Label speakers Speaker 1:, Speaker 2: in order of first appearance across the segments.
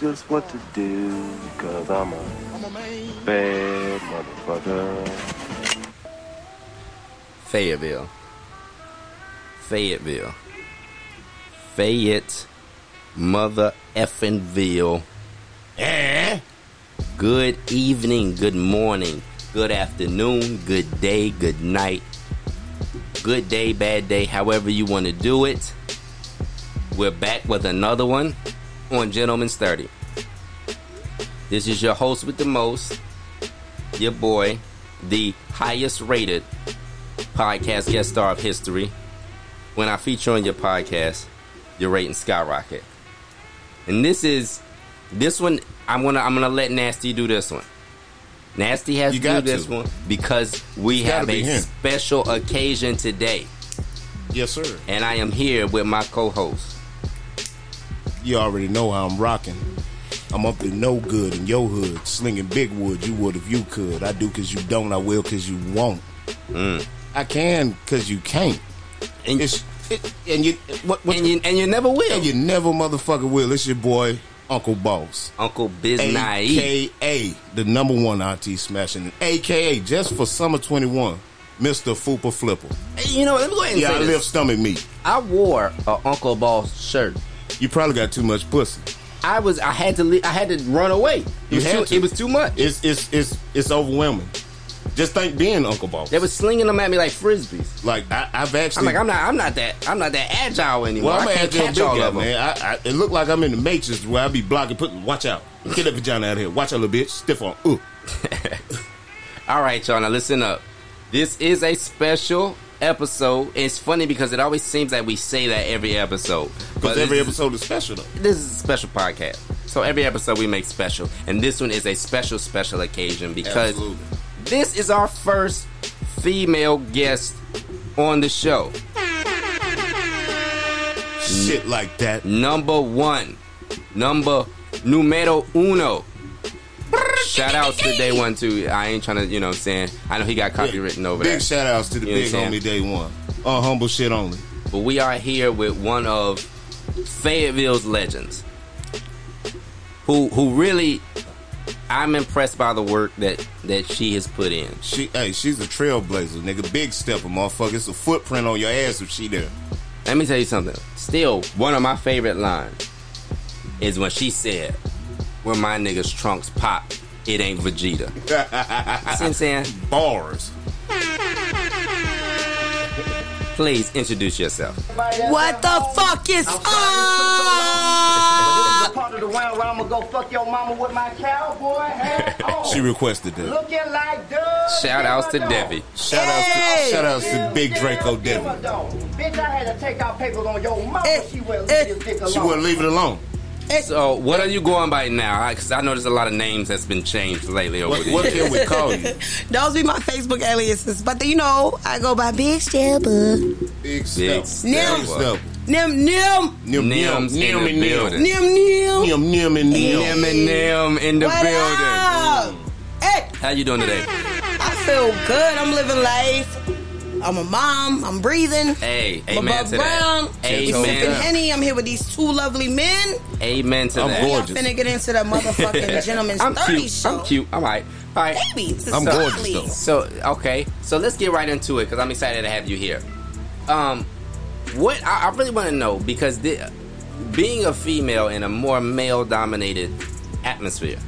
Speaker 1: knows what to do because I'm a bad motherfucker.
Speaker 2: Fayetteville. Fayetteville. Fayette mother effingville.
Speaker 3: Eh?
Speaker 2: Good evening, good morning, good afternoon, good day, good night. Good day, bad day, however you want to do it. We're back with another one on Gentlemen's 30. This is your host with the most, your boy, the highest rated podcast guest star of history. When I feature on your podcast, your rating skyrocket. And this is this one I'm gonna I'm gonna let Nasty do this one. Nasty has
Speaker 3: You
Speaker 2: to do
Speaker 3: got
Speaker 2: this
Speaker 3: to.
Speaker 2: one because we
Speaker 3: gotta
Speaker 2: have
Speaker 3: be
Speaker 2: a
Speaker 3: him.
Speaker 2: special occasion today.
Speaker 3: Yes, sir.
Speaker 2: And I am here with my co-host.
Speaker 3: You already know how I'm rocking. I'm up to no good in your hood, slinging big wood. You would if you could. I do because you don't. I will because you won't.
Speaker 2: Mm.
Speaker 3: I can because you can't.
Speaker 2: And,
Speaker 3: It's it, and you what, what
Speaker 2: and you and you never will.
Speaker 3: and you never motherfucking will. It's your boy Uncle Boss.
Speaker 2: Uncle Biz Naive.
Speaker 3: AKA the number one IT smashing, AKA just for summer 21, Mr. Fupa Flipper.
Speaker 2: You know, let me go ahead and
Speaker 3: Yeah, I
Speaker 2: say
Speaker 3: lift
Speaker 2: this.
Speaker 3: stomach meat.
Speaker 2: I wore a Uncle Boss shirt.
Speaker 3: You probably got too much pussy.
Speaker 2: I was I had to leave, I had to run away. It
Speaker 3: You
Speaker 2: was
Speaker 3: had
Speaker 2: too,
Speaker 3: to.
Speaker 2: it was too much.
Speaker 3: It's it's it's it's overwhelming. Just think being Uncle Boss.
Speaker 2: They were slinging them at me like frisbees.
Speaker 3: like I, I've
Speaker 2: I'm
Speaker 3: actually.
Speaker 2: like, I'm not, I'm not that, I'm not that agile anymore.
Speaker 3: well, I'm
Speaker 2: I
Speaker 3: an
Speaker 2: can't
Speaker 3: agile
Speaker 2: catch
Speaker 3: big
Speaker 2: all
Speaker 3: guy,
Speaker 2: of them.
Speaker 3: man. I, I, it looked like I'm in the Matrix where I be blocking. Put watch out. Get that vagina out of here. Watch out, little bitch. Stiff on. Ooh.
Speaker 2: All right, y'all. Now listen up. This is a special episode. It's funny because it always seems like we say that every episode,
Speaker 3: Because
Speaker 2: this
Speaker 3: every
Speaker 2: is-
Speaker 3: episode is special though.
Speaker 2: this is a special podcast. So every episode we make special, and this one is a special, special occasion because
Speaker 3: Absolutely.
Speaker 2: this is our first female guest on the show.
Speaker 3: Shit like that.
Speaker 2: Number one, number numero uno. Shout outs to day one too. I ain't trying to, you know what I'm saying? I know he got copywritten over
Speaker 3: Big
Speaker 2: that.
Speaker 3: shout outs to the
Speaker 2: You know
Speaker 3: big
Speaker 2: what I'm
Speaker 3: homie day one. Uh, humble shit only.
Speaker 2: But we are here with one of Fayetteville's legends, who who really, I'm impressed by the work that that she has put in.
Speaker 3: She, hey, she's a trailblazer, nigga. Big stepper, motherfucker. It's a footprint on your ass if she there.
Speaker 2: Let me tell you something. Still, one of my favorite lines is when she said, "When my niggas trunks pop, it ain't Vegeta." See what I'm saying?
Speaker 3: Bars.
Speaker 2: Please introduce yourself.
Speaker 4: What the fuck is
Speaker 5: This
Speaker 4: up?
Speaker 5: is the part of the round where I'ma go fuck your mama with my cowboy hat on.
Speaker 3: She requested that.
Speaker 5: Looking like Doug.
Speaker 2: Shout outs to
Speaker 5: Dimmadome.
Speaker 2: Debbie.
Speaker 3: Shout outs
Speaker 4: Hey!
Speaker 3: to, shout outs to
Speaker 5: Still
Speaker 3: Big Draco
Speaker 5: Dimmadome.
Speaker 3: Devin.
Speaker 5: Bitch, I had to take out papers on your mama.
Speaker 4: Eh,
Speaker 5: she wouldn't
Speaker 4: eh.
Speaker 5: leave this dick
Speaker 3: She
Speaker 5: alone.
Speaker 3: wouldn't leave it alone.
Speaker 2: So, what are you going by now? Because I know there's a lot of names that's been changed lately over
Speaker 3: What,
Speaker 2: the
Speaker 3: what
Speaker 2: years.
Speaker 3: can we call you?
Speaker 4: Those be my Facebook aliases, but you know I go by Big Stepper.
Speaker 3: Big
Speaker 2: Big
Speaker 3: stepper.
Speaker 2: stepper.
Speaker 3: Big stepper.
Speaker 4: Nim nim
Speaker 3: Nim, nim,
Speaker 2: Nims in the
Speaker 3: nim, and nim.
Speaker 2: building.
Speaker 4: nim nim.
Speaker 3: Nim, nim, and nim.
Speaker 2: Eminem in the
Speaker 4: What
Speaker 2: building.
Speaker 4: up? Hey,
Speaker 2: How you doing today?
Speaker 4: I feel good. I'm living life. I'm a mom. I'm breathing.
Speaker 2: Hey,
Speaker 4: I'm
Speaker 2: amen
Speaker 4: above
Speaker 2: to that.
Speaker 4: ground. We sipping
Speaker 2: Amen,
Speaker 4: henny. I'm here with these two lovely men.
Speaker 2: amen to
Speaker 3: I'm
Speaker 2: that.
Speaker 3: going-
Speaker 4: Y'all
Speaker 3: Gorgeous.
Speaker 4: finna get into that motherfucking gentleman's
Speaker 2: I'm
Speaker 4: 30
Speaker 2: cute.
Speaker 4: show.
Speaker 2: I'm cute. I'm alright. All right.
Speaker 4: Baby, this is
Speaker 3: I'm gorgeous,
Speaker 4: lovely.
Speaker 3: though.
Speaker 2: So okay, so let's get right into it because I'm excited to have you here. Um, what I, I really want to know because the, being a female in a more male-dominated atmosphere,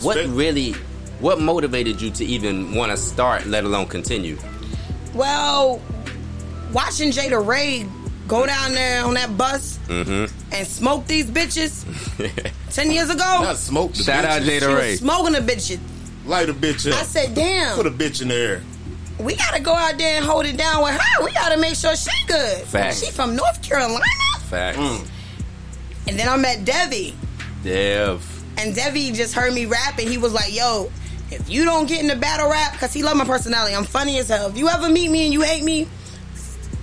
Speaker 2: what
Speaker 3: Spe-
Speaker 2: really, what motivated you to even want to start, let alone continue?
Speaker 4: Well, watching Jada Ray go down there on that bus
Speaker 2: Mm-hmm.
Speaker 4: and smoke these bitches ten years ago,
Speaker 3: Not smoke the
Speaker 2: Shout out
Speaker 3: bitches.
Speaker 2: Jada Ray.
Speaker 4: smoking the bitches.
Speaker 3: Light a bitch
Speaker 4: I
Speaker 3: up.
Speaker 4: said,
Speaker 3: Put a
Speaker 4: damn,
Speaker 3: bitch in there.
Speaker 4: we gotta go out there and hold it down with her. We gotta make sure she good.
Speaker 2: Facts.
Speaker 4: She from North Carolina,
Speaker 2: Facts.
Speaker 4: and then I met Devi,
Speaker 2: Dev.
Speaker 4: and Devi just heard me rap, and he was like, yo. If you don't get in the battle rap, because he love my personality, I'm funny as hell. If you ever meet me and you hate me,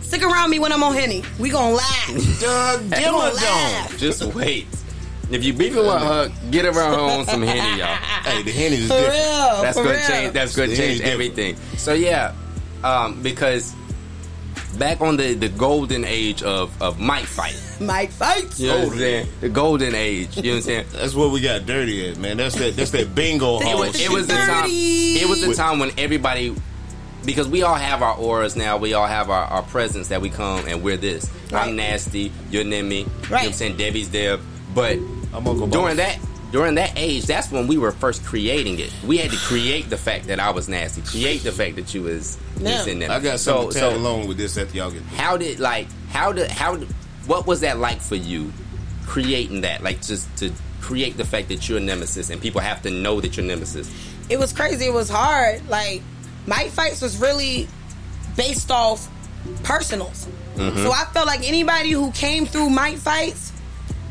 Speaker 4: stick around me when I'm on Henny. We gonna laugh.
Speaker 3: Doug
Speaker 4: We gonna laugh.
Speaker 2: Just wait. If you beefing with her, get around her on some henny, y'all.
Speaker 3: Hey, the henny is
Speaker 4: For real.
Speaker 3: different.
Speaker 2: That's
Speaker 4: Oh, for
Speaker 2: gonna
Speaker 4: real.
Speaker 2: change. That's gonna
Speaker 3: Yeah,
Speaker 2: change
Speaker 3: it's different.
Speaker 2: everything. So yeah, um, because back on the, the golden age of, of mic fight.
Speaker 4: Mike fights.
Speaker 2: You know what I'm saying? The golden age. You know what I'm saying?
Speaker 3: That's what we got dirty at, man. That's that. That's that bingo
Speaker 4: They
Speaker 2: it
Speaker 3: hall.
Speaker 4: went
Speaker 2: was,
Speaker 4: to
Speaker 2: it
Speaker 3: shit.
Speaker 2: was the time. It was the
Speaker 4: 30.
Speaker 2: time when everybody, because we all have our auras now. We all have our, our presence that we come and we're this.
Speaker 4: Right.
Speaker 2: I'm nasty. You're Nimmy. You know what I'm
Speaker 4: Right.
Speaker 2: saying? Debbie's Deb. But
Speaker 3: I'm Uncle
Speaker 2: during
Speaker 3: Bob.
Speaker 2: that during that age, that's when we were first creating it. We had to create the fact that I was nasty. Create the fact that you was
Speaker 4: Yeah.
Speaker 2: this and that.
Speaker 3: I got something to
Speaker 2: So- Hmm?
Speaker 3: tag
Speaker 2: so-
Speaker 3: along with this after y'all get.
Speaker 2: how did like how did how did- what was that like for you creating that like just to create the fact that you're a nemesis and people have to know that you're nemesis
Speaker 4: it was crazy. It was hard. Like my fights was really based off personals.
Speaker 3: Mm-hmm.
Speaker 4: So I felt like anybody who came through my fights,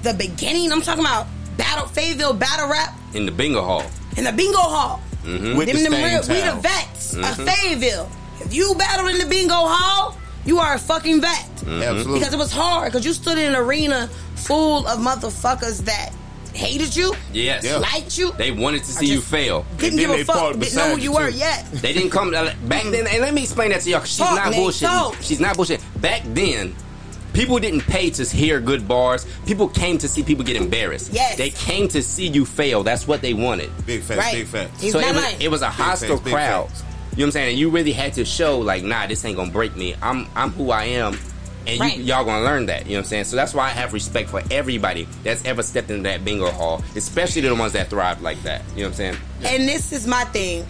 Speaker 4: the beginning. I'm talking about battle Fayetteville battle rap
Speaker 2: in the bingo hall
Speaker 4: in the bingo hall.
Speaker 3: Mm-hmm. With
Speaker 4: Them,
Speaker 3: the Mm-hmm.
Speaker 4: them
Speaker 3: stain
Speaker 4: real, we the
Speaker 3: towel.
Speaker 4: vets of Fayetteville. If you battled in the bingo hall, you are a fucking vet.
Speaker 3: Absolutely.
Speaker 4: Because it was hard. Because you stood in an arena full of motherfuckers that hated you,
Speaker 2: yes
Speaker 3: Yeah.
Speaker 4: liked you,
Speaker 2: they wanted to see you
Speaker 4: just-
Speaker 2: fail
Speaker 4: didn't
Speaker 3: then
Speaker 4: give
Speaker 3: they
Speaker 4: a fuck,
Speaker 3: fought
Speaker 4: didn't know
Speaker 3: beside
Speaker 4: who
Speaker 3: you,
Speaker 4: you were
Speaker 3: too.
Speaker 4: yet.
Speaker 2: they didn't come back then and let me explain that to y'all 'cause she's
Speaker 4: Talk,
Speaker 2: not
Speaker 4: man,
Speaker 2: bullshitting
Speaker 4: talk.
Speaker 2: she's not bullshitting back then People didn't pay to hear good bars. People came to see people get embarrassed.
Speaker 4: Yes.
Speaker 2: They came to see you fail. That's what they wanted.
Speaker 3: Big facts.
Speaker 4: Right.
Speaker 3: Big facts.
Speaker 4: He's
Speaker 2: so
Speaker 4: not
Speaker 2: it was,
Speaker 4: lying.
Speaker 2: it was a hostile
Speaker 3: facts, big
Speaker 2: crowd.
Speaker 3: facts.
Speaker 2: You know what I'm saying? And you really had to show like, nah, this ain't gonna break me. I'm I'm who I am. And
Speaker 4: Right.
Speaker 2: you, y'all gonna learn that, you know what I'm saying? So that's why I have respect for everybody that's ever stepped into that bingo hall, especially the ones that thrive like that. You know what I'm saying?
Speaker 4: And this is my thing.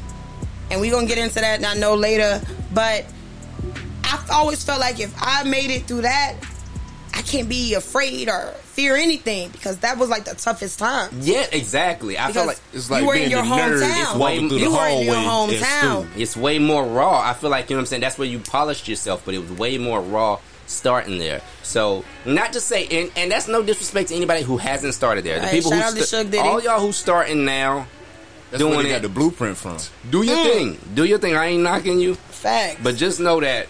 Speaker 4: And we're going to get into that, and I know later. But I've always felt like if I made it through that, I can't be afraid or fear anything because that was like the toughest time.
Speaker 2: Yeah, exactly. I feel
Speaker 4: Because
Speaker 2: like
Speaker 3: It's like
Speaker 4: you were
Speaker 3: being
Speaker 4: in your
Speaker 3: the nerd
Speaker 4: hometown.
Speaker 3: that's walking through
Speaker 4: you
Speaker 3: the
Speaker 4: were in your
Speaker 3: hallway at
Speaker 4: hometown.
Speaker 3: school.
Speaker 2: it's way more raw. I feel like you know what I'm saying. That's where you polished yourself, but it was way more raw starting there. So not to say, and, and that's no disrespect to anybody who hasn't started there. The
Speaker 4: Right,
Speaker 2: people
Speaker 4: shout out
Speaker 2: who
Speaker 4: to
Speaker 2: sta-
Speaker 4: Shug Diddy.
Speaker 2: all y'all who starting now,
Speaker 3: That's where
Speaker 2: doing
Speaker 3: they
Speaker 2: it.
Speaker 3: got the blueprint from.
Speaker 2: do your
Speaker 3: Mm.
Speaker 2: thing. Do your thing. I ain't knocking you,
Speaker 4: Fact.
Speaker 2: but just know that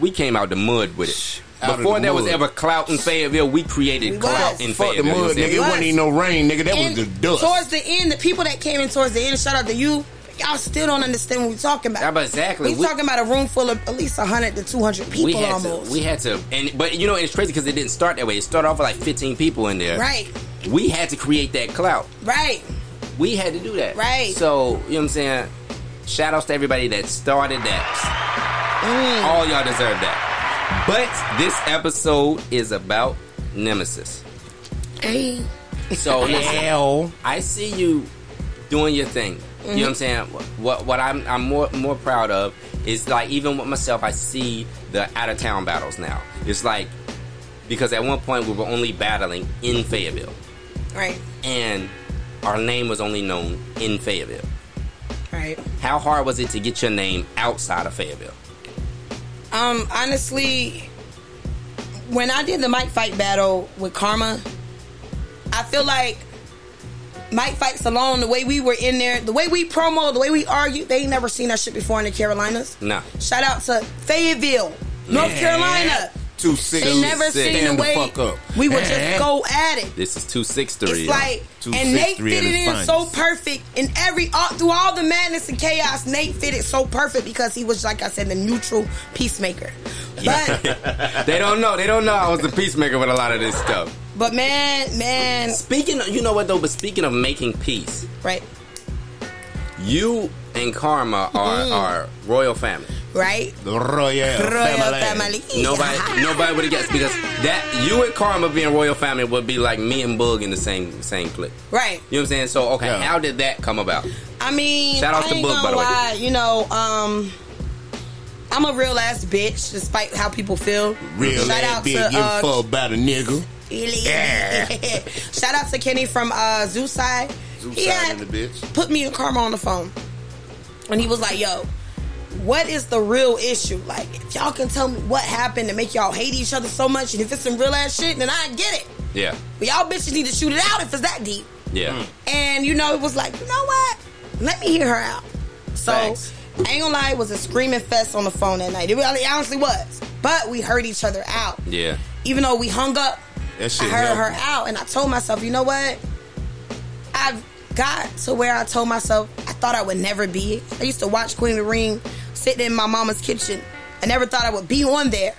Speaker 2: we came out the mud with it.
Speaker 3: Out of
Speaker 2: Before
Speaker 3: the
Speaker 2: there was
Speaker 3: mud.
Speaker 2: ever clout in Fayetteville, we created
Speaker 4: We
Speaker 2: clout
Speaker 4: was.
Speaker 2: in
Speaker 3: Fuck the
Speaker 2: Fayetteville. you know what
Speaker 3: mud,
Speaker 2: I'm saying?
Speaker 3: nigga. It wasn't even no rain, nigga. That was
Speaker 4: and
Speaker 3: the dust.
Speaker 4: Towards the end, the people that came in towards the end, shout out to you. Y'all still don't understand what we're talking about.
Speaker 2: Yeah, but exactly.
Speaker 4: We're
Speaker 2: We-
Speaker 4: talking about a room full of at least 100 to 200 people
Speaker 2: we had
Speaker 4: almost.
Speaker 2: to. We had to. And but you know it's crazy because it didn't start that way. It started off with like 15 people in there.
Speaker 4: right,
Speaker 2: We had to create that clout.
Speaker 4: right.
Speaker 2: we had to do that.
Speaker 4: Right.
Speaker 2: So, you know what I'm saying? Shout outs to everybody that started that.
Speaker 3: Mm.
Speaker 2: All y'all deserve that. But this episode is about Nemesis.
Speaker 4: Hey,
Speaker 2: So listen, I see you doing your thing. You know
Speaker 4: Mm-hmm.
Speaker 2: what I'm saying? What what I'm I'm more more proud of is like even with myself, I see the out of town battles now. It's like because at one point we were only battling in Fayetteville,
Speaker 4: right,
Speaker 2: and our name was only known in Fayetteville.
Speaker 4: right.
Speaker 2: How hard was it to get your name outside of Fayetteville?
Speaker 4: Um, honestly, when I did the Mike fight battle with Karma, I feel like Mike fights alone. The way we were in there, the way we promo, the way we argued, they ain't never seen that shit before in the Carolinas.
Speaker 2: No.
Speaker 4: Shout out to Fayetteville, North Carolina.
Speaker 3: Two six.
Speaker 4: They never seen the
Speaker 3: Stand
Speaker 4: way
Speaker 3: the fuck up.
Speaker 4: we would
Speaker 3: Eh.
Speaker 4: just go at it.
Speaker 2: This is two six three.
Speaker 4: It's like,
Speaker 3: Two
Speaker 4: and
Speaker 3: six
Speaker 4: Nate
Speaker 3: three at
Speaker 4: fit it
Speaker 3: his
Speaker 4: in so
Speaker 3: finest.
Speaker 4: perfect in every all, through all the madness and chaos. Nate fit it so perfect because he was, like I said, the neutral peacemaker. But
Speaker 2: they don't know. They don't know I was the peacemaker with a lot of this stuff.
Speaker 4: but man, man,
Speaker 2: Speaking, of, you know what though? But speaking of making peace,
Speaker 4: right,
Speaker 2: you and Karma are
Speaker 4: Mm.
Speaker 2: are royal family.
Speaker 4: right,
Speaker 3: The royal
Speaker 4: royal
Speaker 3: family.
Speaker 4: family.
Speaker 2: Nobody nobody would have guessed because that you and Karma being royal family would be like me and Boog in the same same clique.
Speaker 4: right.
Speaker 2: You know what I'm saying? So okay,
Speaker 3: Yeah.
Speaker 2: how did that come about?
Speaker 4: I mean,
Speaker 2: Shout out
Speaker 4: I
Speaker 2: to
Speaker 4: ain't
Speaker 2: Book,
Speaker 4: gonna
Speaker 2: by the way.
Speaker 4: lie, you know, um, I'm a real ass bitch, despite how people feel.
Speaker 3: Real
Speaker 4: Shout
Speaker 3: ass
Speaker 4: out
Speaker 3: big
Speaker 4: to
Speaker 3: give a
Speaker 4: uh,
Speaker 3: fuck about a nigga. Yeah.
Speaker 4: Shout out to Kenny from uh, Zooside.
Speaker 3: Zooside
Speaker 4: He had
Speaker 3: and the bitch.
Speaker 4: put me and Karma on the phone, and he was like, "Yo, what is the real issue? Like, if y'all can tell me what happened to make y'all hate each other so much, and if it's some real ass shit, then I get it.
Speaker 2: Yeah,
Speaker 4: But y'all bitches need to shoot it out if it's that deep."
Speaker 2: yeah.
Speaker 4: Mm. And you know, it was like, you know what? Let me hear her out. So
Speaker 2: Thanks.
Speaker 4: I ain't gonna lie, it was a screaming fest on the phone that night. It really- honestly was. But we heard each other out.
Speaker 2: Yeah.
Speaker 4: Even though we hung up,
Speaker 3: That
Speaker 4: I
Speaker 3: shit
Speaker 4: heard
Speaker 3: helped.
Speaker 4: her out and I told myself, you know what? I've got to where I told myself I thought I would never be. I used to watch Queen of the Ring sitting in my mama's kitchen I never thought I would be on there,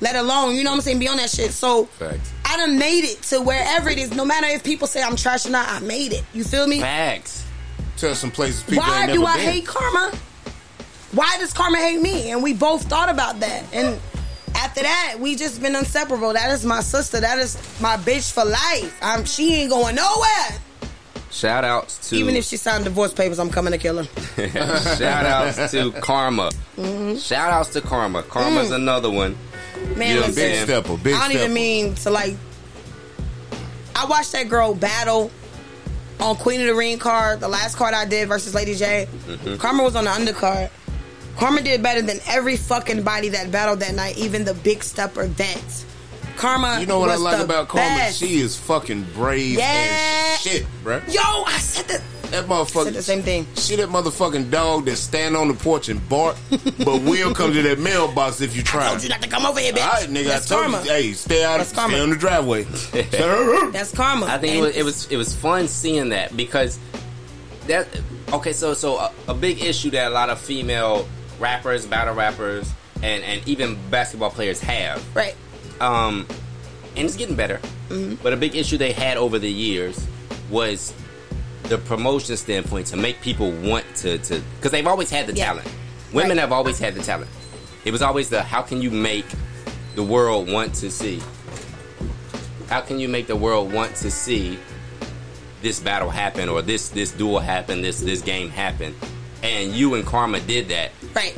Speaker 4: let alone, you know what I'm saying, be on that shit. So
Speaker 2: Facts.
Speaker 4: I done made it to wherever it is. No matter if people say I'm trash or not, I made it. You feel me?
Speaker 2: Facts.
Speaker 3: Tell some places people
Speaker 4: Why
Speaker 3: ain't
Speaker 4: do I
Speaker 3: never been.
Speaker 4: hate karma? Why does karma hate me? And we both thought about that. And after that, we just been inseparable. That is my sister. That is my bitch for life. I'm, she ain't going nowhere.
Speaker 2: Shout outs to
Speaker 4: Even if she signed divorce papers, I'm coming to kill her.
Speaker 2: shout outs to Karma.
Speaker 4: Mm-hmm.
Speaker 2: Shout outs to Karma.
Speaker 4: Mm.
Speaker 2: Karma's another one.
Speaker 4: Man,
Speaker 2: You a
Speaker 4: listen,
Speaker 3: Big stepper, big
Speaker 4: I don't
Speaker 3: stepper.
Speaker 4: even mean to like. I watched that girl battle on Queen of the Ring card, the last card I did versus Lady J.
Speaker 3: Mm-hmm.
Speaker 4: Karma was on the undercard. Karma did better than every fucking body that battled that night, even the big stepper vets. Karma,
Speaker 3: You know what I
Speaker 4: was
Speaker 3: like
Speaker 4: uh, the
Speaker 3: about Karma?
Speaker 4: best.
Speaker 3: She is fucking brave
Speaker 4: Yeah.
Speaker 3: as shit, bruh.
Speaker 4: Yo, I said that.
Speaker 3: That motherfucker.
Speaker 4: Said the same thing.
Speaker 3: She that motherfucking dog that stand on the porch and bark, but will come to that mailbox if you try.
Speaker 4: Told you not to come over here, bitch.
Speaker 3: All right, nigga.
Speaker 4: That's
Speaker 3: I told
Speaker 4: karma.
Speaker 3: you. Hey, stay out.
Speaker 4: That's karma.
Speaker 3: Stay on the driveway.
Speaker 4: That's karma.
Speaker 2: I think it
Speaker 4: And
Speaker 2: was, it was it was fun seeing that because that okay so so a, a big issue that a lot of female rappers, battle rappers, and and even basketball players have
Speaker 4: right.
Speaker 2: um, and it's getting better.
Speaker 4: Mm-hmm.
Speaker 2: But a big issue they had over the years was the promotion standpoint to make people want to to because they've always had the
Speaker 4: Yeah.
Speaker 2: talent. Women
Speaker 4: Right.
Speaker 2: have always had the talent. It was always the how can you make the world want to see? How can you make the world want to see this battle happen or this this duel happen, this this game happen? And you and Karma did that
Speaker 4: Right.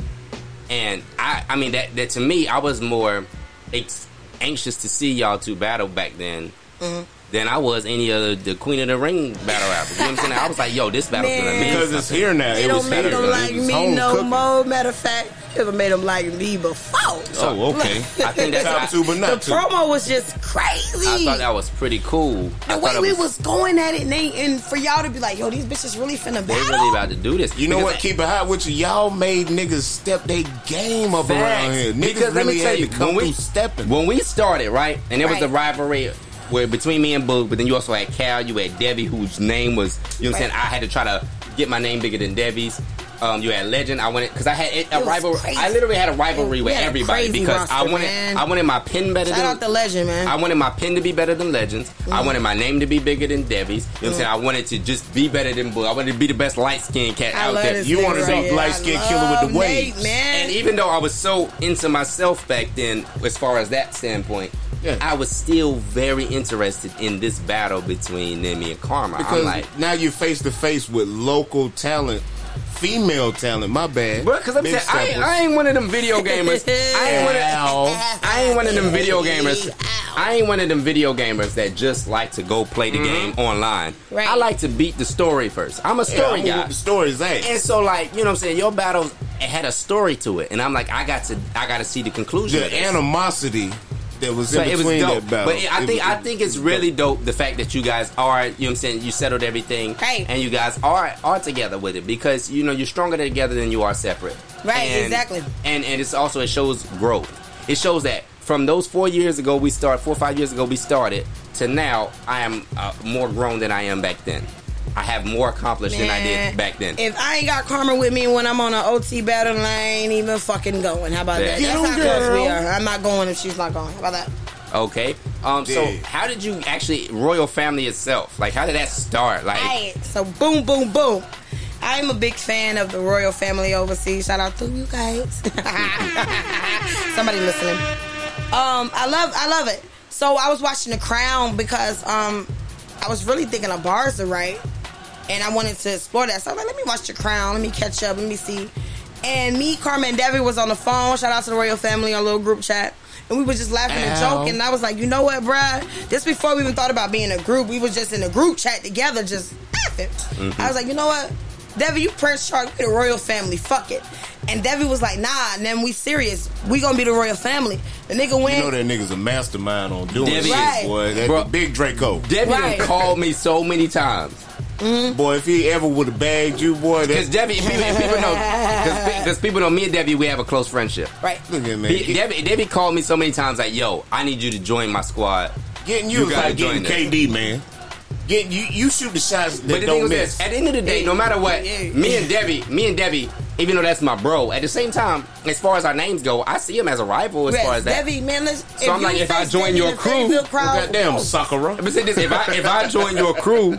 Speaker 2: and I, I mean that, that to me, I was more ex- anxious to see y'all two battle back then
Speaker 4: Mm-hmm.
Speaker 2: than I was any other the Queen of the Ring battle rapper. You know what I'm saying? I was like, yo, this battle's gonna
Speaker 4: Man.
Speaker 2: mean
Speaker 3: Because it's
Speaker 2: something.
Speaker 3: here now.
Speaker 4: It
Speaker 3: it was
Speaker 4: don't make
Speaker 3: here.
Speaker 4: them
Speaker 3: It
Speaker 4: like
Speaker 3: was
Speaker 4: me
Speaker 3: home
Speaker 4: no
Speaker 3: cooking.
Speaker 4: more. Matter of fact, should have made them like me before.
Speaker 3: Oh, okay.
Speaker 2: I think that's
Speaker 3: Top
Speaker 2: I,
Speaker 3: two, but
Speaker 4: the
Speaker 3: not two.
Speaker 4: promo was just crazy.
Speaker 2: I thought that was pretty cool. I
Speaker 4: the
Speaker 2: thought
Speaker 4: way
Speaker 2: it
Speaker 4: we was going at it, and, they, and for y'all to be like, "Yo, these bitches really finna
Speaker 2: they
Speaker 4: battle."
Speaker 2: really about to do this.
Speaker 3: You know
Speaker 2: Because
Speaker 3: what? Keep it hot with you. Y'all made niggas step they game up around
Speaker 2: Facts.
Speaker 3: here. Niggas
Speaker 2: Because let me
Speaker 3: really
Speaker 2: tell
Speaker 3: had
Speaker 2: you,
Speaker 3: to come
Speaker 2: when we-
Speaker 3: through stepping.
Speaker 2: when we started, right, and there was the
Speaker 4: Right.
Speaker 2: rivalry where between me and Boo, but then you also had Cal, you had Debbie, whose name was you know what I'm saying.
Speaker 4: Right.
Speaker 2: I had to try to get my name bigger than Debbie's. Um, you had Legend. I wanted because I had a- a
Speaker 4: was
Speaker 2: rivalry.
Speaker 4: crazy.
Speaker 2: I literally had a rivalry
Speaker 4: We
Speaker 2: with
Speaker 4: had a
Speaker 2: everybody
Speaker 4: crazy
Speaker 2: because I
Speaker 4: roster,
Speaker 2: wanted
Speaker 4: man.
Speaker 2: I wanted my pin better
Speaker 4: Shout
Speaker 2: than
Speaker 4: out Mm. the legend, man.
Speaker 2: I wanted my pin to be better than Legends. I wanted my name to be bigger than Debbie's. You know
Speaker 4: Mm.
Speaker 2: what I'm saying? I wanted to just be better than Boo. I wanted to be the best light skinned cat
Speaker 4: I
Speaker 2: out
Speaker 4: love
Speaker 2: there.
Speaker 4: this.
Speaker 3: You
Speaker 4: nigga
Speaker 3: wanna
Speaker 4: right
Speaker 3: be
Speaker 4: here.
Speaker 3: light skin
Speaker 4: I
Speaker 3: killer with the
Speaker 4: love Nate,
Speaker 3: waves.
Speaker 4: man.
Speaker 2: And even though I was so into myself back then, as far as that standpoint,
Speaker 3: Yeah.
Speaker 2: I was still very interested in this battle between Nemi and Karma.
Speaker 3: Because
Speaker 2: I'm like,
Speaker 3: now you're face to face with local talent, female talent. My bad.
Speaker 2: bro, because I'm
Speaker 3: Big
Speaker 2: saying I ain't,
Speaker 3: steppers.
Speaker 2: I ain't one of them video gamers. I ain't one of,
Speaker 3: Ow.
Speaker 2: I ain't one of them video gamers. I ain't one of them video gamers that just like to go play the game online.
Speaker 4: Right.
Speaker 2: I like to beat the story first. I'm a
Speaker 3: Yeah,
Speaker 2: story
Speaker 3: I'm with
Speaker 2: guy.
Speaker 3: The story's ass.
Speaker 2: And so, like, you know what I'm saying? Your battles had a story to it. And I'm like, I got to I got to see the conclusion. of
Speaker 3: the
Speaker 2: this.
Speaker 3: animosity that was
Speaker 2: But
Speaker 3: in
Speaker 2: it was
Speaker 3: between
Speaker 2: dope.
Speaker 3: that battle.
Speaker 2: But it, I
Speaker 3: It
Speaker 2: think
Speaker 3: was-
Speaker 2: I think it's really dope the fact that you guys are, you know what I'm saying, you settled everything.
Speaker 4: Right.
Speaker 2: And you guys are are together with it because you know you're stronger together than you are separate.
Speaker 4: Right,
Speaker 2: And-
Speaker 4: exactly.
Speaker 2: And and it's also it shows growth. It shows that from those four years ago we started, four or five years ago we started, to now I am uh, more grown than I am back then. I have more accomplished than I
Speaker 4: Man,
Speaker 2: did back then.
Speaker 4: If I ain't got karma with me when I'm on an OT battle, I ain't even fucking going. How about
Speaker 2: Yeah.
Speaker 4: that?
Speaker 2: Get
Speaker 4: That's
Speaker 3: on,
Speaker 4: how close we
Speaker 3: girl.
Speaker 4: are. I'm not going if she's not going. How about that?
Speaker 2: Okay. Um. So,
Speaker 3: Yeah.
Speaker 2: how did you actually royal family itself? Like, how did that start? Like,
Speaker 4: Alright, So boom, boom, boom. I'm a big fan of the royal family overseas. Shout out to you guys. Somebody listening. Um, I love, I love it. So I was watching The Crown because um, I was really thinking of bars to write, and I wanted to explore that. So I'm like, let me watch The Crown. Let me catch up. Let me see. And me, Carmen, and Debbie was on the phone. Shout out to the royal family on a little group chat. And we were just laughing and
Speaker 3: Ow.
Speaker 4: joking. And I was like, you know what, bruh? This before we even thought about being a group. We was just in a group chat together, just laughing.
Speaker 3: Mm-hmm.
Speaker 4: I was like, you know what? Debbie, you press charge. We the royal family. Fuck it. And Debbie was like, nah, and then we serious. We gonna be the royal family. The nigga went.
Speaker 3: You know that nigga's a mastermind on doing
Speaker 2: Debbie
Speaker 3: shit,
Speaker 4: is-
Speaker 3: boy. That
Speaker 2: Bro.
Speaker 3: the big Draco.
Speaker 2: Debbie
Speaker 4: Right.
Speaker 2: done called me so many times.
Speaker 3: boy, if he ever would have bagged you, boy,
Speaker 2: Because
Speaker 3: that
Speaker 2: Debbie, people, people know, because people know me and Debbie, we have a close friendship.
Speaker 4: right.
Speaker 3: look at man.
Speaker 2: He-
Speaker 3: Get,
Speaker 2: Debbie, Debbie called me so many times, like, yo, I need you to join my squad.
Speaker 3: getting you,
Speaker 2: you
Speaker 3: is
Speaker 2: gotta
Speaker 3: like getting
Speaker 2: join
Speaker 3: KD, man. Getting you, you shoot the shots
Speaker 2: But
Speaker 3: that
Speaker 2: the thing
Speaker 3: don't
Speaker 2: was
Speaker 3: miss.
Speaker 2: this, at the end of the day, no matter what, me and Debbie, me and Debbie, even though that's my bro. At the same time, as far as our names go, I see him as a rival. As
Speaker 4: Rex,
Speaker 2: far as that,
Speaker 4: Devi, man, let's,
Speaker 2: So I'm like,
Speaker 4: you
Speaker 2: if I
Speaker 4: face
Speaker 2: join
Speaker 4: Devi
Speaker 2: your
Speaker 4: in the
Speaker 2: crew,
Speaker 4: Fayetteville
Speaker 3: Look at them,
Speaker 4: crowd,
Speaker 3: sucker.
Speaker 2: But see this: if I if I join your crew,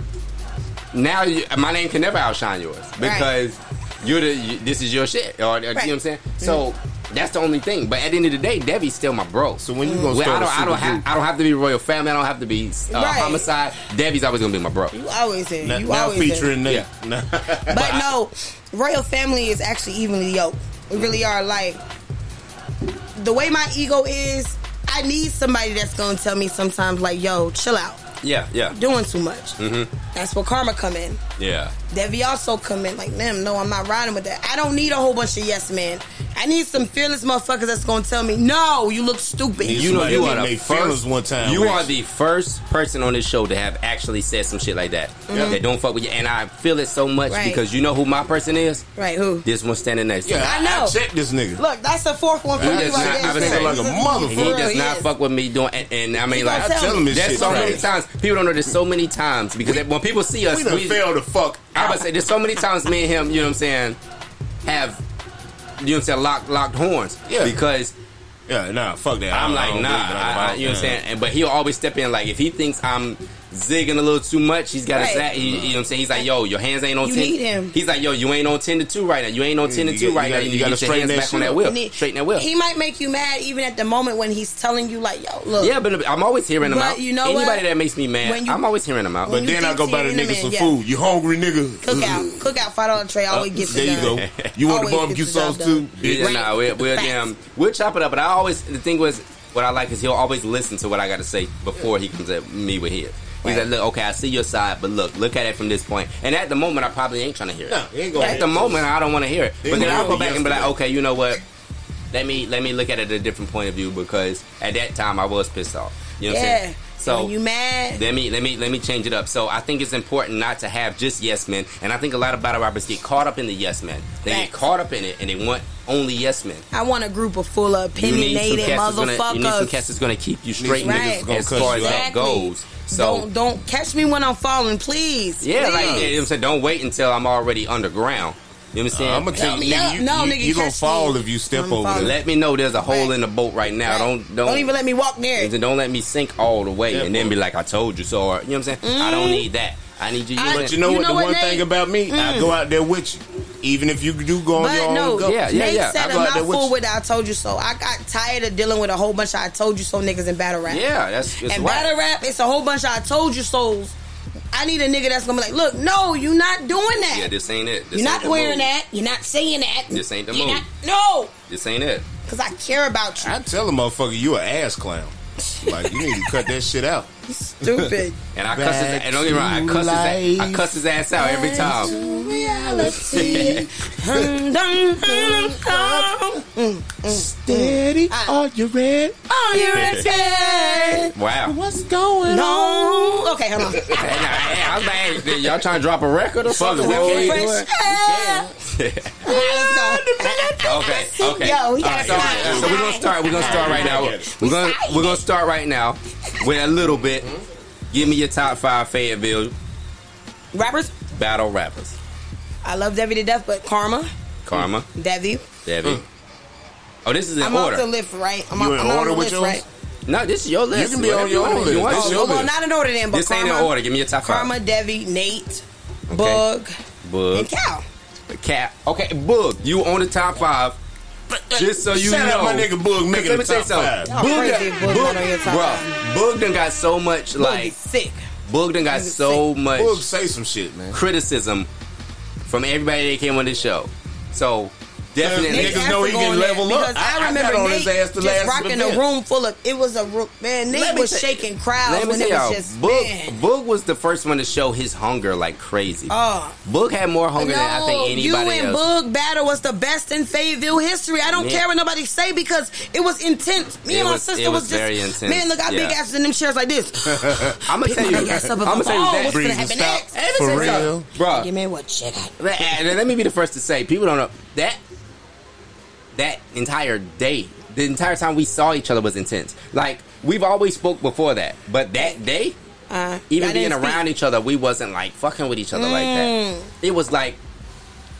Speaker 2: now you, my name can never outshine yours because you're the you, this is your shit. Or, you know what I'm saying? So
Speaker 4: Mm-hmm.
Speaker 2: that's the only thing. But at the end of the day, Debbie's still my bro.
Speaker 3: So when you gonna
Speaker 2: Well, I
Speaker 3: start
Speaker 2: don't,
Speaker 3: a
Speaker 2: I
Speaker 3: super
Speaker 2: don't
Speaker 3: group?
Speaker 2: have I don't have to be royal family. I don't have to be uh,
Speaker 4: Right.
Speaker 2: homicide. Debbie's always gonna be my bro.
Speaker 4: you always in.
Speaker 3: Now,
Speaker 4: you
Speaker 3: now
Speaker 4: always in.
Speaker 3: featuring Nate.
Speaker 4: But no, royal family is actually evenly yoked. We really are. Like the way my ego is, I need somebody that's gonna tell me sometimes, like, "Yo, chill out,
Speaker 2: Yeah, yeah,
Speaker 4: doing too much." That's where karma come in.
Speaker 2: yeah.
Speaker 4: Devi also come in, like, "Damn, no, I'm not riding with that. I don't need a whole bunch of yes men. I need some fearless motherfuckers that's gonna tell me, no, you look stupid.
Speaker 3: Need
Speaker 2: You know,
Speaker 3: Somebody
Speaker 2: you are
Speaker 3: getting
Speaker 2: the
Speaker 3: they feelings
Speaker 2: first.
Speaker 3: one time,
Speaker 2: you
Speaker 3: Rich.
Speaker 2: are the first person on this show to have actually said some shit like that. That don't fuck with you, and I feel it so much
Speaker 4: Mm-hmm. Right.
Speaker 2: because you know who my person is.
Speaker 4: right? Who?
Speaker 2: This one standing next to me.
Speaker 3: Yeah,
Speaker 4: I
Speaker 3: I
Speaker 4: know.
Speaker 3: know. check this nigga.
Speaker 4: Look, that's the fourth one for
Speaker 3: He
Speaker 4: me
Speaker 3: does
Speaker 4: right
Speaker 3: not-
Speaker 4: there.
Speaker 3: I was saying, like a motherfucker.
Speaker 4: For
Speaker 2: He
Speaker 4: real,
Speaker 2: does not
Speaker 4: is.
Speaker 2: fuck with me doing, and, and I mean,
Speaker 4: gonna
Speaker 2: like,
Speaker 4: tell
Speaker 3: Tell him this
Speaker 2: there's
Speaker 3: shit.
Speaker 2: so many
Speaker 3: trash.
Speaker 2: times people don't know. There's so many times because when people see us,
Speaker 3: We done
Speaker 2: we-
Speaker 3: failed the fuck.
Speaker 2: I
Speaker 3: out.
Speaker 2: would say there's so many times me and him, you know what I'm saying, have you know what I'm saying, locked locked horns.
Speaker 3: Yeah.
Speaker 2: Because
Speaker 3: Yeah, nah, fuck that.
Speaker 2: I'm
Speaker 3: I
Speaker 2: like,
Speaker 3: don't
Speaker 2: nah,
Speaker 3: believe it. I'm
Speaker 2: I, I,
Speaker 3: out,
Speaker 2: you know what I'm
Speaker 3: man.
Speaker 2: saying. And, but he'll always step in. Like if he thinks I'm zigging a little too much, he's got
Speaker 4: Right.
Speaker 2: a sack. You, you know what I'm saying. He's like, yo, your hands ain't on.
Speaker 4: You
Speaker 2: 10.
Speaker 4: need him.
Speaker 2: He's like, yo, you ain't on ten to two right now. You ain't on ten to
Speaker 3: you
Speaker 2: two
Speaker 3: got-
Speaker 2: right
Speaker 3: you
Speaker 2: now.
Speaker 3: got-
Speaker 2: You
Speaker 3: you
Speaker 2: need to
Speaker 3: gotta
Speaker 2: get your hands
Speaker 3: straighten that
Speaker 2: back on
Speaker 3: shit
Speaker 2: that
Speaker 3: up.
Speaker 2: wheel.
Speaker 4: And it-
Speaker 2: Straighten that wheel.
Speaker 4: He might make you mad even at the moment when he's telling you, like, yo, look.
Speaker 2: Yeah, but I'm always hearing them
Speaker 4: But
Speaker 2: out.
Speaker 4: you know
Speaker 2: Anybody
Speaker 4: what?
Speaker 2: that makes me mad,
Speaker 4: When you-
Speaker 2: I'm always hearing them out.
Speaker 4: When
Speaker 3: But
Speaker 4: you
Speaker 3: then I
Speaker 4: think
Speaker 3: go buy the
Speaker 4: you're in a
Speaker 3: nigga
Speaker 4: man,
Speaker 3: some
Speaker 4: yeah.
Speaker 3: food. You hungry, nigga? Mm-hmm.
Speaker 2: Mm.
Speaker 4: Cookout, cookout, fight on the
Speaker 2: Oh,
Speaker 4: tray. Always gets
Speaker 3: There
Speaker 4: it
Speaker 3: you
Speaker 4: done.
Speaker 3: go. You want the
Speaker 4: Always
Speaker 3: barbecue
Speaker 4: gets the job
Speaker 3: sauce too?
Speaker 4: done.
Speaker 2: yeah,
Speaker 4: Right.
Speaker 2: nah, we'll, we'll
Speaker 4: Facts.
Speaker 2: damn, we'll chop it up. But I always the thing was what I like is he'll always listen to what I got to say before he comes at me with his. He's like, look, okay, I see your side, but look, look at it from this point. And at the moment, I probably ain't trying to hear it.
Speaker 3: No, it ain't gonna
Speaker 2: at the
Speaker 3: happen.
Speaker 2: moment, I don't want to hear it. But then I'll go
Speaker 3: gonna
Speaker 2: back and be like,
Speaker 3: yesterday.
Speaker 2: okay, you know what? Let me let me look at it at a different point of view because at that time I was pissed off. You know what I'm
Speaker 4: Yeah.
Speaker 2: saying? So
Speaker 4: when you mad?
Speaker 2: Let me let me let me change it up. So I think it's important not to have just yes men, and I think a lot of battle rappers get caught up in the yes men. They get
Speaker 4: Facts.
Speaker 2: caught up in it, and they want only yes men.
Speaker 4: I want a group of full of
Speaker 2: You need some
Speaker 4: opinionated
Speaker 2: cats that's gonna- you need some cats
Speaker 4: motherfuckers.
Speaker 2: that's gonna keep you straight,
Speaker 3: some
Speaker 4: niggas
Speaker 2: niggas,
Speaker 4: gonna
Speaker 2: as
Speaker 3: cuss
Speaker 2: far as
Speaker 3: you
Speaker 2: that goes. So.
Speaker 4: don't don't catch me when I'm falling, please.
Speaker 2: yeah, like
Speaker 4: Please.
Speaker 2: you know what I'm saying, don't wait until I'm already underground. You know what I'm saying?
Speaker 3: I'm gonna tell
Speaker 4: me
Speaker 3: you,
Speaker 4: up.
Speaker 3: nigga, you,
Speaker 4: No,
Speaker 3: you,
Speaker 4: nigga,
Speaker 3: you gonna
Speaker 4: catch
Speaker 3: fall
Speaker 4: me.
Speaker 3: if you step
Speaker 4: I'm
Speaker 3: over
Speaker 4: falling.
Speaker 3: there.
Speaker 2: let me know there's a hole
Speaker 4: Right.
Speaker 2: in the boat right now.
Speaker 4: Right.
Speaker 2: Don't don't
Speaker 4: don't even let me walk near.
Speaker 2: And then don't let me sink all the way
Speaker 3: Yeah,
Speaker 2: and then
Speaker 3: bro.
Speaker 2: be like, I told you so. Or, you know what I'm saying? I don't need that. I need you. you
Speaker 4: Mm-hmm. I-
Speaker 2: know,
Speaker 3: But you know
Speaker 4: You
Speaker 3: what?
Speaker 4: know
Speaker 3: the
Speaker 4: what,
Speaker 3: one
Speaker 4: Nate? Mm.
Speaker 3: thing about me, I go out there with you, even if you do go on your
Speaker 4: But
Speaker 3: own.
Speaker 4: no,
Speaker 3: go.
Speaker 2: Yeah, yeah,
Speaker 4: Nate
Speaker 2: yeah.
Speaker 4: said
Speaker 3: I
Speaker 4: a
Speaker 3: go out there with
Speaker 4: mouthful
Speaker 3: you.
Speaker 4: with "I told you so." I got tired of dealing with a whole bunch of "I told you so" niggas in battle rap.
Speaker 2: Yeah, that's it's
Speaker 4: and
Speaker 2: whack.
Speaker 4: battle rap, it's a whole bunch of "I told you so's." I need a nigga that's gonna be like, "Look, no, you're not doing that.
Speaker 2: Yeah, this ain't it. This
Speaker 4: you're
Speaker 2: ain't
Speaker 4: not
Speaker 2: the
Speaker 4: wearing
Speaker 2: move.
Speaker 4: that. You're not saying that.
Speaker 2: This ain't the
Speaker 4: You're
Speaker 2: move.
Speaker 4: not- no,
Speaker 2: This ain't it.
Speaker 4: because I care about you.
Speaker 3: I tell a motherfucker, you an ass clown. Like you need to cut that shit out.
Speaker 4: Stupid.
Speaker 2: And I cuss his
Speaker 3: Back
Speaker 2: and don't get me wrong, I
Speaker 3: to
Speaker 2: cuss his I
Speaker 3: life.
Speaker 2: cuss his ass out every time.
Speaker 4: Reality. Hum, dum, hum, hum.
Speaker 3: Steady, are you ready?
Speaker 4: Oh, you're a ten.
Speaker 2: Wow.
Speaker 3: What's going
Speaker 4: No. Okay, hold on.
Speaker 2: Hey, now, hey, I was like, hey, did y'all trying to drop a record or something?
Speaker 3: it,
Speaker 2: We
Speaker 3: we
Speaker 2: can't
Speaker 3: can.
Speaker 2: do
Speaker 4: Fresh
Speaker 2: it.
Speaker 4: air. All right, let's go.
Speaker 2: Okay, okay.
Speaker 4: Yo, we
Speaker 2: All right,
Speaker 4: gotta
Speaker 2: all
Speaker 4: start.
Speaker 2: right, So we're gonna start. We're gonna start right now. We're gonna we're gonna start right now with a little bit.
Speaker 3: Hmm?
Speaker 2: Give me your top five Fayetteville
Speaker 4: Rappers,
Speaker 2: battle rappers.
Speaker 4: I love Debbie to death, but Karma,
Speaker 2: Karma,
Speaker 4: Debbie.
Speaker 2: Debbie. Oh, this is in
Speaker 4: Hmm. I'm
Speaker 2: order.
Speaker 4: off the lift, right? I'm
Speaker 3: You
Speaker 4: off-
Speaker 3: in
Speaker 4: I'm not
Speaker 3: order
Speaker 4: on the
Speaker 3: with yours?
Speaker 4: list, right?
Speaker 2: No, this is your list.
Speaker 3: can be on
Speaker 2: Whatever
Speaker 3: your
Speaker 2: want.
Speaker 3: own list.
Speaker 2: You want
Speaker 3: This
Speaker 2: to-
Speaker 3: your
Speaker 4: Oh, well,
Speaker 3: list.
Speaker 4: not in order then, but
Speaker 2: This ain't
Speaker 4: Karma,
Speaker 2: in order. Give me your top five.
Speaker 4: Karma, Debbie, Nate,
Speaker 2: Okay.
Speaker 4: Bug, and
Speaker 2: Boog.
Speaker 4: Cal.
Speaker 2: Cap. Okay, Boog, you on the top five. Just so you
Speaker 3: Shout
Speaker 2: know.
Speaker 3: out my nigga Boog making
Speaker 2: Let me
Speaker 3: the
Speaker 2: tell you
Speaker 3: top five.
Speaker 2: something.
Speaker 4: Y'all crazy if Boog not on your top
Speaker 2: Bruh,
Speaker 4: five.
Speaker 2: Boog done got so much,
Speaker 4: Like,
Speaker 2: like,
Speaker 4: sick.
Speaker 2: Boog done got
Speaker 4: Boog is
Speaker 2: so much
Speaker 3: Boog, say some shit, man.
Speaker 2: criticism from everybody that came on this show. So, definitely.
Speaker 3: Niggas know he
Speaker 4: Africa
Speaker 3: can
Speaker 4: on
Speaker 3: level
Speaker 4: that,
Speaker 3: up.
Speaker 4: because
Speaker 3: I- I
Speaker 4: remember
Speaker 3: got on
Speaker 4: Nate
Speaker 3: his ass the
Speaker 4: just
Speaker 3: last
Speaker 4: rocking a
Speaker 3: event.
Speaker 4: room full of. It was a room, man. Nate
Speaker 2: Let me
Speaker 4: was
Speaker 2: tell-
Speaker 4: shaking crowds
Speaker 2: let me
Speaker 4: when it
Speaker 2: tell
Speaker 4: was
Speaker 2: y'all,
Speaker 4: just
Speaker 2: Boog,
Speaker 4: man.
Speaker 2: Boog was the first one to show his hunger like crazy.
Speaker 4: Oh.
Speaker 2: Boog had more hunger than I think anybody
Speaker 4: you and
Speaker 2: else.
Speaker 4: Boog battle was the best in Fayetteville history. I don't
Speaker 2: Man.
Speaker 4: care what nobody say because it was intense. Me
Speaker 2: It
Speaker 4: and my
Speaker 2: was-
Speaker 4: sister
Speaker 2: it
Speaker 4: was,
Speaker 2: was
Speaker 4: just
Speaker 2: very intense,
Speaker 4: man. Look, I big
Speaker 2: yeah.
Speaker 4: asses in them chairs like this.
Speaker 2: I'm gonna tell you.
Speaker 4: Pick my ass up
Speaker 2: I'm gonna
Speaker 4: above. Oh,
Speaker 2: tell you
Speaker 4: what's
Speaker 2: that.
Speaker 4: gonna
Speaker 3: Breeze
Speaker 4: happen
Speaker 3: and stop.
Speaker 4: next?
Speaker 2: Hey, let me
Speaker 3: For
Speaker 2: tell you
Speaker 3: real?
Speaker 2: something. Bruh,
Speaker 4: Give me what shit. I-
Speaker 2: Let- And let me be the first to say, people don't know that that entire day, the entire time we saw each other was intense. Like we've always spoke before that, but that day,
Speaker 4: Uh, I
Speaker 2: even
Speaker 4: didn't
Speaker 2: being
Speaker 4: speak. Mm.
Speaker 2: around each other, we wasn't like fucking with each other like that. It was like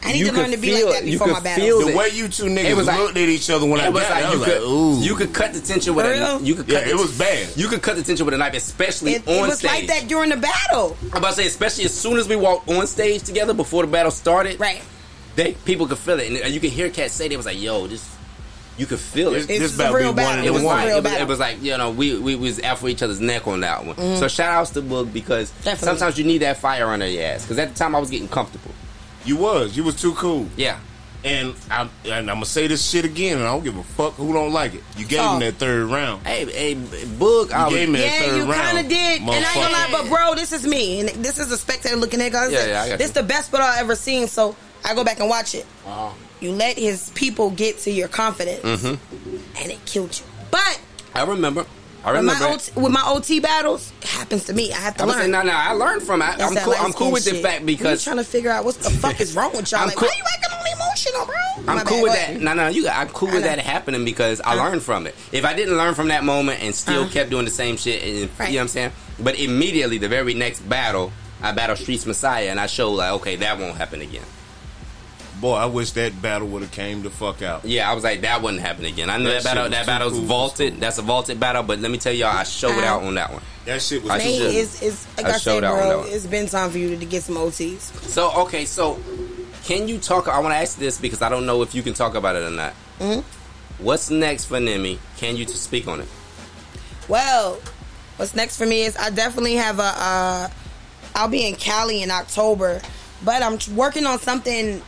Speaker 4: I need
Speaker 6: you
Speaker 4: to learn
Speaker 6: could
Speaker 4: to be
Speaker 6: feel
Speaker 4: like
Speaker 6: it.
Speaker 4: that
Speaker 6: You
Speaker 4: before
Speaker 6: could
Speaker 4: my
Speaker 6: feel
Speaker 4: battles.
Speaker 6: it.
Speaker 3: The way you two niggas
Speaker 6: It was like-
Speaker 3: looked at each other when I
Speaker 2: It was
Speaker 3: got
Speaker 2: like
Speaker 3: there, I
Speaker 2: you
Speaker 3: was like,
Speaker 2: could
Speaker 3: ooh.
Speaker 2: you could cut the tension with
Speaker 4: For
Speaker 2: a
Speaker 4: real?
Speaker 2: you could
Speaker 3: Yeah,
Speaker 2: cut
Speaker 3: it
Speaker 2: the-
Speaker 3: was bad.
Speaker 2: You could cut the tension with a knife, especially
Speaker 4: It,
Speaker 2: on
Speaker 4: it was
Speaker 2: stage.
Speaker 4: like that during the battle,
Speaker 2: I'm about to say, especially as soon as we walked on stage together before the battle started,
Speaker 4: right?
Speaker 2: They people could feel it, and uh, you could hear cats say they was like, "Yo, this," you could feel it.
Speaker 3: This,
Speaker 4: This
Speaker 3: this
Speaker 4: is
Speaker 3: about
Speaker 4: a
Speaker 3: to be
Speaker 4: real battle.
Speaker 3: one
Speaker 2: it
Speaker 3: and
Speaker 4: It
Speaker 2: was
Speaker 4: was a
Speaker 3: one.
Speaker 2: like
Speaker 4: real
Speaker 2: it was,
Speaker 4: battle.
Speaker 2: it was like you know we we was after each other's neck on that one. So shout outs to Boog because
Speaker 4: Mm-hmm. Definitely.
Speaker 2: sometimes you need that fire under your ass. Because at the time I was getting comfortable.
Speaker 3: You was. You was too cool.
Speaker 2: Yeah, Um,
Speaker 3: And I'm and I'm gonna say this shit again, and I don't give a fuck who don't like it. You gave
Speaker 4: Oh.
Speaker 3: him that third round.
Speaker 2: hey hey Boog, I was,
Speaker 3: gave me- that
Speaker 4: Yeah,
Speaker 3: third
Speaker 4: you
Speaker 3: round,
Speaker 4: kind of did, and I ain't gonna lie,
Speaker 3: motherfucker.
Speaker 4: but bro, this is me, and this is a spectator looking at. guys.
Speaker 2: Yeah, yeah, I got
Speaker 4: this
Speaker 2: you.
Speaker 4: the best battle I ever seen. So I go back and watch it. You let his people get to your confidence,
Speaker 2: Mm-hmm.
Speaker 4: and it killed you. But
Speaker 2: I remember I
Speaker 4: with
Speaker 2: remember.
Speaker 4: my, OT, with my OT battles, it happens to me. I have to
Speaker 2: I was
Speaker 4: learn.
Speaker 2: saying, no, no, I learned from it. I-
Speaker 4: That's
Speaker 2: I'm
Speaker 4: that
Speaker 2: cool. I'm
Speaker 4: light-skinned
Speaker 2: cool with the
Speaker 4: shit.
Speaker 2: fact because
Speaker 4: I'm trying to figure out what the fuck is wrong with y'all.
Speaker 2: I'm
Speaker 4: like,
Speaker 2: cool-
Speaker 4: why you acting all emotional, bro?
Speaker 2: I'm cool
Speaker 4: My bad,
Speaker 2: with
Speaker 4: go ahead.
Speaker 2: that. No, no, you. I'm cool
Speaker 4: I
Speaker 2: with
Speaker 4: know.
Speaker 2: that happening because I
Speaker 4: Uh-huh.
Speaker 2: learned from it. If I didn't learn from that moment and still kept doing the same shit, and,
Speaker 4: Right.
Speaker 2: you know what I'm saying? But immediately, the very next battle, I battle Streets Messiah, and I showed like, okay, that won't happen again.
Speaker 3: Boy, I wish that battle would have came the fuck out.
Speaker 2: Yeah, I was like, that wouldn't happen again. I know that,
Speaker 3: That shit
Speaker 2: battle.
Speaker 3: was
Speaker 2: That
Speaker 3: too
Speaker 2: battle's
Speaker 3: cool for
Speaker 2: vaulted. That's a vaulted battle. But let me tell y'all, I showed
Speaker 4: Uh-huh.
Speaker 2: out on that one.
Speaker 3: That shit was
Speaker 2: I
Speaker 4: Man,
Speaker 2: should.
Speaker 4: it's, it's like
Speaker 2: I
Speaker 4: I,
Speaker 2: showed
Speaker 4: said,
Speaker 2: out on that
Speaker 4: bro,
Speaker 2: one.
Speaker 4: it's been time for you to, to get some OTs.
Speaker 2: So okay, so can you talk? I want to ask this because I don't know if you can talk about it or not.
Speaker 4: Mm-hmm.
Speaker 2: What's next for Nimi? Can you speak on it?
Speaker 4: Well, what's next for me is I definitely have a. Uh, I'll be in Cali in October, but I'm tr- working on something.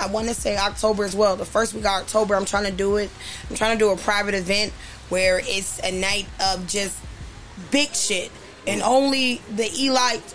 Speaker 4: I want to say October as well. The first week of October, I'm trying to do it. I'm trying to do a private event where it's a night of just big shit, and only the elites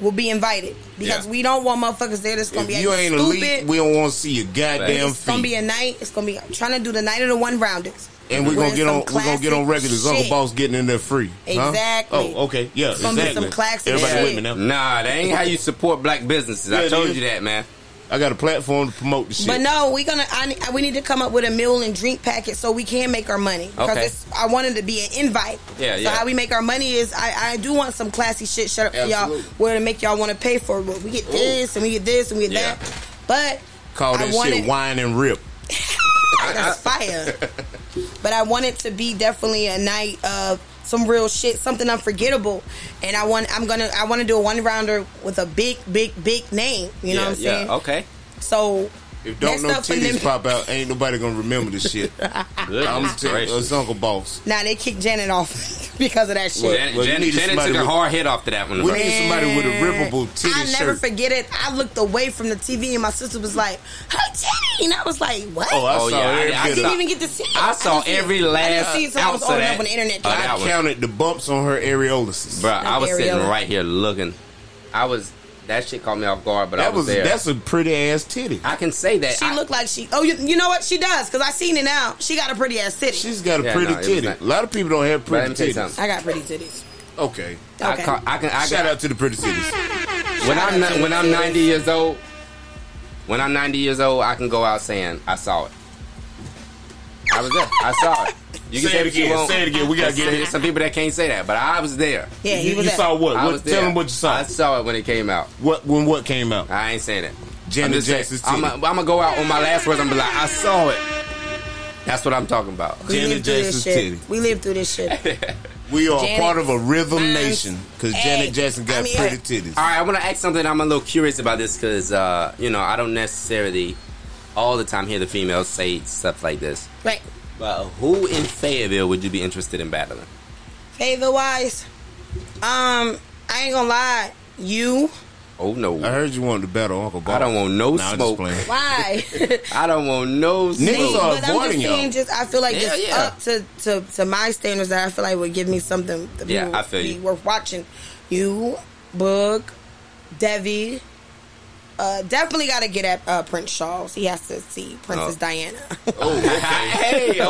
Speaker 4: will be invited because
Speaker 2: Yeah.
Speaker 4: we don't want motherfuckers there that's gonna
Speaker 3: If
Speaker 4: be
Speaker 3: you
Speaker 4: acting
Speaker 3: ain't
Speaker 4: stupid.
Speaker 3: elite, we don't want to see your goddamn
Speaker 4: it's gonna be
Speaker 3: feet.
Speaker 4: a night. It's gonna be I'm trying to do the night of the one rounders,
Speaker 3: And we're gonna
Speaker 4: Wearing
Speaker 3: get on.
Speaker 4: some
Speaker 3: We're gonna get on
Speaker 4: classic
Speaker 3: record as Uncle
Speaker 4: shit.
Speaker 3: Boss getting in there free. Huh?
Speaker 4: Exactly.
Speaker 3: Oh, okay. Yeah,
Speaker 4: It's gonna be
Speaker 3: exactly.
Speaker 4: some classic
Speaker 3: Everybody,
Speaker 4: shit.
Speaker 3: wait a minute. now.
Speaker 2: Nah, that ain't how you support black businesses.
Speaker 3: Yeah,
Speaker 2: I
Speaker 3: it
Speaker 2: told
Speaker 3: is.
Speaker 2: you that, man.
Speaker 3: I got a platform to promote the shit.
Speaker 4: But no, we gonna. I, ne- we need to come up with a meal and drink packet so we can make our money. Because
Speaker 2: Okay.
Speaker 4: it's, I wanted to be an invite.
Speaker 2: Yeah,
Speaker 4: so
Speaker 2: yeah.
Speaker 4: how we make our money is I, I do want some classy shit. Shut up, for y'all.
Speaker 3: Absolutely.
Speaker 4: Where to make y'all want to pay for it? But we get this and we get this and we get
Speaker 2: Yeah.
Speaker 4: that. But
Speaker 3: Call
Speaker 4: I
Speaker 3: that
Speaker 4: want
Speaker 3: shit
Speaker 4: it-
Speaker 3: wine and rip.
Speaker 4: that's fire. but I want it to be definitely a night of some real shit, something unforgettable. And I want. I'm gonna. I want to do a one rounder with a big, big, big name. You
Speaker 2: yeah,
Speaker 4: know what I'm saying?
Speaker 2: yeah. Okay.
Speaker 4: So.
Speaker 3: If don't
Speaker 4: that's
Speaker 3: know
Speaker 4: not for
Speaker 3: titties
Speaker 4: them-
Speaker 3: pop out, ain't nobody gonna remember this shit.
Speaker 2: Good.
Speaker 3: I'm telling it's Uncle Boss.
Speaker 4: Nah, they kicked Janet off because of that shit.
Speaker 2: Janet,
Speaker 3: Well, you
Speaker 2: Janet,
Speaker 3: need
Speaker 2: Janet
Speaker 3: somebody
Speaker 2: took a
Speaker 3: with-
Speaker 2: hard hit after that one.
Speaker 3: We
Speaker 2: bro.
Speaker 3: need somebody with a rippable titty
Speaker 4: I never
Speaker 3: shirt.
Speaker 4: forget it. I looked away from the TV and my sister was like, "Her titty," and I was like, "What?"
Speaker 3: Oh, I
Speaker 2: Oh,
Speaker 3: saw
Speaker 2: yeah,
Speaker 3: every
Speaker 2: I- I
Speaker 3: bit
Speaker 4: I
Speaker 3: of
Speaker 4: didn't
Speaker 3: it.
Speaker 4: even get to see it.
Speaker 2: I saw
Speaker 4: didn't see it.
Speaker 2: every
Speaker 4: I didn't
Speaker 2: last
Speaker 4: see it till I was
Speaker 2: ounce of
Speaker 4: old enough
Speaker 2: that.
Speaker 4: when the internet
Speaker 2: of
Speaker 3: Oh,
Speaker 4: came
Speaker 2: that
Speaker 4: out.
Speaker 2: one.
Speaker 3: counted the bumps on her areolas.
Speaker 2: Bro, I was
Speaker 4: Very
Speaker 2: sitting
Speaker 4: relevant.
Speaker 2: right here looking. I was that shit caught me off guard, but I
Speaker 3: That
Speaker 2: was,
Speaker 3: was
Speaker 2: there.
Speaker 3: that's a pretty ass titty.
Speaker 2: I can say that.
Speaker 4: She
Speaker 2: I-
Speaker 4: looked like she. Oh, you, you know what? She does because I seen it now. She got a pretty ass titty.
Speaker 3: She's got a
Speaker 2: Yeah,
Speaker 3: pretty
Speaker 2: no, it was
Speaker 3: titty.
Speaker 2: not-
Speaker 3: A lot of people don't have
Speaker 2: But let
Speaker 3: pretty
Speaker 2: me tell you
Speaker 3: titties.
Speaker 2: something.
Speaker 4: I got pretty titties.
Speaker 3: Okay.
Speaker 2: I,
Speaker 4: Okay.
Speaker 2: ca- I can. I
Speaker 3: Shout
Speaker 2: got,
Speaker 3: out to the pretty titties.
Speaker 2: when I'm
Speaker 4: out to
Speaker 2: ni- when
Speaker 4: the
Speaker 2: I'm
Speaker 4: titties.
Speaker 2: 90 years old. When I'm 90 years old, I can go out saying I saw it. I was there. I saw it. You
Speaker 3: Say it
Speaker 2: what you
Speaker 3: again.
Speaker 2: want.
Speaker 3: Say it again. We gotta get it.
Speaker 2: Some people that can't say that, but I was there.
Speaker 4: yeah, he
Speaker 3: you
Speaker 4: was
Speaker 3: you
Speaker 4: at-
Speaker 3: saw what?
Speaker 2: I
Speaker 3: what
Speaker 2: was
Speaker 3: tell
Speaker 2: there.
Speaker 3: them what you saw.
Speaker 2: I saw it when it came out.
Speaker 3: What when what came out?
Speaker 2: I ain't saying it.
Speaker 3: Janet Jackson's
Speaker 2: I'm
Speaker 3: titty.
Speaker 2: gonna go out on my last words. I'm gonna be like, I saw it. That's what I'm talking about.
Speaker 4: We
Speaker 3: Janet
Speaker 4: lived through
Speaker 3: Jackson's
Speaker 4: this shit.
Speaker 3: titty.
Speaker 4: We lived through this shit.
Speaker 3: We are
Speaker 4: Janet-
Speaker 3: part of a rhythm
Speaker 4: Mine's-
Speaker 3: nation because
Speaker 4: Hey,
Speaker 3: Janet Jackson got
Speaker 4: I'm here.
Speaker 3: pretty titties.
Speaker 2: All right, I want to ask something. I'm a little curious about this because uh, you know I don't necessarily all the time hear the females say stuff like this.
Speaker 4: right.
Speaker 2: But who in Fayetteville would you be interested in battling?
Speaker 4: Favor wise, um, I ain't gonna lie. You.
Speaker 2: Oh no,
Speaker 3: I heard you wanted to battle Uncle Bob.
Speaker 2: I don't want no
Speaker 3: Nah, I'm just
Speaker 2: smoke.
Speaker 3: playing.
Speaker 4: Why?
Speaker 2: I don't want no
Speaker 3: Niggas
Speaker 2: smoke.
Speaker 3: are
Speaker 4: but I'm
Speaker 3: avoiding
Speaker 4: just
Speaker 3: y'all.
Speaker 4: saying, just I feel like
Speaker 2: Yeah,
Speaker 4: just
Speaker 2: yeah.
Speaker 4: up to, to to my standards that I feel like would give me something. That
Speaker 2: Yeah,
Speaker 4: would
Speaker 2: I feel
Speaker 4: be
Speaker 2: you.
Speaker 4: Worth watching. You, Boog, Devi. Uh, definitely got to get at uh, Prince Charles. He has to see Princess
Speaker 2: Oh.
Speaker 4: Diana.
Speaker 2: hey, okay.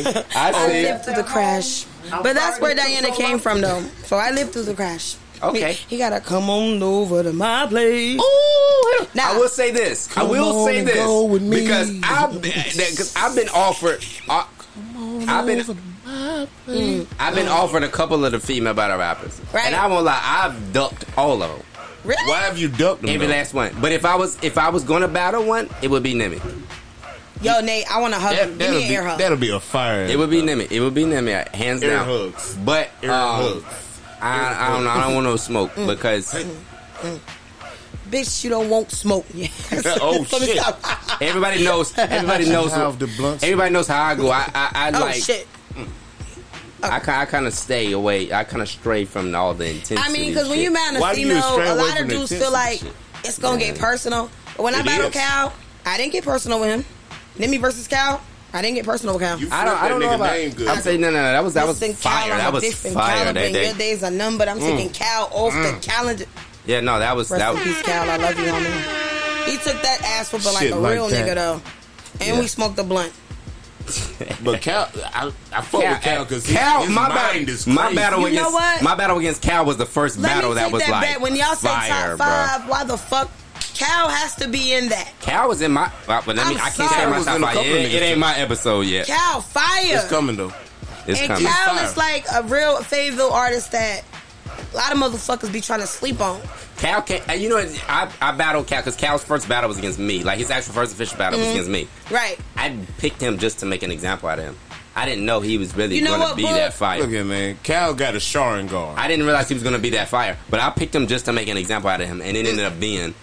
Speaker 3: Okay.
Speaker 2: I
Speaker 4: I
Speaker 2: see.
Speaker 4: lived through the crash, but that's where Diana came from, though. So I lived through the crash.
Speaker 2: Okay.
Speaker 4: he, gotta come on over to my place.
Speaker 2: Ooh,
Speaker 4: Now-
Speaker 2: I will say this. I will
Speaker 3: on
Speaker 2: say
Speaker 3: and
Speaker 2: this
Speaker 3: go with me.
Speaker 2: because I've been, that- 'cause I've been offered. I, I've been Mm. I've been offered a couple of the female battle rappers,
Speaker 4: Right.
Speaker 2: and I won't lie, I've ducked all of them.
Speaker 4: Really?
Speaker 3: Why have you ducked them?
Speaker 2: Every
Speaker 3: though?
Speaker 2: last one. But if I was if I was going to battle one, it would be Nimi.
Speaker 4: Yo, Nate, I want to hug you.
Speaker 3: That,
Speaker 4: Give
Speaker 3: that'll,
Speaker 4: me an
Speaker 3: be,
Speaker 4: air hug.
Speaker 3: that'll be a fire.
Speaker 2: It would be Nimi. It would be Nimi. Hands
Speaker 3: Air
Speaker 2: down.
Speaker 3: hugs.
Speaker 2: But
Speaker 3: Air
Speaker 2: um,
Speaker 3: hugs. Mm.
Speaker 2: I, I don't know. I don't want no smoke because
Speaker 4: Bitch, you don't want smoke.
Speaker 3: Oh, shit.
Speaker 2: everybody knows. Everybody knows.
Speaker 3: Have the blunts.
Speaker 2: Everybody knows how I go. I I, I
Speaker 4: oh,
Speaker 2: like.
Speaker 4: shit.
Speaker 2: I, ki- I kind of stay away. I kind of stray from all the intensity.
Speaker 4: I mean, because when you mad at
Speaker 3: Why
Speaker 4: a
Speaker 3: do you
Speaker 4: female,
Speaker 3: stray
Speaker 4: a
Speaker 3: away
Speaker 4: lot
Speaker 3: from
Speaker 4: of
Speaker 3: the
Speaker 4: dudes
Speaker 3: tits
Speaker 4: feel
Speaker 3: and
Speaker 4: like
Speaker 3: shit?
Speaker 4: it's gonna get personal. But when I
Speaker 3: It
Speaker 4: battle
Speaker 3: is.
Speaker 4: Cal, I didn't get personal with him. Nimi versus Cal, I didn't get personal with Cal.
Speaker 3: You
Speaker 2: I don't. I don't
Speaker 3: That
Speaker 2: know
Speaker 3: nigga
Speaker 2: about.
Speaker 3: name good.
Speaker 2: I say no, no, no. That was that was
Speaker 4: Listen,
Speaker 2: fire.
Speaker 4: Cal, I'm
Speaker 2: That
Speaker 4: a
Speaker 2: was
Speaker 4: different
Speaker 2: fire.
Speaker 4: caliber.
Speaker 2: That
Speaker 4: Your
Speaker 2: day.
Speaker 4: days are numbered. I'm taking Cal off the calendar.
Speaker 2: Yeah, no, that was
Speaker 4: Rest
Speaker 2: that
Speaker 4: in peace,
Speaker 2: was.
Speaker 4: Cal. I love you, homie. He took that ass whooping like
Speaker 3: Shit
Speaker 4: a
Speaker 3: like
Speaker 4: real
Speaker 3: that.
Speaker 4: nigga though, and
Speaker 2: Yeah.
Speaker 4: we smoked the blunt.
Speaker 3: But Cal, I, I fuck with Cal because
Speaker 2: Cal,
Speaker 3: his
Speaker 2: my
Speaker 3: mind
Speaker 2: battle,
Speaker 3: is crazy.
Speaker 2: my battle
Speaker 4: You
Speaker 2: against
Speaker 4: know what?
Speaker 2: my battle against Cal was the first
Speaker 4: Let
Speaker 2: battle
Speaker 4: me
Speaker 2: that
Speaker 4: take
Speaker 2: was
Speaker 4: that
Speaker 2: like
Speaker 4: back. When y'all say
Speaker 2: fire, bruh.
Speaker 4: top five, why the fuck Cal has to be in that?
Speaker 2: Cal was in my, but let me,
Speaker 4: I'm
Speaker 2: I can't
Speaker 4: sorry.
Speaker 2: say
Speaker 4: Cal
Speaker 2: my
Speaker 3: was
Speaker 2: top
Speaker 3: in a
Speaker 2: five.
Speaker 3: couple
Speaker 2: It,
Speaker 3: of
Speaker 2: it
Speaker 3: niggas
Speaker 2: ain't my episode yet.
Speaker 4: Cal fire.
Speaker 3: It's coming though.
Speaker 2: it's
Speaker 4: and
Speaker 2: coming.
Speaker 4: Cal
Speaker 3: Fire.
Speaker 4: is like a real Fayetteville artist that a lot of motherfuckers be trying to sleep on.
Speaker 2: Cal, ca- uh, you know, I, I battled Cal because Cal's first battle was against me. Like his actual first official battle
Speaker 4: Mm-hmm.
Speaker 2: was against me.
Speaker 4: Right.
Speaker 2: I picked him just to make an example out of him. I didn't know he was really
Speaker 4: You know
Speaker 2: going to
Speaker 4: what,
Speaker 2: be
Speaker 4: Bull?
Speaker 2: that fire.
Speaker 3: Look at man, Cal got a Sharon guard.
Speaker 2: I didn't realize he was going to be that fire, but I picked him just to make an example out of him, and it ended up being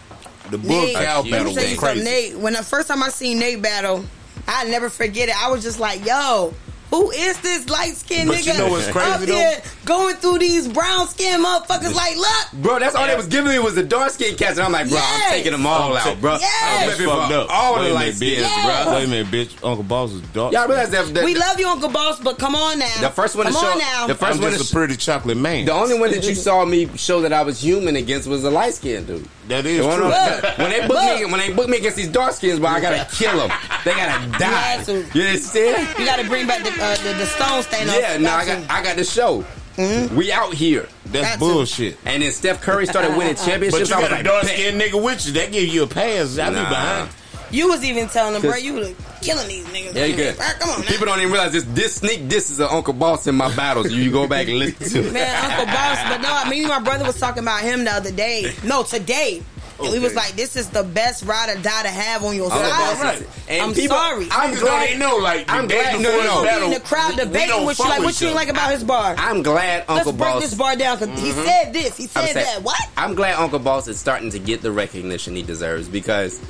Speaker 3: The bull Cal
Speaker 2: you say
Speaker 3: battle
Speaker 4: let me tell you
Speaker 3: was
Speaker 4: something,
Speaker 3: crazy.
Speaker 4: Nate. When the first time I seen Nate battle, I never forget it. I was just like, yo. Who is this light skinned
Speaker 3: But
Speaker 4: nigga
Speaker 3: you know what's crazy,
Speaker 4: up
Speaker 3: though?
Speaker 4: here going through these brown skinned motherfuckers like look?
Speaker 2: Bro, that's all they was giving me was the dark skinned cats, and I'm like, bro,
Speaker 4: Yes.
Speaker 2: I'm taking them all out, bro.
Speaker 4: Yes.
Speaker 2: I'm
Speaker 3: That's
Speaker 2: living
Speaker 3: fucked
Speaker 2: for
Speaker 3: up.
Speaker 2: all
Speaker 3: Wait
Speaker 2: the
Speaker 3: a
Speaker 2: light
Speaker 3: minute, bitch.
Speaker 2: skins,
Speaker 4: Yes.
Speaker 2: bro.
Speaker 3: Wait a minute, bitch. Uncle Boss is dark.
Speaker 2: Y'all realize that, that
Speaker 4: We love you, Uncle Boss, but come on now.
Speaker 2: the first one to
Speaker 4: come
Speaker 2: show,
Speaker 4: on now.
Speaker 2: the first
Speaker 3: I'm
Speaker 2: one, to
Speaker 3: just
Speaker 2: sh-
Speaker 3: a pretty chocolate man.
Speaker 2: the only one that you saw me show that I was human against was a light skinned dude.
Speaker 3: that is
Speaker 2: The one
Speaker 3: true.
Speaker 2: on-
Speaker 4: Look.
Speaker 2: when they book me, when they book me against these dark skins, bro, I gotta kill them. They gotta die.
Speaker 4: had to.
Speaker 2: You understand?
Speaker 4: you got to bring back the, uh, the, the stone stain. on-
Speaker 2: Yeah, no, I got, I got the show.
Speaker 4: Mm-hmm.
Speaker 2: We out here,
Speaker 3: That's
Speaker 4: That's
Speaker 3: bullshit.
Speaker 2: and then Steph Curry started winning
Speaker 3: But you
Speaker 2: championships. I was
Speaker 3: got a
Speaker 2: like,
Speaker 3: dark
Speaker 2: bet.
Speaker 3: skinned nigga with you. That give you a pass. I be
Speaker 2: Nah.
Speaker 3: behind.
Speaker 4: You was even telling them, bro,
Speaker 2: Cause-
Speaker 4: you was killing these niggas.
Speaker 2: Yeah, you good.
Speaker 4: Bruh, Come on, now.
Speaker 2: People don't even realize this. This sneak this is an Uncle Boss in my battles. You go back and listen to it.
Speaker 4: Man, Uncle Boss, but no, I mean, my brother was talking about him the other day. No, today. And we was
Speaker 3: Okay.
Speaker 4: like, this is the best ride or die to have on your side.
Speaker 3: Boss is-
Speaker 2: and
Speaker 4: I'm
Speaker 2: people-
Speaker 4: sorry.
Speaker 2: I'm
Speaker 3: Niggas
Speaker 2: glad-
Speaker 3: don't even know. Like the
Speaker 2: I'm
Speaker 3: day
Speaker 2: glad- no,
Speaker 3: before
Speaker 2: no,
Speaker 3: this
Speaker 2: no.
Speaker 4: you be
Speaker 3: battle,
Speaker 4: in the crowd
Speaker 3: we- we
Speaker 4: debating
Speaker 3: don't
Speaker 4: with you,
Speaker 3: fuck
Speaker 4: like,
Speaker 3: with
Speaker 4: what you
Speaker 3: each
Speaker 4: like
Speaker 3: other.
Speaker 4: about his bar?
Speaker 2: I'm glad
Speaker 4: Let's
Speaker 2: Uncle
Speaker 4: break
Speaker 2: Boss. Mm-hmm.
Speaker 4: this bar down, because he said this, he
Speaker 2: I'm
Speaker 4: said
Speaker 2: saying-
Speaker 4: that. What?
Speaker 2: I'm glad Uncle Boss is starting to get the recognition he deserves because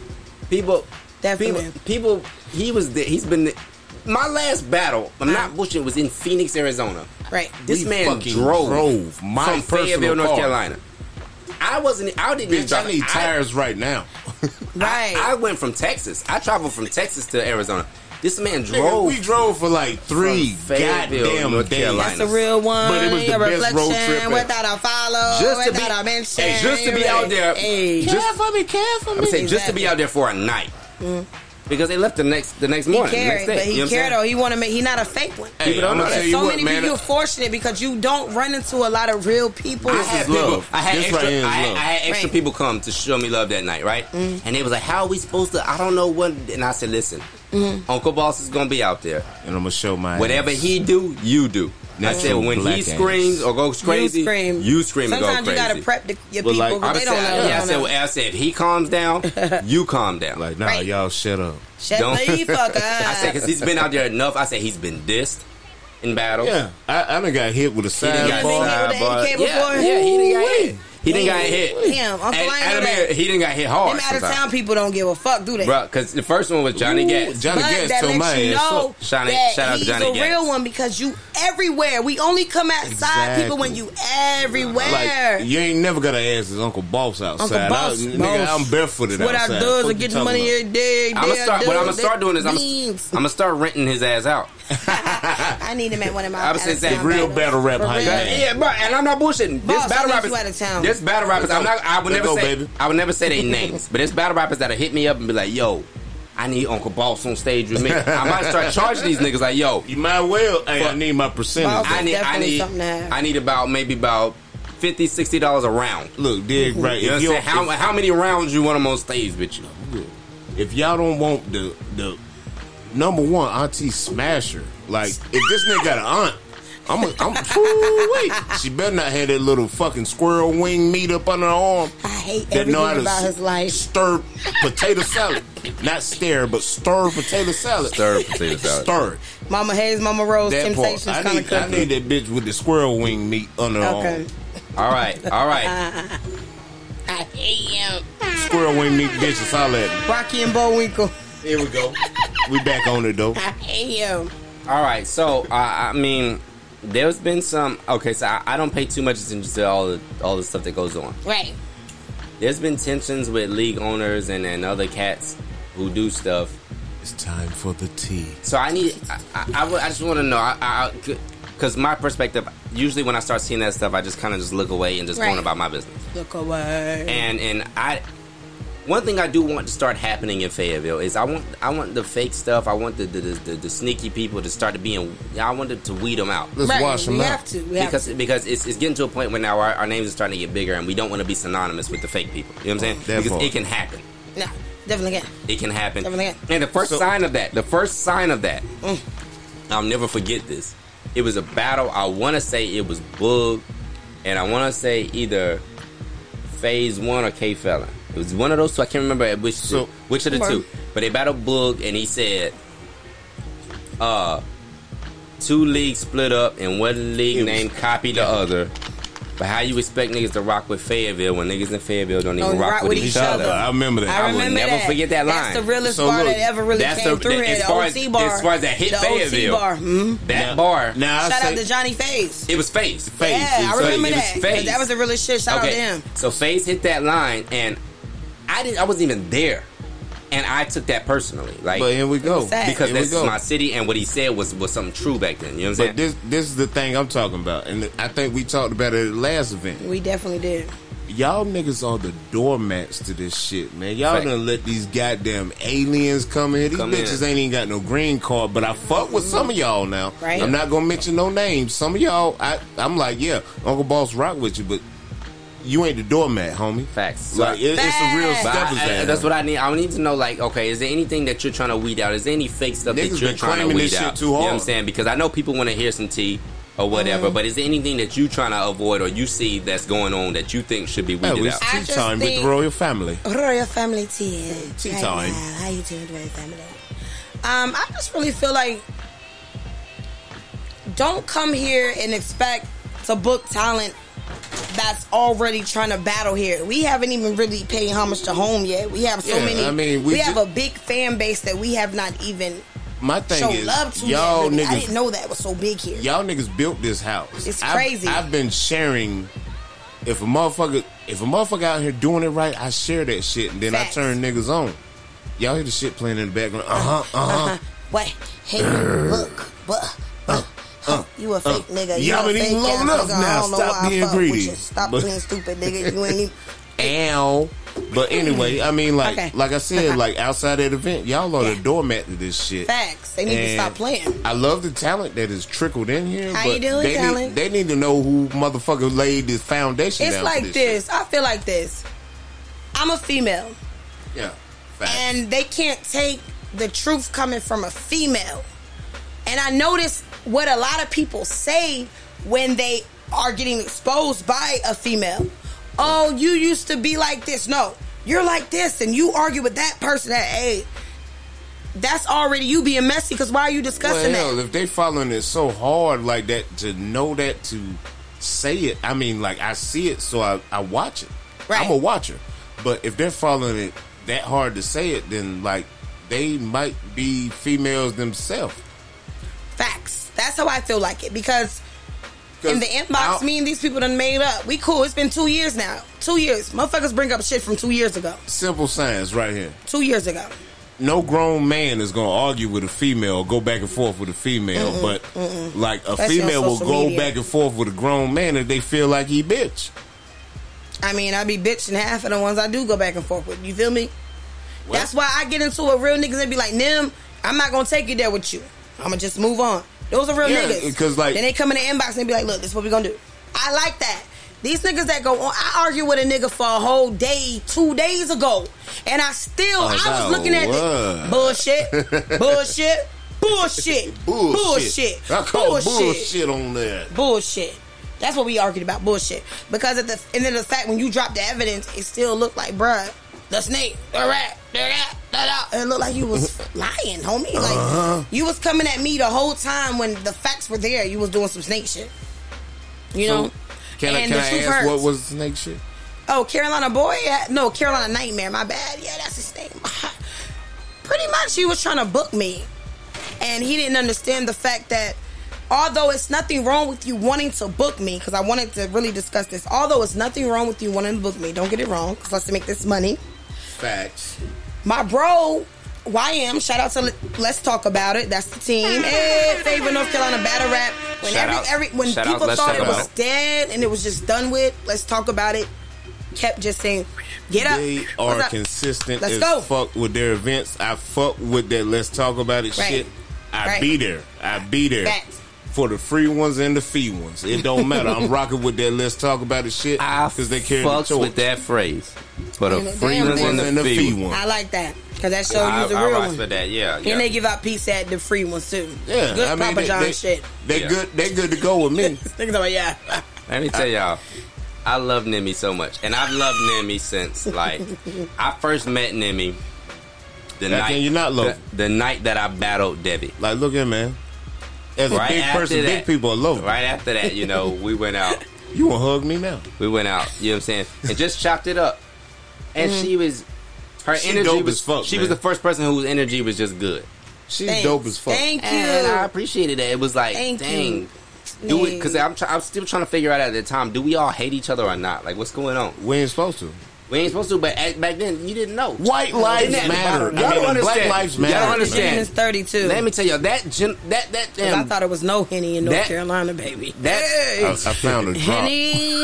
Speaker 2: people,
Speaker 4: Definitely.
Speaker 2: people, people. He was. The, he's been. The, my last battle. I'm not bullshit. Was in Phoenix, Arizona.
Speaker 4: Right.
Speaker 2: This
Speaker 3: We
Speaker 2: man
Speaker 3: fucking
Speaker 2: drove,
Speaker 3: drove my
Speaker 2: from
Speaker 3: personal
Speaker 2: Fayetteville, North
Speaker 3: car.
Speaker 2: Carolina. I wasn't. I didn't even
Speaker 3: Bitch,
Speaker 2: drive.
Speaker 3: I need
Speaker 2: I-
Speaker 3: tires right now.
Speaker 4: Right.
Speaker 2: I went from Texas. I traveled from Texas to Arizona. This man
Speaker 3: Nigga,
Speaker 2: drove.
Speaker 3: we drove for like three
Speaker 2: From Fayetteville,
Speaker 3: goddamn
Speaker 2: North
Speaker 3: days.
Speaker 2: Carolina.
Speaker 4: That's a real one.
Speaker 3: But it was the
Speaker 4: a
Speaker 3: best road
Speaker 4: reflection
Speaker 3: trip ever.
Speaker 4: without a follow,
Speaker 2: Just to be-
Speaker 4: without a mention.
Speaker 2: Hey, just to be out there-
Speaker 4: Hey.
Speaker 2: Just-
Speaker 4: care for me, care for me. Mm.
Speaker 2: I'm saying just to be out there for a night because they left the next the next morning,
Speaker 4: He
Speaker 2: the next
Speaker 4: cared,
Speaker 2: day.
Speaker 4: but he
Speaker 2: you know what I'm
Speaker 4: cared though.
Speaker 2: saying?
Speaker 4: He want to make. He not a fake one.
Speaker 3: Hey,
Speaker 2: People don't
Speaker 3: I'm
Speaker 2: know that.
Speaker 3: gonna tell
Speaker 4: And
Speaker 3: you
Speaker 4: so
Speaker 3: what,
Speaker 4: many
Speaker 3: man.
Speaker 4: people, you're fortunate because you don't run into a lot of real people.
Speaker 2: I had
Speaker 3: is love.
Speaker 2: people- I had
Speaker 3: This
Speaker 2: extra,
Speaker 3: right here is
Speaker 2: I had,
Speaker 3: love.
Speaker 2: I had extra
Speaker 4: Right. Mm.
Speaker 2: people come to show me love that night, right? And they was like, "How are we supposed to?" I don't know what. And I said, "Listen,
Speaker 4: Mm-hmm.
Speaker 2: Uncle Boss is gonna be out there.
Speaker 3: and I'm gonna show my
Speaker 2: Whatever
Speaker 3: ass.
Speaker 2: he do, you do." I
Speaker 3: Natural
Speaker 2: said, "When he
Speaker 3: black
Speaker 2: screams
Speaker 3: ass.
Speaker 2: or goes crazy,
Speaker 4: you scream.
Speaker 2: you scream and go
Speaker 4: Sometimes
Speaker 2: crazy."
Speaker 4: you gotta prep the, your
Speaker 3: But,
Speaker 4: people.
Speaker 3: like,
Speaker 4: 'cause
Speaker 2: I'm
Speaker 4: they don't
Speaker 2: saying, yeah,
Speaker 4: know.
Speaker 2: I
Speaker 4: They
Speaker 2: said,
Speaker 4: don't know.
Speaker 2: well, I said, if he calms down, you calm down.
Speaker 3: Like, nah,
Speaker 4: Right.
Speaker 3: y'all shut up.
Speaker 4: Shut
Speaker 2: Don't-
Speaker 4: the fuck up.
Speaker 2: I said, because he's been out there enough. I said, he's been dissed in battle.
Speaker 3: Yeah, I, I done got hit with a
Speaker 2: done
Speaker 3: sidebar.
Speaker 2: got hit with
Speaker 4: an AK
Speaker 2: Yeah,
Speaker 4: before.
Speaker 2: yeah, he didn't got hit. He didn't got
Speaker 4: Ooh-wee.
Speaker 2: hit.
Speaker 4: Damn, Uncle, I
Speaker 2: And-
Speaker 4: ain't
Speaker 2: and
Speaker 4: know
Speaker 2: I mean,
Speaker 4: that.
Speaker 2: He didn't got hit hard.
Speaker 4: Them out of town people don't give a fuck, do they?
Speaker 2: bro. Because the first one was Johnny Gas.
Speaker 3: Johnny
Speaker 4: but
Speaker 3: Gas
Speaker 4: that
Speaker 3: told
Speaker 4: lets
Speaker 3: my
Speaker 4: you
Speaker 3: ass
Speaker 4: know
Speaker 3: up.
Speaker 2: Johnny-
Speaker 4: that
Speaker 2: shout out
Speaker 4: he's
Speaker 2: Johnny
Speaker 4: a
Speaker 2: Gas.
Speaker 4: real one because you everywhere. We only come outside people when you everywhere.
Speaker 3: Like, you ain't never got to ask his Uncle Boss outside.
Speaker 4: Uncle Boss,
Speaker 3: I, nigga,
Speaker 4: boss.
Speaker 3: I'm barefooted
Speaker 4: what
Speaker 3: outside.
Speaker 4: our
Speaker 3: Fuck
Speaker 4: dudes are
Speaker 3: you
Speaker 4: getting
Speaker 3: talking
Speaker 4: money
Speaker 3: about?
Speaker 4: every day.
Speaker 2: I'm gonna
Speaker 4: they
Speaker 2: start.
Speaker 4: are
Speaker 2: What I'm gonna
Speaker 4: dudes,
Speaker 2: start
Speaker 4: they
Speaker 2: doing is I'm
Speaker 4: beans.
Speaker 2: gonna start renting his ass out.
Speaker 4: I need him at one of my.
Speaker 2: I was saying
Speaker 4: out-of-town
Speaker 2: that real
Speaker 4: battles.
Speaker 3: battle rap
Speaker 4: For
Speaker 3: hype
Speaker 4: real.
Speaker 3: man.
Speaker 2: Yeah, bro, and I'm not bullshitting.
Speaker 4: Boss,
Speaker 2: this
Speaker 4: I
Speaker 2: battle
Speaker 4: need
Speaker 2: rappers,
Speaker 4: you out of town.
Speaker 2: this battle rappers, I'm not. I would
Speaker 3: Let's
Speaker 2: never
Speaker 3: go,
Speaker 2: say.
Speaker 3: baby.
Speaker 2: I would never say their names, but it's battle rappers that'll hit me up and be like, "Yo, I need Uncle Boss on stage with me." I might start charging these niggas like, "Yo,
Speaker 3: You might well. Hey, I need my percentage.
Speaker 4: Boss.
Speaker 2: I need, I
Speaker 4: Definitely
Speaker 2: need,
Speaker 4: something to have.
Speaker 2: I need about maybe about 50 60 dollars a round."
Speaker 3: Look, dig right.
Speaker 2: You know
Speaker 3: If,
Speaker 2: what I'm
Speaker 3: you
Speaker 2: saying? How, how many rounds you want them on stage with you?
Speaker 3: if y'all don't want the the number one auntie smasher, like if this nigga got an aunt, I'm, a, I'm, wait. She better not have that little fucking squirrel wing meat up under her arm.
Speaker 4: I hate
Speaker 3: that
Speaker 4: everything
Speaker 3: know how to
Speaker 4: about
Speaker 3: s-
Speaker 4: his life.
Speaker 3: stir potato salad. Not stare, but stir potato salad.
Speaker 2: Stir potato salad.
Speaker 3: Stir it.
Speaker 4: Mama Hayes, Mama Rose,
Speaker 3: That
Speaker 4: Temptations
Speaker 3: part. I
Speaker 4: kind of
Speaker 3: need, I need
Speaker 4: cooking.
Speaker 3: that bitch with the squirrel wing meat under her
Speaker 4: Okay.
Speaker 3: arm.
Speaker 2: All right, all right.
Speaker 4: I hate him.
Speaker 3: Squirrel wing meat bitches, holla at me.
Speaker 4: Rocky and Bullwinkle.
Speaker 3: Here we go. We back on it though.
Speaker 4: I hate him.
Speaker 2: All right, so uh, I mean, there's been some. Okay, so I, I don't pay too much attention to all the all the stuff that goes on.
Speaker 4: Right.
Speaker 2: There's been tensions with league owners and, and other cats who do stuff.
Speaker 3: It's time for the tea.
Speaker 2: So I need. I, I, I would- I just want to know. I, I, because my perspective, usually when I start seeing that stuff, I just kind of just look away and just go on
Speaker 4: Right.
Speaker 2: about my business.
Speaker 4: Look away.
Speaker 2: And and I, one thing I do want to start happening in Fayetteville is I want I want the fake stuff. I want the the, the, the, the sneaky people to start to being. I want them to weed them out.
Speaker 3: Let's
Speaker 4: right.
Speaker 3: wash them
Speaker 4: we
Speaker 3: out.
Speaker 4: have to. We have
Speaker 2: because
Speaker 4: to.
Speaker 2: because it's, it's getting to a point where now our, our names are starting to get bigger and we don't want to be synonymous with the fake people. You know what I'm saying?
Speaker 3: Oh, That
Speaker 2: because
Speaker 3: part.
Speaker 2: it can happen.
Speaker 4: No, definitely can.
Speaker 2: It can happen.
Speaker 4: Definitely.
Speaker 2: And the first
Speaker 3: So-
Speaker 2: sign of that, the first sign of that, I'll never forget this. It was a battle. I want to say it was Boog, and I want to say either Phase One or K Felon. It was one of those two. I can't remember which
Speaker 3: So-
Speaker 2: two, which of the
Speaker 4: Okay.
Speaker 2: two. But they battled Boog, and he said, "Uh, two leagues split up, and one league
Speaker 3: It was-
Speaker 2: name copied the other." But how you expect niggas to rock with Fayetteville when niggas in Fayetteville don't even
Speaker 4: Don't
Speaker 2: rock, with, each, other?
Speaker 3: I remember that.
Speaker 4: I,
Speaker 2: I will
Speaker 4: remember
Speaker 2: never
Speaker 4: that.
Speaker 2: forget that line.
Speaker 4: That's the realest
Speaker 3: So
Speaker 4: bar
Speaker 3: look,
Speaker 4: that ever really
Speaker 2: that's
Speaker 4: came
Speaker 2: the-
Speaker 4: through
Speaker 2: that-
Speaker 4: here.
Speaker 2: as
Speaker 4: the
Speaker 2: far as-
Speaker 4: OT bar.
Speaker 2: as far as that hit
Speaker 4: the
Speaker 2: Fayetteville.
Speaker 4: OT bar. hmm
Speaker 2: That bar.
Speaker 3: Now I
Speaker 4: Shout
Speaker 3: say
Speaker 4: out to Johnny Faze.
Speaker 2: It was Faze.
Speaker 3: Faze.
Speaker 4: Yeah, I
Speaker 3: It's
Speaker 4: remember
Speaker 3: Faze.
Speaker 2: was
Speaker 4: that. 'cause
Speaker 2: Faze.
Speaker 4: That was the realest shit. Shout out to him.
Speaker 2: So Faze hit that line, and I didn't. I wasn't even there, and I took that personally. Like
Speaker 3: But here we go.
Speaker 4: Sad.
Speaker 2: because
Speaker 3: Here we
Speaker 2: this is
Speaker 3: go.
Speaker 2: my city, and what he said was was something true back then. You know what I'm saying?
Speaker 3: But this this is the thing I'm talking about, and I think we talked about it at the last event.
Speaker 4: We definitely did.
Speaker 3: Y'all niggas are the doormats to this shit, man. Y'all
Speaker 2: Fact.
Speaker 3: done let these goddamn aliens come in. These
Speaker 2: Come in.
Speaker 3: bitches ain't even got no green card, but I fuck with some of y'all now.
Speaker 4: Right.
Speaker 3: I'm not gonna mention no names. Some of y'all, I I'm like, yeah, Uncle Boss rock with you, but you ain't the doormat, homie.
Speaker 2: Facts. So-
Speaker 3: Like it, it's a real
Speaker 4: Facts.
Speaker 2: But
Speaker 3: step.
Speaker 2: I- I- that's what I need. I need to know, like, okay, is there anything that you're trying to weed out? Is there any fake stuff
Speaker 3: Niggas
Speaker 2: that you're
Speaker 3: been
Speaker 2: trying to
Speaker 3: claiming
Speaker 2: weed
Speaker 3: this shit
Speaker 2: out?
Speaker 3: too
Speaker 2: You know what I'm
Speaker 3: hard. Mm-hmm.
Speaker 2: saying? Because I know people want to hear some tea or whatever, but is there anything that you trying to avoid or you see that's going on that you think should be
Speaker 3: Hey,
Speaker 2: weeded
Speaker 3: it's
Speaker 2: out?
Speaker 4: I
Speaker 3: tea
Speaker 4: just
Speaker 3: time with
Speaker 4: think-
Speaker 3: the royal family.
Speaker 4: Royal Family Tea.
Speaker 3: Tea
Speaker 4: Right
Speaker 3: time.
Speaker 4: now. How you doing, Royal Family? Um, I just really feel like don't come here and expect to book talent that's already trying to battle here. We haven't even really paid homage to home yet. We have so
Speaker 3: Yeah,
Speaker 4: many.
Speaker 3: I mean, we
Speaker 4: we have
Speaker 3: ju-
Speaker 4: a big fan base that we have not even
Speaker 3: My thing
Speaker 4: shown
Speaker 3: is,
Speaker 4: love to
Speaker 3: y'all
Speaker 4: yet. really.
Speaker 3: niggas,
Speaker 4: I didn't know that was so big here.
Speaker 3: y'all niggas built this house.
Speaker 4: It's
Speaker 3: I've-
Speaker 4: crazy.
Speaker 3: I've, been sharing. If a motherfucker, if a motherfucker out here doing it right, I share that shit, and then
Speaker 4: Facts.
Speaker 3: I turn niggas on. Y'all hear the shit playing in the background? Uh huh. Uh huh.
Speaker 4: What? Uh-huh. Hey,
Speaker 3: Uh,
Speaker 4: look, but. Uh, huh, you a fake nigga. You
Speaker 3: Y'all
Speaker 4: a
Speaker 3: been eating
Speaker 4: fake
Speaker 3: long
Speaker 4: ass
Speaker 3: enough
Speaker 4: nigga. I
Speaker 3: now.
Speaker 4: don't know
Speaker 3: Stop
Speaker 4: why I
Speaker 3: being
Speaker 4: fuck with
Speaker 3: greedy.
Speaker 4: you. Stop
Speaker 3: But-
Speaker 4: being stupid, nigga. You ain't even.
Speaker 3: Ow. But anyway, I mean, like,
Speaker 4: Okay.
Speaker 3: like I said, like outside that event, y'all are the doormat to this shit.
Speaker 4: Facts. They need to
Speaker 3: And
Speaker 4: stop playing.
Speaker 3: I love the talent that is trickled in here.
Speaker 4: How
Speaker 3: but
Speaker 4: you doing,
Speaker 3: they
Speaker 4: talent?
Speaker 3: Need, they need to know who motherfucker laid this foundation.
Speaker 4: It's
Speaker 3: down for
Speaker 4: like
Speaker 3: this. shit.
Speaker 4: this. I feel like this. I'm a female,
Speaker 3: Yeah. Facts.
Speaker 4: and they can't take the truth coming from a female. And I notice what a lot of people say when they are getting exposed by a female. Oh, you used to be like this. No, you're like this, and you argue with that person at hey, That's already you being messy. Because why are you discussing
Speaker 3: well, hell,
Speaker 4: that?
Speaker 3: if they following it so hard like that to know that to say it, I mean, like I see it, so I, I watch it.
Speaker 4: Right.
Speaker 3: I'm a watcher, but if they're following it that hard to say it, then like they might be females themselves.
Speaker 4: Facts. That's how I feel like it. Because
Speaker 3: 'Cause
Speaker 4: in the inbox,
Speaker 3: I'll-
Speaker 4: me and these people done made up. We cool. It's been two years now. Two years. Motherfuckers bring up shit from two years ago.
Speaker 3: simple science right here.
Speaker 4: Two years ago.
Speaker 3: No grown man is gonna argue with a female, go back and forth with a female, but like a
Speaker 4: Especially on
Speaker 3: female will
Speaker 4: social
Speaker 3: go
Speaker 4: media.
Speaker 3: back and forth with a grown man if they feel like he bitch.
Speaker 4: I mean, I be bitching half of the ones I do go back and forth with. You feel me?
Speaker 3: Well-
Speaker 4: That's why I get into a real niggas and be like, Nim, I'm not gonna take it there with you. I'ma just move on. Those are real
Speaker 3: Yeah,
Speaker 4: niggas.
Speaker 3: 'cause, like-
Speaker 4: then they come in the inbox and be like, look, this is what we gonna do. I like that. These niggas that go on, I argued with a nigga for a whole day, two days ago, and I still, I
Speaker 3: Oh, About
Speaker 4: was looking at
Speaker 3: what?
Speaker 4: this bullshit, bullshit,
Speaker 3: Bullshit.
Speaker 4: bullshit. Bullshit. Bullshit.
Speaker 3: I call
Speaker 4: Bullshit.
Speaker 3: bullshit, on that.
Speaker 4: bullshit. That's what we argued about bullshit. Because at the end of the fact, when you drop the evidence, it still looked like, bruh, the snake, the rat, the rat, da da. It looked like you was lying, homie. Like you was coming at me the whole time when the facts were there. You was doing some snake shit. You know.
Speaker 6: Can I,
Speaker 4: And
Speaker 6: can
Speaker 4: the truth
Speaker 6: I ask
Speaker 4: hurts.
Speaker 6: what was the snake shit?
Speaker 4: Oh, Carolina Boy? Yeah, No, Carolina Nightmare. My bad. Yeah, that's his name. Pretty much, he was trying to book me. And he didn't understand the fact that although it's nothing wrong with you wanting to book me, because I wanted to really discuss this, although it's nothing wrong with you wanting to book me, don't get it wrong, because I have to make this money.
Speaker 6: Facts.
Speaker 4: My bro, YM, shout out to Let- Let's Talk About It. That's the team. Hey, Favor North Carolina Battle Rap. When
Speaker 2: Shout
Speaker 4: every,
Speaker 2: out-
Speaker 4: every when
Speaker 2: shout out
Speaker 4: people
Speaker 2: Let's
Speaker 4: thought
Speaker 2: Talk
Speaker 4: it was
Speaker 2: About It.
Speaker 4: dead and it was just done with, Let's Talk About It. Kept just saying, get up.
Speaker 3: They
Speaker 4: What's
Speaker 3: are
Speaker 4: up?
Speaker 3: consistent
Speaker 4: Let's
Speaker 3: as
Speaker 4: go.
Speaker 3: fuck with their events. I fuck with that. Let's talk about it.
Speaker 4: Right.
Speaker 3: Shit, I
Speaker 4: Right.
Speaker 3: be there. I be there
Speaker 4: Facts.
Speaker 3: for the free ones and the fee ones. It don't matter. I'm rocking with that. Let's talk about it. Shit,
Speaker 2: I
Speaker 3: because they carry the
Speaker 2: fucks
Speaker 3: torch.
Speaker 2: with that phrase. For the
Speaker 4: And the
Speaker 2: free
Speaker 4: damn
Speaker 2: ones and
Speaker 3: And
Speaker 2: the
Speaker 3: the
Speaker 2: fee
Speaker 3: fee
Speaker 2: ones.
Speaker 3: one.
Speaker 4: I like that because that showed
Speaker 2: I,
Speaker 4: you the
Speaker 2: I
Speaker 4: real
Speaker 2: rock
Speaker 4: one.
Speaker 2: for that, yeah. yeah.
Speaker 4: And they give out peace at the free ones too.
Speaker 3: Yeah,
Speaker 4: good
Speaker 3: I mean,
Speaker 4: Papa
Speaker 3: they,
Speaker 4: John
Speaker 3: they,
Speaker 4: shit.
Speaker 3: They
Speaker 2: Yeah.
Speaker 3: good. They good to go with me.
Speaker 4: Think about yeah.
Speaker 2: Let me tell y'all, I love Nimi so much, and I've loved Nimi since like I first met Nimi. The
Speaker 3: How
Speaker 2: night
Speaker 3: can you not love
Speaker 2: the, the night that I battled Debbie.
Speaker 3: Like, look here, man. As a
Speaker 2: Right
Speaker 3: big
Speaker 2: after
Speaker 3: person,
Speaker 2: that,
Speaker 3: big people are love.
Speaker 2: Right after that, you know, we went out.
Speaker 3: You want to hug me now?
Speaker 2: We went out. You know what I'm saying? And just chopped it up. And
Speaker 4: Mm-hmm.
Speaker 2: she was her
Speaker 3: She
Speaker 2: energy
Speaker 3: dope
Speaker 2: was
Speaker 3: as fuck,
Speaker 2: she
Speaker 3: man.
Speaker 2: was the first person whose energy was just good.
Speaker 3: She's
Speaker 4: Thanks.
Speaker 3: dope as fuck.
Speaker 4: Thank you.
Speaker 2: And I appreciated that. It was like,
Speaker 4: Thank
Speaker 2: dang.
Speaker 4: you.
Speaker 2: Do it because I'm, try- I'm still trying to figure out at the time. Do we all hate each other or not? Like, what's going on?
Speaker 3: We ain't supposed to.
Speaker 2: We ain't supposed to, but at, back then you didn't know.
Speaker 3: White lives
Speaker 2: Isn't that
Speaker 3: matter.
Speaker 2: the bottom? Y'all
Speaker 3: I mean,
Speaker 2: don't
Speaker 3: black
Speaker 2: understand.
Speaker 3: lives
Speaker 2: Y'all don't
Speaker 3: matter.
Speaker 2: understand.
Speaker 4: Jim is thirty two.
Speaker 2: Let me tell you that gen- that that um,
Speaker 4: I
Speaker 2: damn
Speaker 4: thought it was no henny in North
Speaker 2: That-
Speaker 4: Carolina, baby.
Speaker 2: that-
Speaker 3: I,
Speaker 4: Hey.
Speaker 3: I found a drop.
Speaker 4: henny.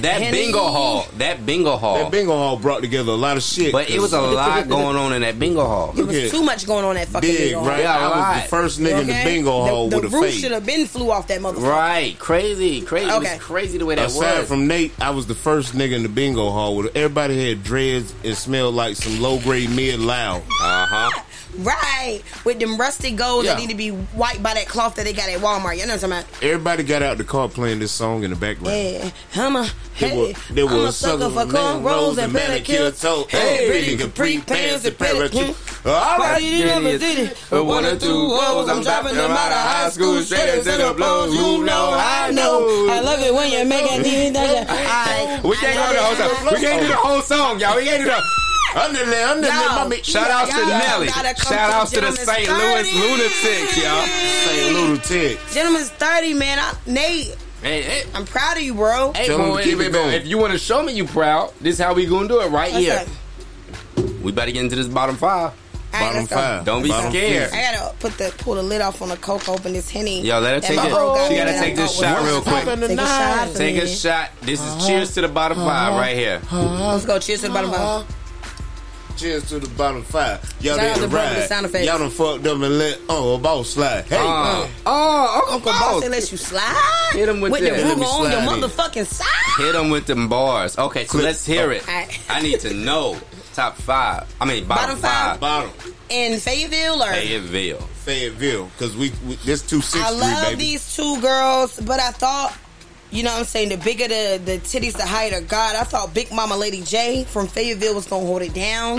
Speaker 2: that
Speaker 4: Henny.
Speaker 2: bingo hall that bingo hall.
Speaker 3: That bingo hall brought together a lot of shit.
Speaker 2: but it was a lot going on in that bingo hall.
Speaker 4: There
Speaker 3: Look
Speaker 4: was
Speaker 3: at-
Speaker 4: too much going on that fucking
Speaker 3: Dig,
Speaker 4: nigga hall.
Speaker 3: right?
Speaker 2: Yeah,
Speaker 3: I was
Speaker 2: right.
Speaker 3: the first nigga in the
Speaker 4: Okay?
Speaker 3: bingo hall
Speaker 4: the,
Speaker 3: with
Speaker 4: the
Speaker 3: a
Speaker 4: roof
Speaker 3: fade.
Speaker 4: should have been flew off that motherfucker.
Speaker 2: Right, crazy, crazy, It was
Speaker 4: Okay.
Speaker 2: crazy the way that
Speaker 3: Aside
Speaker 2: was.
Speaker 3: from Nate, I was the first nigga in the bingo hall with everybody had dreads and smelled like some low grade mid loud.
Speaker 2: uh huh.
Speaker 4: Right. With them rusty golds that
Speaker 3: Yeah.
Speaker 4: need to be wiped by that cloth that they got at Walmart. You know what I'm talking about?
Speaker 3: Everybody got out the car playing this song in the background.
Speaker 4: Yeah, I'm a
Speaker 3: They
Speaker 4: hey,
Speaker 3: were- they
Speaker 4: I'm
Speaker 3: were
Speaker 4: a sucker for
Speaker 3: sucking man
Speaker 4: cornrows and pedicure
Speaker 3: toe.
Speaker 4: toes.
Speaker 3: Hey, really capri pants and pedicure. All
Speaker 4: All
Speaker 3: right,
Speaker 4: right, you never did it. But one or two woes, I'm dropping them out of high school. Straight into the blows, you know I know. I love it when you're making me that. I-
Speaker 2: We can't
Speaker 4: I
Speaker 2: do the whole
Speaker 4: love it.
Speaker 2: song. We can't do the whole song, y'all. We can't do the.
Speaker 3: underlay, underlay,
Speaker 4: Y'all.
Speaker 3: mommy.
Speaker 2: Shout outs to
Speaker 4: Y'all
Speaker 2: Nelly.
Speaker 4: gotta come
Speaker 2: Shout
Speaker 4: to
Speaker 2: outs to the
Speaker 4: Gentleman's
Speaker 2: St. Louis
Speaker 4: 30.
Speaker 2: Lunatics, y'all.
Speaker 3: Say little tick.
Speaker 4: Gentleman's 30, man. I, Nate,
Speaker 2: Hey, hey,
Speaker 4: I'm proud of you, bro.
Speaker 2: hey,
Speaker 3: Tell 'em
Speaker 2: boy,
Speaker 3: to keep
Speaker 2: hey, baby,
Speaker 3: it going.
Speaker 2: if you want to show me you proud, this is how we gonna do it right
Speaker 4: What's
Speaker 2: here.
Speaker 4: up?
Speaker 2: We better get into this bottom five.
Speaker 4: All right,
Speaker 3: Bottom
Speaker 4: let's go.
Speaker 3: five.
Speaker 2: Don't be
Speaker 3: Bottom
Speaker 2: scared.
Speaker 4: I gotta put the pull the lid off on the coke, open this henny.
Speaker 2: Yo, let her
Speaker 4: that
Speaker 2: take
Speaker 4: my
Speaker 2: it.
Speaker 4: bro got
Speaker 2: She
Speaker 4: me
Speaker 2: gotta
Speaker 4: that I
Speaker 2: take this
Speaker 4: thought
Speaker 2: shot
Speaker 4: was-
Speaker 2: real quick.
Speaker 4: Take a shot. for
Speaker 2: Take a
Speaker 4: me.
Speaker 2: shot. This is cheers to the bottom five right here.
Speaker 4: Let's go. Cheers to the bottom five.
Speaker 2: Oh.
Speaker 3: Cheers to the bottom five. Y'all
Speaker 4: Shout out
Speaker 3: did
Speaker 4: to
Speaker 3: the
Speaker 4: Brother with
Speaker 3: ride.
Speaker 4: sound effects.
Speaker 3: Y'all done fucked up and let Uncle Boss slide. Hey, uh-huh.
Speaker 2: Uh, oh, Uncle
Speaker 4: Boss
Speaker 2: Boss.
Speaker 4: said let you slide.
Speaker 2: Hit 'em with
Speaker 4: the
Speaker 2: that. Let
Speaker 4: ruler
Speaker 3: me
Speaker 4: on your
Speaker 3: slide in.
Speaker 4: motherfucking side.
Speaker 2: Hit them with them bars. Okay, so
Speaker 3: Clip.
Speaker 2: let's hear it.
Speaker 4: All right.
Speaker 2: I need to know top five. I mean, bottom,
Speaker 4: Bottom five?
Speaker 2: five.
Speaker 3: bottom
Speaker 4: In Fayetteville or
Speaker 2: Fayetteville.
Speaker 3: Fayetteville, because we, we this two six
Speaker 4: I
Speaker 3: three
Speaker 4: love
Speaker 3: baby.
Speaker 4: these two girls, but I thought, you know what I'm saying, the bigger the, the titties, the higher the God. I thought Big Mama Lady J from Fayetteville was gonna hold it down.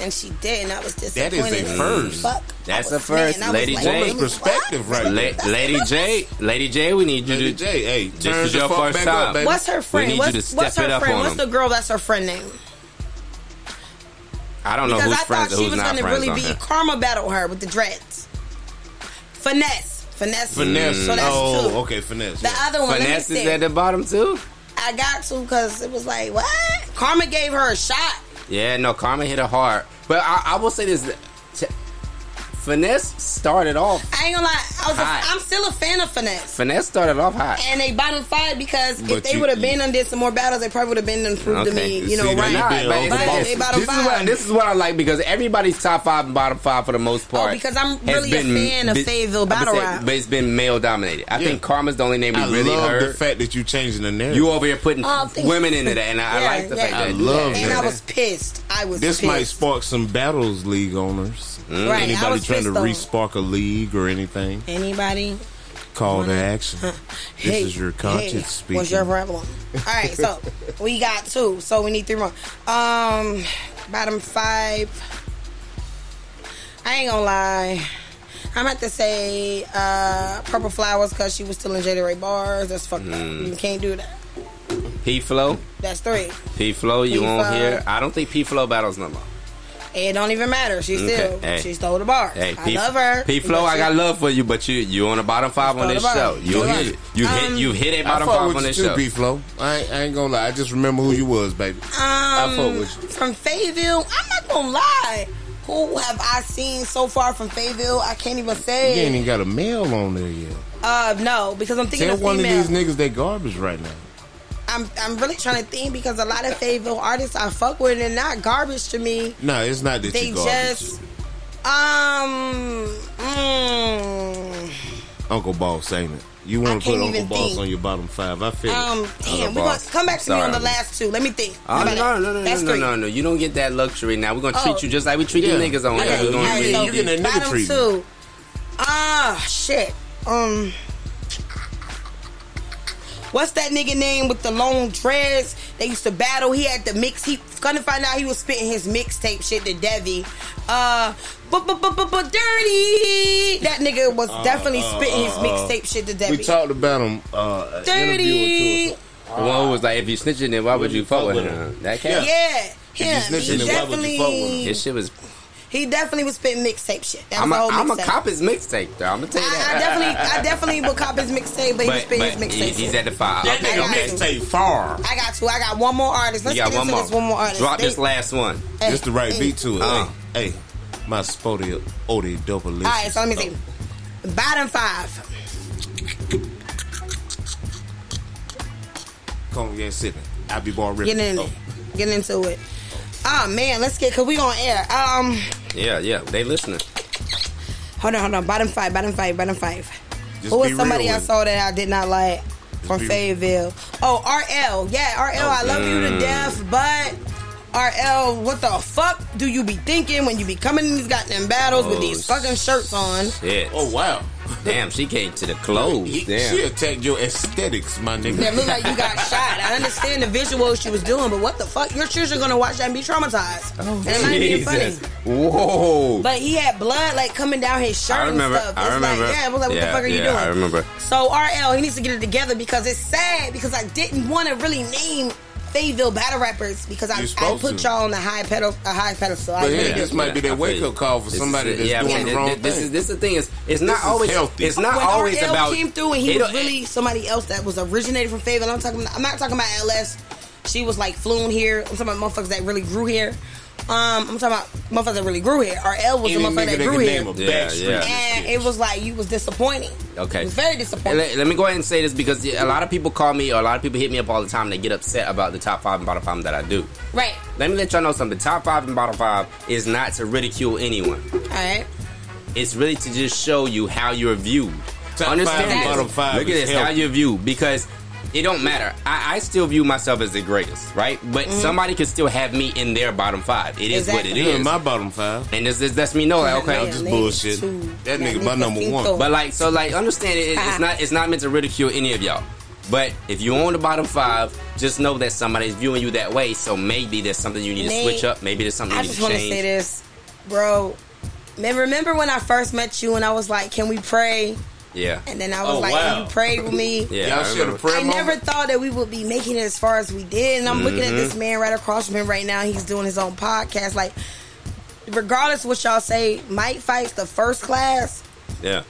Speaker 4: And she did, and I was
Speaker 3: That
Speaker 4: disappointed.
Speaker 3: is a first.
Speaker 4: Fuck.
Speaker 2: That's
Speaker 4: I was
Speaker 2: a first.
Speaker 4: mad. I was
Speaker 2: Lady
Speaker 4: like,
Speaker 2: J.
Speaker 4: what?
Speaker 3: Woman's perspective, right? there.
Speaker 2: La- Lady J, Lady J, we need you
Speaker 3: Lady
Speaker 2: to.
Speaker 3: J, hey,
Speaker 2: This
Speaker 3: turn
Speaker 2: is
Speaker 3: the
Speaker 2: your
Speaker 3: fuck
Speaker 2: first
Speaker 3: back
Speaker 2: time.
Speaker 3: up, baby.
Speaker 4: What's her friend?
Speaker 2: need you
Speaker 4: what's,
Speaker 2: to step
Speaker 4: what's her
Speaker 2: it up
Speaker 4: friend?
Speaker 2: on
Speaker 4: what's
Speaker 2: them.
Speaker 4: the girl that's her friend name?
Speaker 2: I don't know who's
Speaker 4: Because I thought
Speaker 2: friends and
Speaker 4: she
Speaker 2: who's
Speaker 4: was
Speaker 2: not
Speaker 4: gonna
Speaker 2: friends
Speaker 4: really
Speaker 2: on
Speaker 4: be
Speaker 2: here.
Speaker 4: karma battle her with the dreads. Finesse. Finesse.
Speaker 3: Finesse.
Speaker 4: So that's
Speaker 3: oh,
Speaker 4: two.
Speaker 3: okay, finesse.
Speaker 4: The other one,
Speaker 2: Mm. Finesse
Speaker 4: let
Speaker 2: is
Speaker 4: me
Speaker 2: at
Speaker 4: see.
Speaker 2: the bottom too.
Speaker 4: I got to because it was like, what? Karma gave her a shot.
Speaker 2: Yeah, no, Karma hit it hard. But I, I will say this: t- Finesse started off.
Speaker 4: I ain't gonna lie. I was a,
Speaker 2: Hot.
Speaker 4: I'm still a fan of Finesse.
Speaker 2: Finesse started off hot.
Speaker 4: And they bottom five because if
Speaker 3: But
Speaker 4: they
Speaker 3: you-
Speaker 4: would have been and did some more battles, they probably would have been and proved to
Speaker 2: Okay.
Speaker 4: me, you know,
Speaker 3: See, now
Speaker 4: right.
Speaker 3: you
Speaker 2: Nah,
Speaker 3: being
Speaker 2: but
Speaker 4: Right,
Speaker 2: it's-
Speaker 4: they bottom
Speaker 2: this is what
Speaker 4: five.
Speaker 2: this is what I like because everybody's top five and bottom five for the most part.
Speaker 4: Oh, because I'm
Speaker 2: has
Speaker 4: really a fan of
Speaker 2: bi-
Speaker 4: Fayetteville
Speaker 2: I would
Speaker 4: battle
Speaker 2: say-
Speaker 4: rap.
Speaker 2: but it's been male dominated. I
Speaker 3: Yeah.
Speaker 2: think Karma's the only name we
Speaker 3: I
Speaker 2: really
Speaker 3: love
Speaker 2: heard.
Speaker 3: the fact that you changing the narrative.
Speaker 2: you over here putting
Speaker 4: Oh, thank
Speaker 2: women
Speaker 4: you.
Speaker 2: into that, and I, I
Speaker 4: Yeah,
Speaker 2: like the
Speaker 4: yeah.
Speaker 2: fact
Speaker 4: I
Speaker 2: that
Speaker 3: love
Speaker 4: And
Speaker 3: that.
Speaker 4: I was pissed. I I was
Speaker 3: This might
Speaker 4: pissed.
Speaker 3: spark some battles, league owners.
Speaker 4: Right, I
Speaker 3: Anybody
Speaker 4: was
Speaker 3: trying to
Speaker 4: pissed off.
Speaker 3: re-spark a league or anything?
Speaker 4: Anybody?
Speaker 3: Call to
Speaker 4: Wanna-
Speaker 3: action. This
Speaker 4: Hey,
Speaker 3: is your conscience
Speaker 4: hey,
Speaker 3: speaking.
Speaker 4: What's your problem? All right, so we got two, so we need three more. Um, bottom five. I ain't gonna lie. I'm have to say uh, Purple Flowers because she was still in Jada Ray bars. That's fucked up. You can't do that.
Speaker 2: P Flow,
Speaker 4: That's three.
Speaker 2: P Flow, you
Speaker 4: P-Flow.
Speaker 2: on here? I don't think P Flow battles no more.
Speaker 4: It don't even matter. She
Speaker 2: Okay,
Speaker 4: still
Speaker 2: hey.
Speaker 4: she stole the bars.
Speaker 2: Hey,
Speaker 4: I
Speaker 2: P-
Speaker 4: love her.
Speaker 2: P Flow,
Speaker 4: but
Speaker 2: I
Speaker 4: she-
Speaker 2: got love for you, but you you on the bottom five on
Speaker 4: Flow
Speaker 2: this
Speaker 4: the
Speaker 2: show.
Speaker 4: bottom.
Speaker 2: You
Speaker 4: You're
Speaker 2: hit
Speaker 4: right.
Speaker 2: it. You
Speaker 4: Um,
Speaker 2: hit you hit a
Speaker 6: I
Speaker 2: bottom
Speaker 6: fuck
Speaker 2: five on
Speaker 6: with you
Speaker 2: this
Speaker 6: too,
Speaker 2: show.
Speaker 6: B Flow. I ain't, I ain't gonna lie. I just remember who you was, baby. I
Speaker 4: Um,
Speaker 6: fuck with you.
Speaker 4: From Fayetteville, I'm not gonna lie. Who have I seen so far from Fayetteville? I can't even
Speaker 3: You
Speaker 4: say.
Speaker 3: ain't even got a male on there yet.
Speaker 4: Uh, no, because I'm thinking
Speaker 3: Tell
Speaker 4: of
Speaker 3: one of
Speaker 4: female.
Speaker 3: these niggas they garbage right now.
Speaker 4: I'm I'm really trying to think because a lot of Fayetteville artists I fuck with and not garbage to me.
Speaker 3: No, it's not that
Speaker 4: They
Speaker 3: you garbage.
Speaker 4: just um. Mm,
Speaker 3: Uncle Boss ain't it. You want
Speaker 4: I
Speaker 3: to
Speaker 4: can't
Speaker 3: put Uncle
Speaker 4: even
Speaker 3: Boss
Speaker 4: think.
Speaker 3: on your bottom five? I feel.
Speaker 4: um, damn, we gonna
Speaker 2: boss.
Speaker 4: come back to me
Speaker 2: Sorry,
Speaker 4: on the
Speaker 2: I'm-
Speaker 4: last two. Let me think.
Speaker 2: Oh,
Speaker 4: How
Speaker 2: no,
Speaker 4: about
Speaker 2: no,
Speaker 4: that?
Speaker 2: no, no,
Speaker 4: That's
Speaker 2: no,
Speaker 4: three.
Speaker 2: no, no. You don't get that luxury now. We're going to treat
Speaker 4: Oh.
Speaker 2: you just like we treat
Speaker 3: Yeah.
Speaker 2: you niggas on
Speaker 3: I
Speaker 2: here.
Speaker 3: got
Speaker 2: We're
Speaker 3: you.
Speaker 2: gonna
Speaker 3: All
Speaker 4: Alright,
Speaker 3: right,
Speaker 2: treat
Speaker 4: so
Speaker 3: you getting that nigga
Speaker 4: bottom
Speaker 3: treatment.
Speaker 4: two. Ah, shit. Um, what's that nigga name with the long dreads? They used to battle. He had the mix. He gonna find out he was spitting his mixtape shit to Devi. Uh, but but but but but dirty. That nigga was
Speaker 3: Uh,
Speaker 4: definitely spitting his mixtape shit to
Speaker 3: we
Speaker 4: Devi.
Speaker 3: talked about him. Uh, an interview or two.
Speaker 4: Dirty.
Speaker 3: or
Speaker 2: The one who was like, if you snitching, then why would you fuck with her? That cat.
Speaker 4: Yeah. Him.
Speaker 3: snitching,
Speaker 4: He
Speaker 3: then why would you fuck with
Speaker 4: definitely.
Speaker 2: This shit was.
Speaker 4: He definitely was spitting mixtape shit. That was
Speaker 2: I'm
Speaker 4: the
Speaker 2: a,
Speaker 4: whole
Speaker 2: I'm a
Speaker 4: mixtape.
Speaker 2: cop his mixtape, though. I'm going to tell you
Speaker 4: I, I
Speaker 2: that.
Speaker 4: definitely, I definitely would cop his mixtape, but, he
Speaker 2: but
Speaker 4: was spitting his
Speaker 2: but he,
Speaker 4: mixtape.
Speaker 2: he's at the five.
Speaker 3: That
Speaker 2: Okay.
Speaker 4: I
Speaker 3: nigga
Speaker 4: got you.
Speaker 3: mixtape far.
Speaker 4: I got two. I got one more artist. Let's
Speaker 2: You
Speaker 4: get
Speaker 2: got one
Speaker 4: into
Speaker 2: more.
Speaker 4: this one more artist.
Speaker 2: Drop
Speaker 4: They-
Speaker 2: this last one.
Speaker 4: Hey,
Speaker 3: It's the right
Speaker 4: hey.
Speaker 3: beat to it.
Speaker 2: Uh.
Speaker 3: Hey, hey, my spotty odie double
Speaker 4: All right, so let me see. Bottom five.
Speaker 3: Cognac sipping. I be bar ripping.
Speaker 4: Get in
Speaker 3: Oh.
Speaker 4: it. Get into it. Oh man, let's get cause we on air. Um,
Speaker 2: Yeah, yeah. They listening.
Speaker 4: hold on, hold on. Bottom five. Bottom five. Bottom five.
Speaker 3: Just
Speaker 4: Who
Speaker 3: be
Speaker 4: was somebody
Speaker 3: real
Speaker 4: I
Speaker 3: with it.
Speaker 4: saw that I did not like from
Speaker 3: be-
Speaker 4: Fayetteville? Oh, RL. Yeah, RL. I love you to death, but RL, what the fuck do you be thinking when you be coming in these goddamn battles with
Speaker 2: Oh,
Speaker 4: these fucking shirts on?
Speaker 2: Shit.
Speaker 3: Oh wow.
Speaker 2: Damn, she came to the clothes.
Speaker 3: He-
Speaker 2: Damn.
Speaker 3: She attacked your aesthetics, my nigga.
Speaker 4: That look like you got shot. I understand the visuals she was doing, but what the fuck? Your children gonna watch that and be traumatized.
Speaker 2: Oh,
Speaker 4: and it might be funny.
Speaker 2: Whoa.
Speaker 4: But he had blood like coming down his shirt
Speaker 2: I remember.
Speaker 4: and stuff.
Speaker 2: I remember.
Speaker 4: Like, yeah, I was like, what the
Speaker 2: Yeah,
Speaker 4: fuck are you
Speaker 2: yeah,
Speaker 4: doing?
Speaker 2: I remember.
Speaker 4: So RL, he needs to get it together because it's sad because I didn't want to really name Fayetteville battle rappers because I,
Speaker 3: You're
Speaker 4: I
Speaker 3: supposed
Speaker 4: put
Speaker 3: to.
Speaker 4: y'all on a high pedal a high pedestal. I
Speaker 3: But
Speaker 4: really
Speaker 3: yeah,
Speaker 4: do.
Speaker 3: this might be
Speaker 2: I
Speaker 3: that
Speaker 2: feel
Speaker 3: wake-up
Speaker 2: you.
Speaker 3: call for somebody
Speaker 2: is-
Speaker 3: that's
Speaker 2: I
Speaker 3: doing
Speaker 2: mean,
Speaker 3: the
Speaker 2: thi-
Speaker 3: wrong
Speaker 2: thi- this
Speaker 3: thing.
Speaker 2: Is, this is the thing is it's not
Speaker 3: is
Speaker 2: always
Speaker 3: healthy.
Speaker 2: it's not
Speaker 4: when
Speaker 2: always
Speaker 4: RL
Speaker 2: about
Speaker 4: came through and he
Speaker 2: it'll-
Speaker 4: was really somebody else that was originated from Fayetteville. I'm talking. I'm not talking about LS. She was like flown here. I'm talking about motherfuckers that really grew here. Um, I'm talking about motherfuckers that really grew here. RL was
Speaker 3: Any nigga
Speaker 4: the motherfucker
Speaker 3: that
Speaker 4: that
Speaker 3: can
Speaker 4: grew here,
Speaker 3: name a
Speaker 2: Yeah,
Speaker 3: backstreet.
Speaker 2: yeah.
Speaker 4: and it was like you was disappointing.
Speaker 2: Okay.
Speaker 4: it was very
Speaker 2: And
Speaker 4: disappointing.
Speaker 2: let, let me go ahead and say this because a lot of people call me or a lot of people hit me up all the time and they get upset about the top five and bottom five that I do.
Speaker 4: right.
Speaker 2: Let me let y'all know something. Top five and bottom five is not to ridicule anyone.
Speaker 4: All right.
Speaker 2: It's really to just show you how you're viewed.
Speaker 3: Top
Speaker 2: Understand
Speaker 3: five and
Speaker 2: this.
Speaker 3: bottom five
Speaker 2: Look at
Speaker 3: is
Speaker 2: this,
Speaker 3: healthy.
Speaker 2: how you're viewed, because it don't matter. I, I still view myself as the greatest, right? But somebody could still have me in their bottom five. It is
Speaker 4: Mm-hmm. Exactly.
Speaker 2: what it
Speaker 3: You
Speaker 2: is.
Speaker 3: in my bottom five.
Speaker 2: and this, this lets me know, like, okay,
Speaker 4: Yeah,
Speaker 3: I'm just
Speaker 4: man,
Speaker 3: bullshit.
Speaker 4: too.
Speaker 3: That nigga
Speaker 4: Magnifico.
Speaker 3: my number one.
Speaker 2: But like, so like, understand it. it- It's not. It's not meant to ridicule any of y'all. But if you own the bottom five, just know that somebody's viewing you that way. So maybe there's something you need to
Speaker 4: Man,
Speaker 2: switch up. Maybe there's something
Speaker 4: I
Speaker 2: you need
Speaker 4: just
Speaker 2: to
Speaker 4: want to
Speaker 2: change.
Speaker 4: say this, bro. Man, remember when I first met you and I was like, "Can we pray?"
Speaker 2: Yeah.
Speaker 4: And then I was
Speaker 3: Oh,
Speaker 4: like,
Speaker 3: wow.
Speaker 4: "And "You prayed with me."
Speaker 2: Yeah, I
Speaker 3: Y'all should
Speaker 2: remember.
Speaker 3: have prayer
Speaker 4: I
Speaker 3: moment.
Speaker 4: never thought that we would be making it as far as we did. And I'm looking at
Speaker 2: Mm-hmm.
Speaker 4: this man right across from him right now. He's doing his own podcast. Like, regardless of what y'all say, Mike fights the first class.
Speaker 2: Yeah.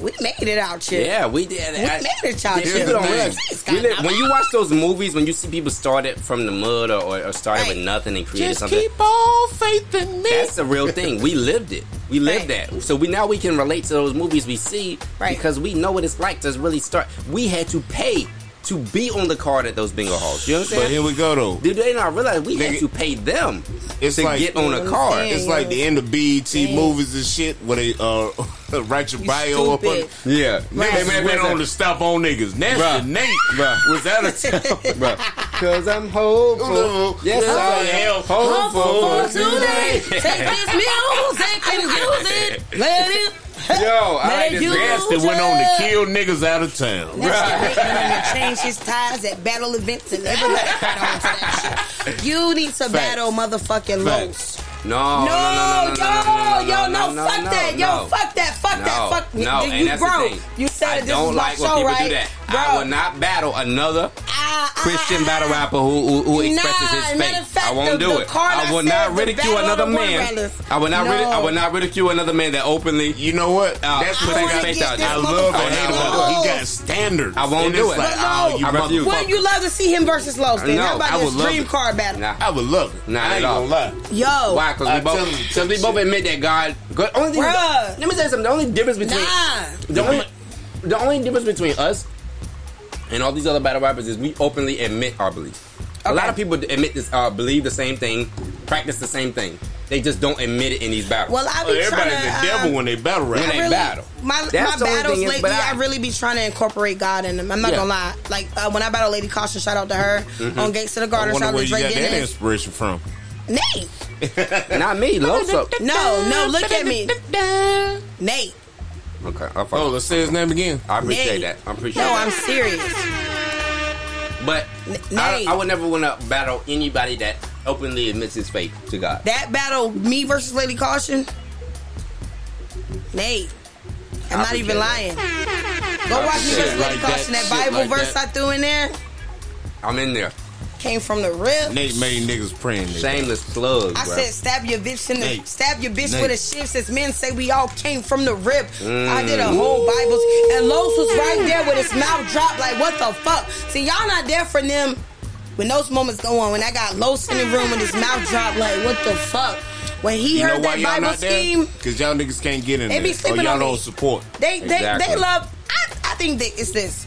Speaker 4: We made it out here.
Speaker 2: Yeah, we did.
Speaker 4: We made it, y'all.
Speaker 2: Yeah,
Speaker 4: Here's
Speaker 2: people
Speaker 3: the
Speaker 2: don't
Speaker 3: thing.
Speaker 2: realize-
Speaker 4: Jeez,
Speaker 2: you li-
Speaker 4: God,
Speaker 2: when you watch those movies, when you see people started from the mud or, or, or started
Speaker 4: Right.
Speaker 2: with nothing and created
Speaker 3: Just
Speaker 2: something,
Speaker 3: keep on faith in me.
Speaker 2: That's the real thing. We lived it. We lived
Speaker 4: Right.
Speaker 2: that. So we now we can relate to those movies we see
Speaker 4: Right.
Speaker 2: because we know what it's like to really start. We had to pay to be on the card at those bingo halls. You
Speaker 3: but here
Speaker 2: understand?
Speaker 3: we go though.
Speaker 2: Do they not realize we had
Speaker 3: Nigga,
Speaker 2: to pay them
Speaker 3: it's
Speaker 2: to
Speaker 3: like-
Speaker 2: get on a card?
Speaker 4: Understand.
Speaker 3: It's like the end of BET movies and shit where they uh, write your
Speaker 4: You
Speaker 3: bio up on
Speaker 4: stupid.
Speaker 2: Yeah,
Speaker 3: Niggas went on to stop on niggas. Nasty
Speaker 2: Bruh.
Speaker 3: Nate
Speaker 2: Bruh.
Speaker 3: was out of town.
Speaker 2: Cause I'm hopeful.
Speaker 3: Yes,
Speaker 2: Yes,
Speaker 3: I
Speaker 2: I am.
Speaker 4: Hopeful
Speaker 6: Hopeful
Speaker 4: today.
Speaker 6: today.
Speaker 4: Take this music and use it. Let it.
Speaker 6: Yo, I
Speaker 4: Let
Speaker 6: ain't
Speaker 4: you
Speaker 6: just
Speaker 3: That's the went on to kill niggas out of town.
Speaker 4: That's right. to change his ties at battle events and everybody got on to that shit. You need to battle motherfucking Los.
Speaker 2: No,
Speaker 4: No,
Speaker 2: Oh, no, no, no, no,
Speaker 4: yo, yo, no, fuck
Speaker 2: no,
Speaker 4: that,
Speaker 2: no.
Speaker 4: yo, fuck that, fuck that,
Speaker 2: No,
Speaker 4: fuck
Speaker 2: no,
Speaker 4: you,
Speaker 2: and that's the
Speaker 4: broke.
Speaker 2: thing.
Speaker 4: You said
Speaker 2: I
Speaker 4: that this
Speaker 2: don't
Speaker 4: is
Speaker 2: like
Speaker 4: my
Speaker 2: when
Speaker 4: show,
Speaker 2: people
Speaker 4: right?
Speaker 2: do that.
Speaker 4: Bro,
Speaker 2: I will not battle another
Speaker 4: I- I-
Speaker 2: Christian
Speaker 4: I-
Speaker 2: battle rapper who who, who
Speaker 4: Nah,
Speaker 2: expresses his
Speaker 4: matter of
Speaker 2: faith.
Speaker 4: fact,
Speaker 2: I won't
Speaker 4: the-
Speaker 2: do
Speaker 4: the
Speaker 2: it.
Speaker 4: card I
Speaker 2: I will
Speaker 4: said,
Speaker 2: not
Speaker 4: the
Speaker 2: ridicule
Speaker 4: battle of the
Speaker 2: another man.
Speaker 4: Wanderers.
Speaker 2: I will not rid-
Speaker 4: No.
Speaker 2: I will not ridicule another man that openly.
Speaker 3: You know what?
Speaker 2: Uh,
Speaker 3: That's
Speaker 2: I
Speaker 3: what
Speaker 2: wanna
Speaker 3: I,
Speaker 2: get
Speaker 3: got.
Speaker 2: this
Speaker 3: I love
Speaker 2: motherfucker
Speaker 3: and hate about it.
Speaker 4: lost.
Speaker 3: He got standards.
Speaker 2: I won't
Speaker 3: And
Speaker 2: do
Speaker 3: it's
Speaker 2: it.
Speaker 3: Like,
Speaker 4: But
Speaker 3: oh,
Speaker 4: no.
Speaker 3: you
Speaker 2: I refuse.
Speaker 3: motherfucker.
Speaker 4: Would you love to see him versus Los? Then
Speaker 2: No,
Speaker 4: how
Speaker 2: I
Speaker 4: about
Speaker 2: would
Speaker 4: this
Speaker 2: love
Speaker 4: dream
Speaker 2: it.
Speaker 4: card battle?
Speaker 2: Nah.
Speaker 3: I would love it.
Speaker 2: Not
Speaker 3: I
Speaker 2: at
Speaker 3: ain't
Speaker 2: all.
Speaker 3: gonna lie.
Speaker 4: Yo,
Speaker 2: Why? Because we
Speaker 3: I
Speaker 2: both
Speaker 3: tell you
Speaker 2: because we
Speaker 3: shit.
Speaker 2: both admit that God. God only thing, Let
Speaker 4: Bruh.
Speaker 2: me tell you something. The only difference between
Speaker 4: Nah.
Speaker 2: the only the only difference between us and all these other battle rappers is we openly admit our beliefs. A lot of people admit this, uh, believe the same thing, practice the same thing. They just don't admit it in these battles.
Speaker 4: well, I
Speaker 3: Oh,
Speaker 4: be
Speaker 3: everybody's
Speaker 4: trying to.
Speaker 3: the devil
Speaker 4: um,
Speaker 3: when they battle
Speaker 2: When
Speaker 3: rap.
Speaker 2: they
Speaker 4: really-
Speaker 2: battle.
Speaker 4: My,
Speaker 2: That's the
Speaker 4: my
Speaker 2: only
Speaker 4: battles
Speaker 2: thing is-
Speaker 4: lately,
Speaker 2: but
Speaker 4: I,
Speaker 2: I-
Speaker 4: really be trying to incorporate God in them. I'm not
Speaker 2: Yeah.
Speaker 4: gonna lie. Like uh, when I battle Lady Caution, shout out to her on Gates of the
Speaker 3: I
Speaker 4: Garden, shout
Speaker 3: wonder
Speaker 4: out
Speaker 3: where
Speaker 4: to
Speaker 3: you got
Speaker 4: Drake
Speaker 3: that
Speaker 4: Dennis.
Speaker 3: inspiration from.
Speaker 4: Nate,
Speaker 2: Not me, Loso.
Speaker 4: no, no, look at me, Nate.
Speaker 2: Okay, I'll
Speaker 6: Oh,
Speaker 2: follow.
Speaker 6: let's say his name again.
Speaker 2: I appreciate
Speaker 4: Nate.
Speaker 2: that. I appreciate
Speaker 4: No, I'm
Speaker 2: that.
Speaker 4: serious.
Speaker 2: but
Speaker 4: N-
Speaker 2: I,
Speaker 4: Nate.
Speaker 2: I would never want to battle anybody that openly admits his faith to God.
Speaker 4: That battle, me versus Lady Caution, Nate. I'm
Speaker 2: I
Speaker 4: not even lying.
Speaker 2: appreciate
Speaker 4: Go watch me
Speaker 2: appreciate
Speaker 4: versus
Speaker 2: it.
Speaker 4: Lady
Speaker 6: Like that,
Speaker 4: Caution. That
Speaker 6: shit
Speaker 4: Bible
Speaker 6: like
Speaker 4: verse
Speaker 6: that.
Speaker 4: I threw in there
Speaker 2: I'm in there.
Speaker 4: came from the rib.
Speaker 3: Nate made niggas praying. they-
Speaker 2: Shameless plug.
Speaker 4: I
Speaker 2: bro.
Speaker 4: said stab your bitch in the
Speaker 3: Nate.
Speaker 4: stab your bitch
Speaker 3: Nate.
Speaker 4: with a shiv since men say we all came from the rib. I did a
Speaker 3: Mm.
Speaker 4: whole Bibles and Los was right there with his mouth dropped like what the fuck. See y'all not there for them when those moments go on. When I got Los in the room with his mouth dropped like what the fuck. When he
Speaker 3: You know
Speaker 4: heard
Speaker 3: why
Speaker 4: that
Speaker 3: y'all
Speaker 4: Bible
Speaker 3: not there?
Speaker 4: scheme,
Speaker 3: Because y'all niggas can't get in
Speaker 4: They
Speaker 3: there.
Speaker 4: be
Speaker 3: or
Speaker 4: sleeping
Speaker 3: y'all
Speaker 4: on
Speaker 3: don't
Speaker 4: me.
Speaker 3: support.
Speaker 4: they they,
Speaker 2: Exactly.
Speaker 4: they love. I, I think that it's this.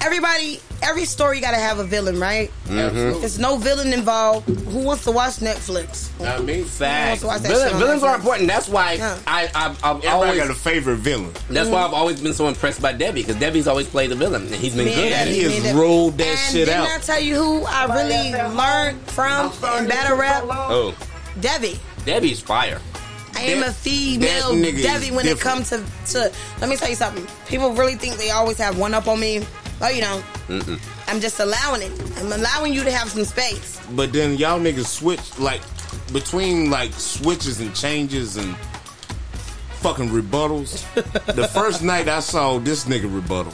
Speaker 4: Everybody, every story got to have a villain, right?
Speaker 3: Mm-hmm.
Speaker 4: If
Speaker 6: Absolutely.
Speaker 4: there's no villain involved, who wants to watch Netflix?
Speaker 6: Not me.
Speaker 2: Facts.
Speaker 4: Who wants to watch that shit
Speaker 2: Villain,
Speaker 4: on
Speaker 2: villains
Speaker 4: Netflix?
Speaker 2: are important. That's why
Speaker 4: Yeah.
Speaker 2: I, I, I've
Speaker 3: Everybody
Speaker 2: always.
Speaker 3: got a favorite villain.
Speaker 2: that's why I've always been so impressed by Debbie because Debbie's always played the villain and he's been
Speaker 4: Mm-hmm. Man,
Speaker 2: good at
Speaker 3: He
Speaker 2: it.
Speaker 3: has
Speaker 4: man,
Speaker 3: rolled that
Speaker 4: and
Speaker 3: shit
Speaker 4: didn't
Speaker 3: out.
Speaker 4: I tell you who I really learned from in battle rap?
Speaker 2: Oh,
Speaker 4: Debbie.
Speaker 2: Debbie's fire.
Speaker 4: I am
Speaker 3: That-
Speaker 4: a female
Speaker 3: that nigga is
Speaker 4: Debbie when it
Speaker 3: different.
Speaker 4: comes to, to. Let me tell you something. People really think they always have one up on me. Oh, you know. I'm just allowing it. I'm allowing you to have some space.
Speaker 3: But then y'all niggas switch like between like switches and changes and fucking rebuttals. the first night I saw this nigga rebuttal,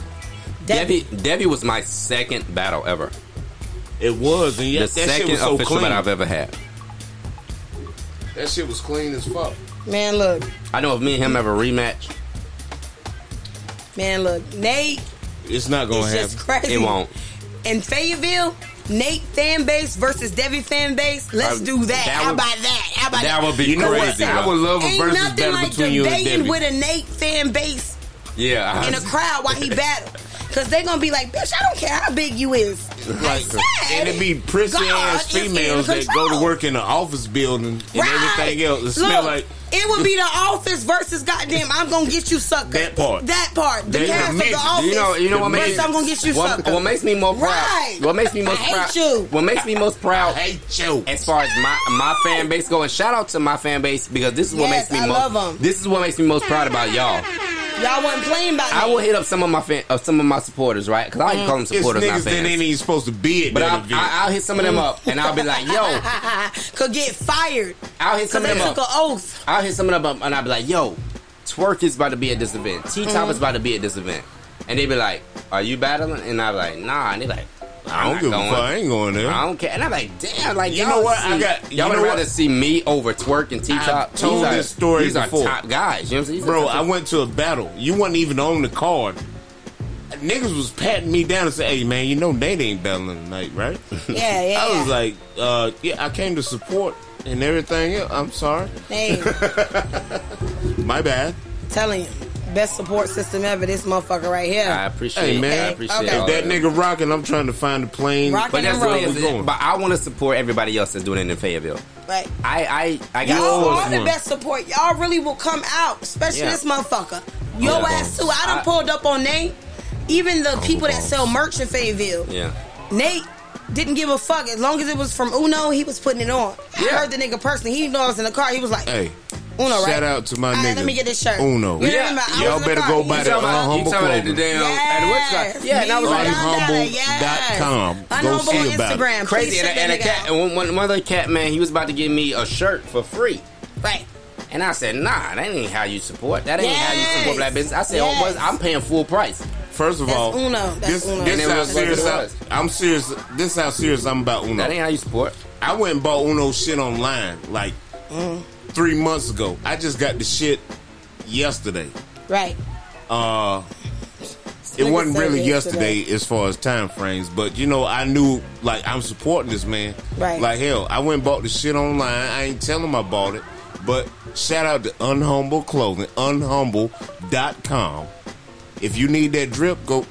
Speaker 4: Debbie.
Speaker 2: Debbie, Debbie was my second battle ever.
Speaker 3: it was and
Speaker 2: the
Speaker 3: yes, that shit
Speaker 2: second
Speaker 3: was so
Speaker 2: official
Speaker 3: clean.
Speaker 2: battle I've ever had.
Speaker 6: That shit was clean as fuck.
Speaker 4: Man, look.
Speaker 2: I know if me and him ever rematch,
Speaker 4: Man, look. Nate
Speaker 3: it's not gonna
Speaker 4: is
Speaker 3: happen.
Speaker 4: just crazy.
Speaker 2: it won't.
Speaker 4: In Fayetteville, Nate fan base versus Debbie fan base. Let's
Speaker 2: I-
Speaker 4: do that.
Speaker 2: that
Speaker 4: How
Speaker 2: would-
Speaker 4: about that? How about
Speaker 2: That
Speaker 4: that?
Speaker 2: would be
Speaker 3: You know what?
Speaker 2: crazy.
Speaker 3: I
Speaker 2: bro.
Speaker 3: would love a
Speaker 4: Ain't
Speaker 3: versus
Speaker 4: nothing
Speaker 3: battle
Speaker 4: like
Speaker 3: between you and
Speaker 4: debating
Speaker 3: Debbie.
Speaker 4: with a Nate fan base
Speaker 2: Yeah, I-
Speaker 4: in a crowd while he battle. Cause they gonna be like, bitch, I don't care how big you is.
Speaker 3: like,
Speaker 4: said,
Speaker 3: and it be prissy
Speaker 4: God
Speaker 3: ass
Speaker 4: is in
Speaker 3: females that
Speaker 4: control.
Speaker 3: go to work in the office building and
Speaker 4: Right.
Speaker 3: everything else. It smell
Speaker 4: Look,
Speaker 3: like
Speaker 4: it would be the office versus goddamn. I'm gonna get you sucker.
Speaker 3: That part.
Speaker 4: That part. The
Speaker 3: That-
Speaker 4: cast of the
Speaker 3: the
Speaker 4: office.
Speaker 2: You know, you know what
Speaker 4: versus
Speaker 2: makes
Speaker 4: I'm gonna get you
Speaker 2: what,
Speaker 4: sucker.
Speaker 2: what makes me more proud.
Speaker 4: Right.
Speaker 2: What makes me most
Speaker 4: I hate
Speaker 2: proud.
Speaker 4: you.
Speaker 2: What makes me most proud.
Speaker 3: hate you.
Speaker 2: As far as my my fan base go, and shout out to my fan base because this is what
Speaker 4: Yes,
Speaker 2: makes me
Speaker 4: I
Speaker 2: most.
Speaker 4: love 'em.
Speaker 2: This is what makes me most proud about y'all.
Speaker 4: Y'all wasn't playing by
Speaker 2: I
Speaker 4: Nate.
Speaker 2: will hit up some of my fan, uh, some of my supporters, right? Because I can call them
Speaker 3: It's
Speaker 2: supporters, not
Speaker 3: niggas that ain't
Speaker 2: fans.
Speaker 3: even supposed to be at
Speaker 2: But
Speaker 3: that
Speaker 2: I'll,
Speaker 3: event.
Speaker 2: I- I'll hit some of them up, and I'll be like, "Yo,
Speaker 4: could get fired
Speaker 2: I'll hit
Speaker 4: because
Speaker 2: some of
Speaker 4: they
Speaker 2: them
Speaker 4: took an
Speaker 2: up.
Speaker 4: oath.
Speaker 2: I'll hit some of them up, and I'll be like, "Yo, Twerk is about to be at this event. T Top is about to be at this event." And they be like, "Are you battling?" And I'm like, "Nah." And they like,
Speaker 3: I
Speaker 2: I'm
Speaker 3: don't give
Speaker 2: not
Speaker 3: a
Speaker 2: going."
Speaker 3: fuck. I ain't going there.
Speaker 2: I don't care. And I'm like, damn, like
Speaker 3: You
Speaker 2: y'all
Speaker 3: know what?
Speaker 2: See,
Speaker 3: I got- you
Speaker 2: y'all would
Speaker 3: know
Speaker 2: rather
Speaker 3: what?
Speaker 2: see me over twerk and T top.
Speaker 3: I've told this story
Speaker 2: These
Speaker 3: before.
Speaker 2: are top guys. You know what I'm saying?
Speaker 3: Bro,
Speaker 2: These are
Speaker 3: I
Speaker 2: top-
Speaker 3: went to a battle. You wasn't even on the card. Niggas was patting me down and say, "Hey man, you know Nate ain't battling tonight, right?"
Speaker 4: Yeah, yeah.
Speaker 3: I was
Speaker 4: yeah.
Speaker 3: like, uh, "Yeah, I came to support and everything." Else. I'm sorry,
Speaker 4: Nate,
Speaker 3: my bad.
Speaker 4: telling you, best support system ever. This motherfucker right here.
Speaker 2: I appreciate.
Speaker 3: Hey,
Speaker 2: it.
Speaker 3: man.
Speaker 2: I appreciate
Speaker 4: Okay.
Speaker 2: all
Speaker 3: If that
Speaker 2: that.
Speaker 3: nigga rocking, I'm trying to find a plane.
Speaker 4: Rockin'
Speaker 2: But that's the
Speaker 4: and
Speaker 2: thing.
Speaker 4: rollin'.
Speaker 2: Is,
Speaker 3: Where we going?
Speaker 2: but I want to support everybody else that's doing it in Fayetteville.
Speaker 4: Like,
Speaker 2: I, I, I got.
Speaker 4: Y'all
Speaker 3: always
Speaker 4: are the
Speaker 3: won.
Speaker 4: best support. Y'all really will come out, especially
Speaker 2: Yeah.
Speaker 4: this motherfucker. Your
Speaker 2: Yeah.
Speaker 4: ass too. I done
Speaker 2: I-
Speaker 4: pulled up on Nate. Even the people that sell merch in Fayetteville.
Speaker 2: Yeah.
Speaker 4: Nate didn't give a fuck. As long as it was from Uno, he was putting it on. I
Speaker 3: Yeah.
Speaker 4: heard the nigga personally. He knew I was in the car. He was like,
Speaker 3: Hey,
Speaker 4: Uno, right?
Speaker 3: shout out to my
Speaker 4: All right,
Speaker 3: nigga.
Speaker 4: Let me get this shirt.
Speaker 3: Uno.
Speaker 4: You know what I
Speaker 2: Yeah.
Speaker 4: mean? I was
Speaker 3: Y'all
Speaker 4: in the
Speaker 3: better
Speaker 4: car.
Speaker 3: go
Speaker 4: He
Speaker 3: buy
Speaker 4: was
Speaker 3: that
Speaker 4: like,
Speaker 3: Unhumble
Speaker 2: you talking about the
Speaker 3: Clothing.
Speaker 2: damn at the website?
Speaker 4: Yes,
Speaker 2: Yeah, and I was
Speaker 4: me
Speaker 2: like,
Speaker 4: done that, yes.
Speaker 3: unhumble.com. Go
Speaker 4: Unhumble
Speaker 3: see about it.
Speaker 4: Instagram. Please
Speaker 2: crazy. And,
Speaker 4: check
Speaker 2: a- and a
Speaker 4: that nigga
Speaker 2: cat,
Speaker 4: out.
Speaker 2: and one, one one other cat man, he was about to give me a shirt for free.
Speaker 4: right?
Speaker 2: And I said, nah, that ain't how you support. That ain't how you
Speaker 4: Yes.
Speaker 2: support black business. I said, oh,
Speaker 4: Yes.
Speaker 2: what- I'm paying full price.
Speaker 3: First of
Speaker 4: That's
Speaker 3: all,
Speaker 4: Uno. That's
Speaker 3: this,
Speaker 4: Uno.
Speaker 3: this
Speaker 2: And it
Speaker 3: how
Speaker 2: was what it
Speaker 3: serious I,
Speaker 2: was.
Speaker 3: I'm serious. This how serious I'm about Uno.
Speaker 2: That ain't how you support.
Speaker 3: I went and bought Uno shit online like three months ago. I just got the shit yesterday.
Speaker 4: Right.
Speaker 3: Uh, it
Speaker 4: Nigga
Speaker 3: wasn't
Speaker 4: said
Speaker 3: really
Speaker 4: it
Speaker 3: yesterday as far as time frames, but you know, I knew like I'm supporting this man.
Speaker 4: Right.
Speaker 3: Like hell, I went and bought the shit online. I ain't telling him I bought it, but shout out to Unhumble Clothing, unhumble.com. If you need that drip, go.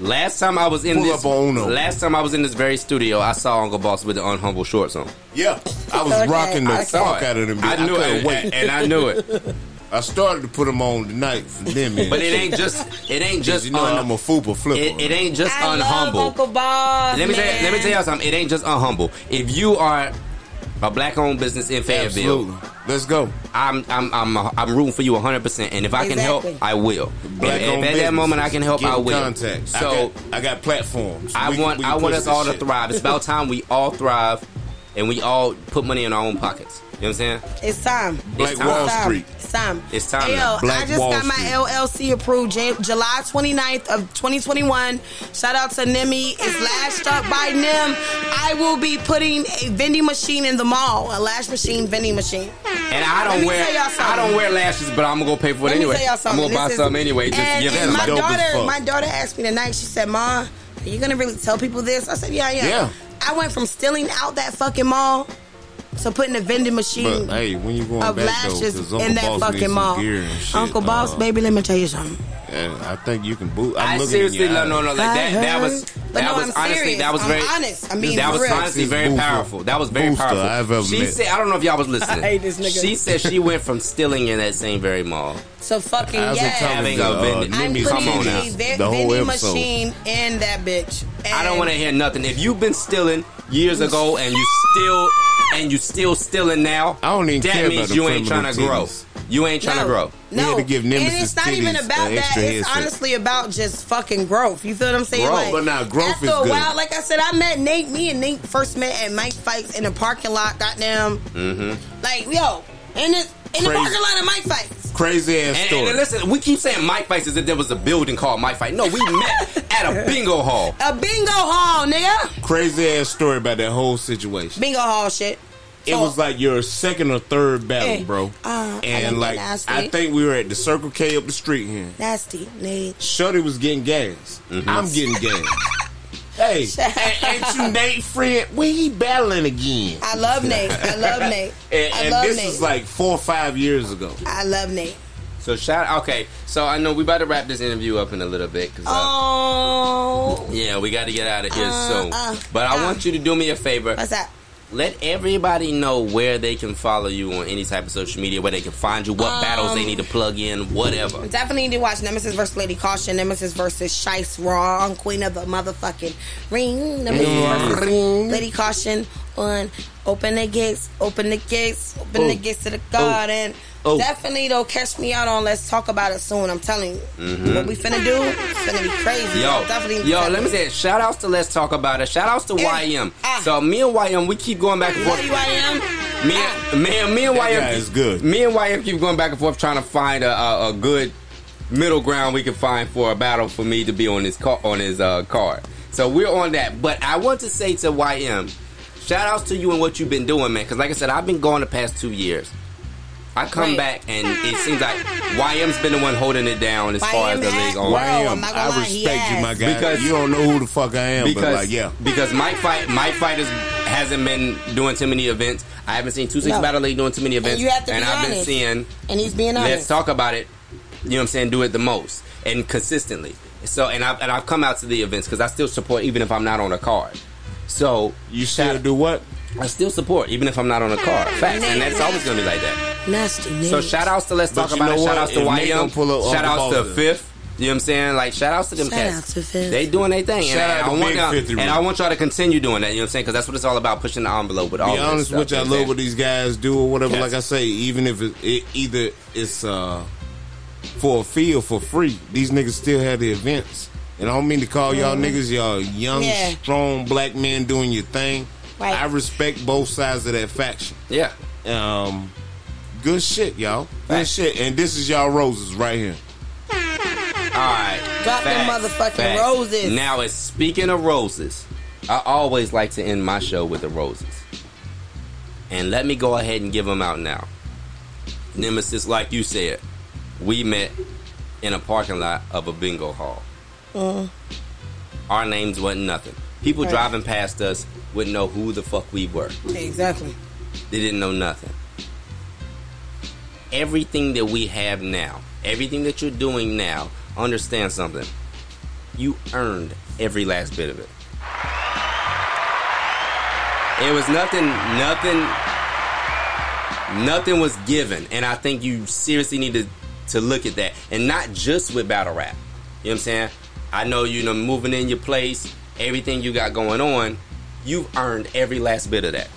Speaker 2: Last time I was in
Speaker 3: Pull
Speaker 2: this,
Speaker 3: up on Uno.
Speaker 2: last time I was in this very studio, I saw Uncle Boss with the unhumble shorts on.
Speaker 3: Yeah, I was
Speaker 4: Okay,
Speaker 3: rocking the
Speaker 4: I saw
Speaker 3: fuck out of them. bitch.
Speaker 2: I knew
Speaker 3: couldn't
Speaker 2: it,
Speaker 3: wait.
Speaker 2: and, and I knew it.
Speaker 3: I started to put them on tonight, and then man,
Speaker 2: But it ain't just, it ain't just,
Speaker 3: you know
Speaker 2: un-
Speaker 3: I'm a fupa flipper.
Speaker 2: it, it ain't just
Speaker 4: I
Speaker 2: unhumble.
Speaker 4: love Uncle Bob.
Speaker 2: Let me tell
Speaker 4: man.
Speaker 2: you, let me tell y'all something. It ain't just unhumble. If you are a black-owned business in Fayetteville,
Speaker 3: Absolutely, let's go.
Speaker 2: I'm I'm I'm I'm rooting for you 100. percent And if I can
Speaker 4: Exactly.
Speaker 2: help, I will.
Speaker 3: Black
Speaker 2: if, if
Speaker 3: owned
Speaker 2: at that moment I
Speaker 3: businesses,
Speaker 2: can help,
Speaker 3: get
Speaker 2: I
Speaker 3: in
Speaker 2: will.
Speaker 3: Contact. I
Speaker 2: So
Speaker 3: got, I got platforms.
Speaker 2: I,
Speaker 3: We can-
Speaker 2: want
Speaker 3: we can
Speaker 2: I want
Speaker 3: push
Speaker 2: us
Speaker 3: this
Speaker 2: all to
Speaker 3: shit.
Speaker 2: thrive. It's about time we all thrive, and we all put money in our own pockets. You know what I'm saying?
Speaker 4: It's time.
Speaker 3: Black
Speaker 2: It's time.
Speaker 3: Wall
Speaker 4: It's time.
Speaker 3: Street.
Speaker 4: It's time.
Speaker 2: It's time
Speaker 4: Hey,
Speaker 2: now.
Speaker 4: yo,
Speaker 3: Black
Speaker 4: I just
Speaker 3: Wall
Speaker 4: got my
Speaker 3: Street.
Speaker 4: LLC approved J- July 29th of 2021. Shout out to Nimi. It's lashed up by Nim. I will be putting a vending machine in the mall, a lash machine vending machine.
Speaker 2: And I
Speaker 4: Let
Speaker 2: don't
Speaker 4: me
Speaker 2: wear
Speaker 4: tell y'all
Speaker 2: I
Speaker 4: something.
Speaker 2: don't wear lashes, but I'm gonna go pay for it
Speaker 4: Let
Speaker 2: anyway.
Speaker 4: me tell y'all
Speaker 2: I'm
Speaker 4: something.
Speaker 2: gonna buy
Speaker 4: This is-
Speaker 2: some anyway. Just to
Speaker 4: and,
Speaker 2: give
Speaker 4: and
Speaker 3: them
Speaker 4: my
Speaker 3: dope as
Speaker 4: daughter,
Speaker 3: fuck.
Speaker 4: my daughter asked me tonight. She said, "Ma, are you gonna really tell people this?" I said, "Yeah, yeah."
Speaker 3: Yeah.
Speaker 4: I went from stealing out that fucking mall to putting a vending machine.
Speaker 3: But hey, when you going
Speaker 4: Of
Speaker 3: back though,
Speaker 4: lashes
Speaker 3: because Uncle
Speaker 4: in that
Speaker 3: Boss needs
Speaker 4: fucking
Speaker 3: some
Speaker 4: mall.
Speaker 3: gear and shit.
Speaker 4: Uncle Boss,
Speaker 3: Uh,
Speaker 4: baby, let me tell you something.
Speaker 3: yeah, I think you can boot. I'm
Speaker 2: I
Speaker 3: looking
Speaker 2: seriously
Speaker 3: in your
Speaker 2: love no
Speaker 3: eyes.
Speaker 2: no like
Speaker 4: I
Speaker 2: that that
Speaker 4: heard.
Speaker 2: was
Speaker 4: But
Speaker 2: that
Speaker 4: no,
Speaker 2: was
Speaker 4: I'm
Speaker 2: honestly
Speaker 4: serious.
Speaker 2: that was
Speaker 4: I'm
Speaker 2: very
Speaker 4: honest. I'm being
Speaker 2: that was
Speaker 4: real.
Speaker 2: honestly
Speaker 3: Sexiest
Speaker 2: very
Speaker 3: booster-
Speaker 2: powerful that was very
Speaker 3: booster
Speaker 2: powerful
Speaker 3: I've ever
Speaker 2: she
Speaker 3: met.
Speaker 2: said I don't know if y'all was listening
Speaker 4: I hate this nigga.
Speaker 2: she said she went from stealing in that same very mall
Speaker 4: So fucking
Speaker 3: I was
Speaker 4: yeah.
Speaker 3: in
Speaker 2: Having
Speaker 3: to,
Speaker 2: a
Speaker 3: uh,
Speaker 2: vending-
Speaker 4: I'm
Speaker 3: Nimi's
Speaker 4: putting
Speaker 2: Come on now.
Speaker 4: a
Speaker 3: kids
Speaker 4: ve-
Speaker 3: the whole
Speaker 4: vending
Speaker 3: episode.
Speaker 4: machine in that bitch.
Speaker 2: I don't
Speaker 4: And-
Speaker 2: want to hear nothing if you've been stealing years ago and you still and you still stealing now
Speaker 3: I don't even
Speaker 2: that
Speaker 3: care
Speaker 2: means
Speaker 3: about them
Speaker 2: you ain't trying
Speaker 3: criminal
Speaker 2: to grow
Speaker 3: titties.
Speaker 2: you ain't trying to grow
Speaker 3: We had
Speaker 4: No,
Speaker 3: to give
Speaker 4: and
Speaker 3: Nemesis
Speaker 4: it's not even
Speaker 3: titties
Speaker 4: about
Speaker 3: an
Speaker 4: that.
Speaker 3: extra
Speaker 4: It's
Speaker 3: headset.
Speaker 4: honestly about just fucking growth. You feel what I'm saying?
Speaker 3: Growth,
Speaker 4: Like,
Speaker 3: but now growth
Speaker 4: after
Speaker 3: is
Speaker 4: a
Speaker 3: good.
Speaker 4: while, like I said, I met Nate. Me and Nate first met at Mike Fights in the parking lot. Goddamn, mm-hmm. like yo, in the in the
Speaker 3: Crazy.
Speaker 4: parking lot of Mike Fights.
Speaker 3: Crazy ass
Speaker 2: and,
Speaker 3: story.
Speaker 2: and listen we keep saying Mike fights as if there was a building called Mike fight no we met at a bingo hall
Speaker 4: A bingo hall, nigga.
Speaker 3: Crazy ass story about that whole situation.
Speaker 4: Bingo hall shit.
Speaker 3: It was like your second or third
Speaker 4: Eh,
Speaker 3: battle, bro.
Speaker 4: uh, I didn't
Speaker 3: and like
Speaker 4: get nasty.
Speaker 3: I think we were at the Circle K up the street here.
Speaker 4: nasty, Nate.
Speaker 3: Shorty was getting gas.
Speaker 4: Mm-hmm.
Speaker 3: I'm getting gas. hey, a- ain't you Nate friend? We he battling again.
Speaker 4: I love Nate. I love Nate.
Speaker 3: And,
Speaker 4: I
Speaker 3: and
Speaker 4: love
Speaker 3: this
Speaker 4: Nate.
Speaker 3: is like four or five years ago.
Speaker 4: I love Nate.
Speaker 2: So shout okay. So I know we about to wrap this interview up in a little bit 'cause, uh,
Speaker 4: Oh,
Speaker 2: yeah, we got to get out of here
Speaker 4: Uh,
Speaker 2: soon.
Speaker 4: uh,
Speaker 2: but I
Speaker 4: uh.
Speaker 2: want you to do me a favor.
Speaker 4: what's that?
Speaker 2: Let everybody know where they can follow you on any type of social media, where they can find you, what battles
Speaker 4: Um,
Speaker 2: they need to plug in, whatever.
Speaker 4: Definitely need to watch Nemesis versus Lady Caution, Nemesis versus Shice Raw on Queen of the Motherfucking Ring, Nemesis versus Lady Caution on Open the Gates, Open the Gates, Open the
Speaker 3: Oh.
Speaker 4: Gates to the Garden.
Speaker 3: Oh.
Speaker 4: Definitely though, catch me out on Let's Talk About It soon. I'm telling you, what we finna do is finna be crazy.
Speaker 2: Mm-hmm. Yo,
Speaker 4: I'm definitely.
Speaker 2: yo,
Speaker 4: telling
Speaker 2: let me
Speaker 4: you.
Speaker 2: say it. shout outs to Let's Talk About It. Shout outs to
Speaker 4: Yeah.
Speaker 2: YM.
Speaker 4: Ah.
Speaker 2: So me and YM, we keep going back and
Speaker 4: Love
Speaker 2: forth.
Speaker 4: you, I am.
Speaker 2: Me, and- me, and- me and
Speaker 3: That
Speaker 2: YM
Speaker 3: guy is good.
Speaker 2: Me and YM keep going back and forth trying to find a, a, a good middle ground we can find for a battle for me to be on his car on his uh, card. So we're on that. But I want to say to YM, shout outs to you and what you've been doing, man. Because like I said, I've been gone the past two years. I come
Speaker 4: Right.
Speaker 2: back and it seems like YM's been the one holding it down as far as the
Speaker 4: YM
Speaker 2: league
Speaker 4: had-
Speaker 2: on.
Speaker 4: Bro,
Speaker 3: I
Speaker 4: I'm
Speaker 3: am.
Speaker 4: not gonna
Speaker 3: I
Speaker 4: lie, he
Speaker 3: respect you, my
Speaker 4: ass.
Speaker 3: guy.
Speaker 2: Because-
Speaker 3: you don't know who the fuck I am, but like, yeah.
Speaker 2: because my fight my fight is hasn't been doing too many events. I haven't seen two six
Speaker 4: No.
Speaker 2: battle league doing too many events,
Speaker 4: you have to be
Speaker 2: I've been
Speaker 4: honest.
Speaker 2: seeing
Speaker 4: and he's being honest.
Speaker 2: let's talk about it. You know what I'm saying? Do it the most and consistently. So and I've and I've come out to the events because I still support even if I'm not on a card. So
Speaker 3: You
Speaker 2: shout-
Speaker 3: still do what?
Speaker 2: I still support even if I'm not on a card. Facts, and that's always gonna be like that.
Speaker 4: Nasty.
Speaker 2: So
Speaker 4: niggas.
Speaker 2: shout outs to Let's
Speaker 3: But
Speaker 2: Talk
Speaker 3: you
Speaker 2: About
Speaker 3: know
Speaker 2: It. Shout
Speaker 3: what?
Speaker 2: outs to
Speaker 3: If Nate
Speaker 2: YM.
Speaker 3: don't pull up,
Speaker 2: Shout
Speaker 3: Uncle
Speaker 2: outs to
Speaker 3: Boss is.
Speaker 2: Fifth. You know what I'm saying? Like, shout outs to them
Speaker 4: Shout
Speaker 2: cats.
Speaker 4: out to Fifth.
Speaker 2: They doing their thing.
Speaker 6: Shout
Speaker 2: and I-
Speaker 6: out
Speaker 2: I,
Speaker 6: to
Speaker 2: want
Speaker 6: Big
Speaker 2: y'all-
Speaker 6: 53.
Speaker 2: And I want y'all to continue doing that. You know what I'm saying? Because that's what it's all about, pushing the envelope with all
Speaker 6: be
Speaker 2: of this
Speaker 6: honest
Speaker 2: stuff,
Speaker 6: with you, I
Speaker 2: you know
Speaker 6: love what these guys do or whatever.
Speaker 2: Yes.
Speaker 6: Like I say, even if it, it either it's uh, for a fee or for free, these niggas still have the events. And I don't mean to call y'all niggas y'all young,
Speaker 4: Mm. Yeah.
Speaker 6: strong black men doing your thing.
Speaker 4: Right.
Speaker 6: I respect both sides of that faction.
Speaker 2: Yeah.
Speaker 6: Um, good shit, y'all. Good
Speaker 2: Facts.
Speaker 6: shit. And this is y'all roses right here.
Speaker 2: All right.
Speaker 4: Drop them motherfucking roses.
Speaker 2: Now, it's speaking of roses, I always like to end my show with the roses. And let me go ahead and give them out now. Nemesis, like you said, we met in a parking lot of a bingo hall. Our names wasn't nothing. People
Speaker 4: Mm. Right.
Speaker 2: driving past us wouldn't know who the fuck we were.
Speaker 4: Exactly.
Speaker 2: They didn't know nothing. Everything that we have now, everything that you're doing now, understand something. You earned every last bit of it. It was nothing, nothing, nothing was given. And I think you seriously need to, to look at that. And not just with battle rap. You know what I'm saying? I know you know moving in your place, everything you got going on, you've earned every last bit of that.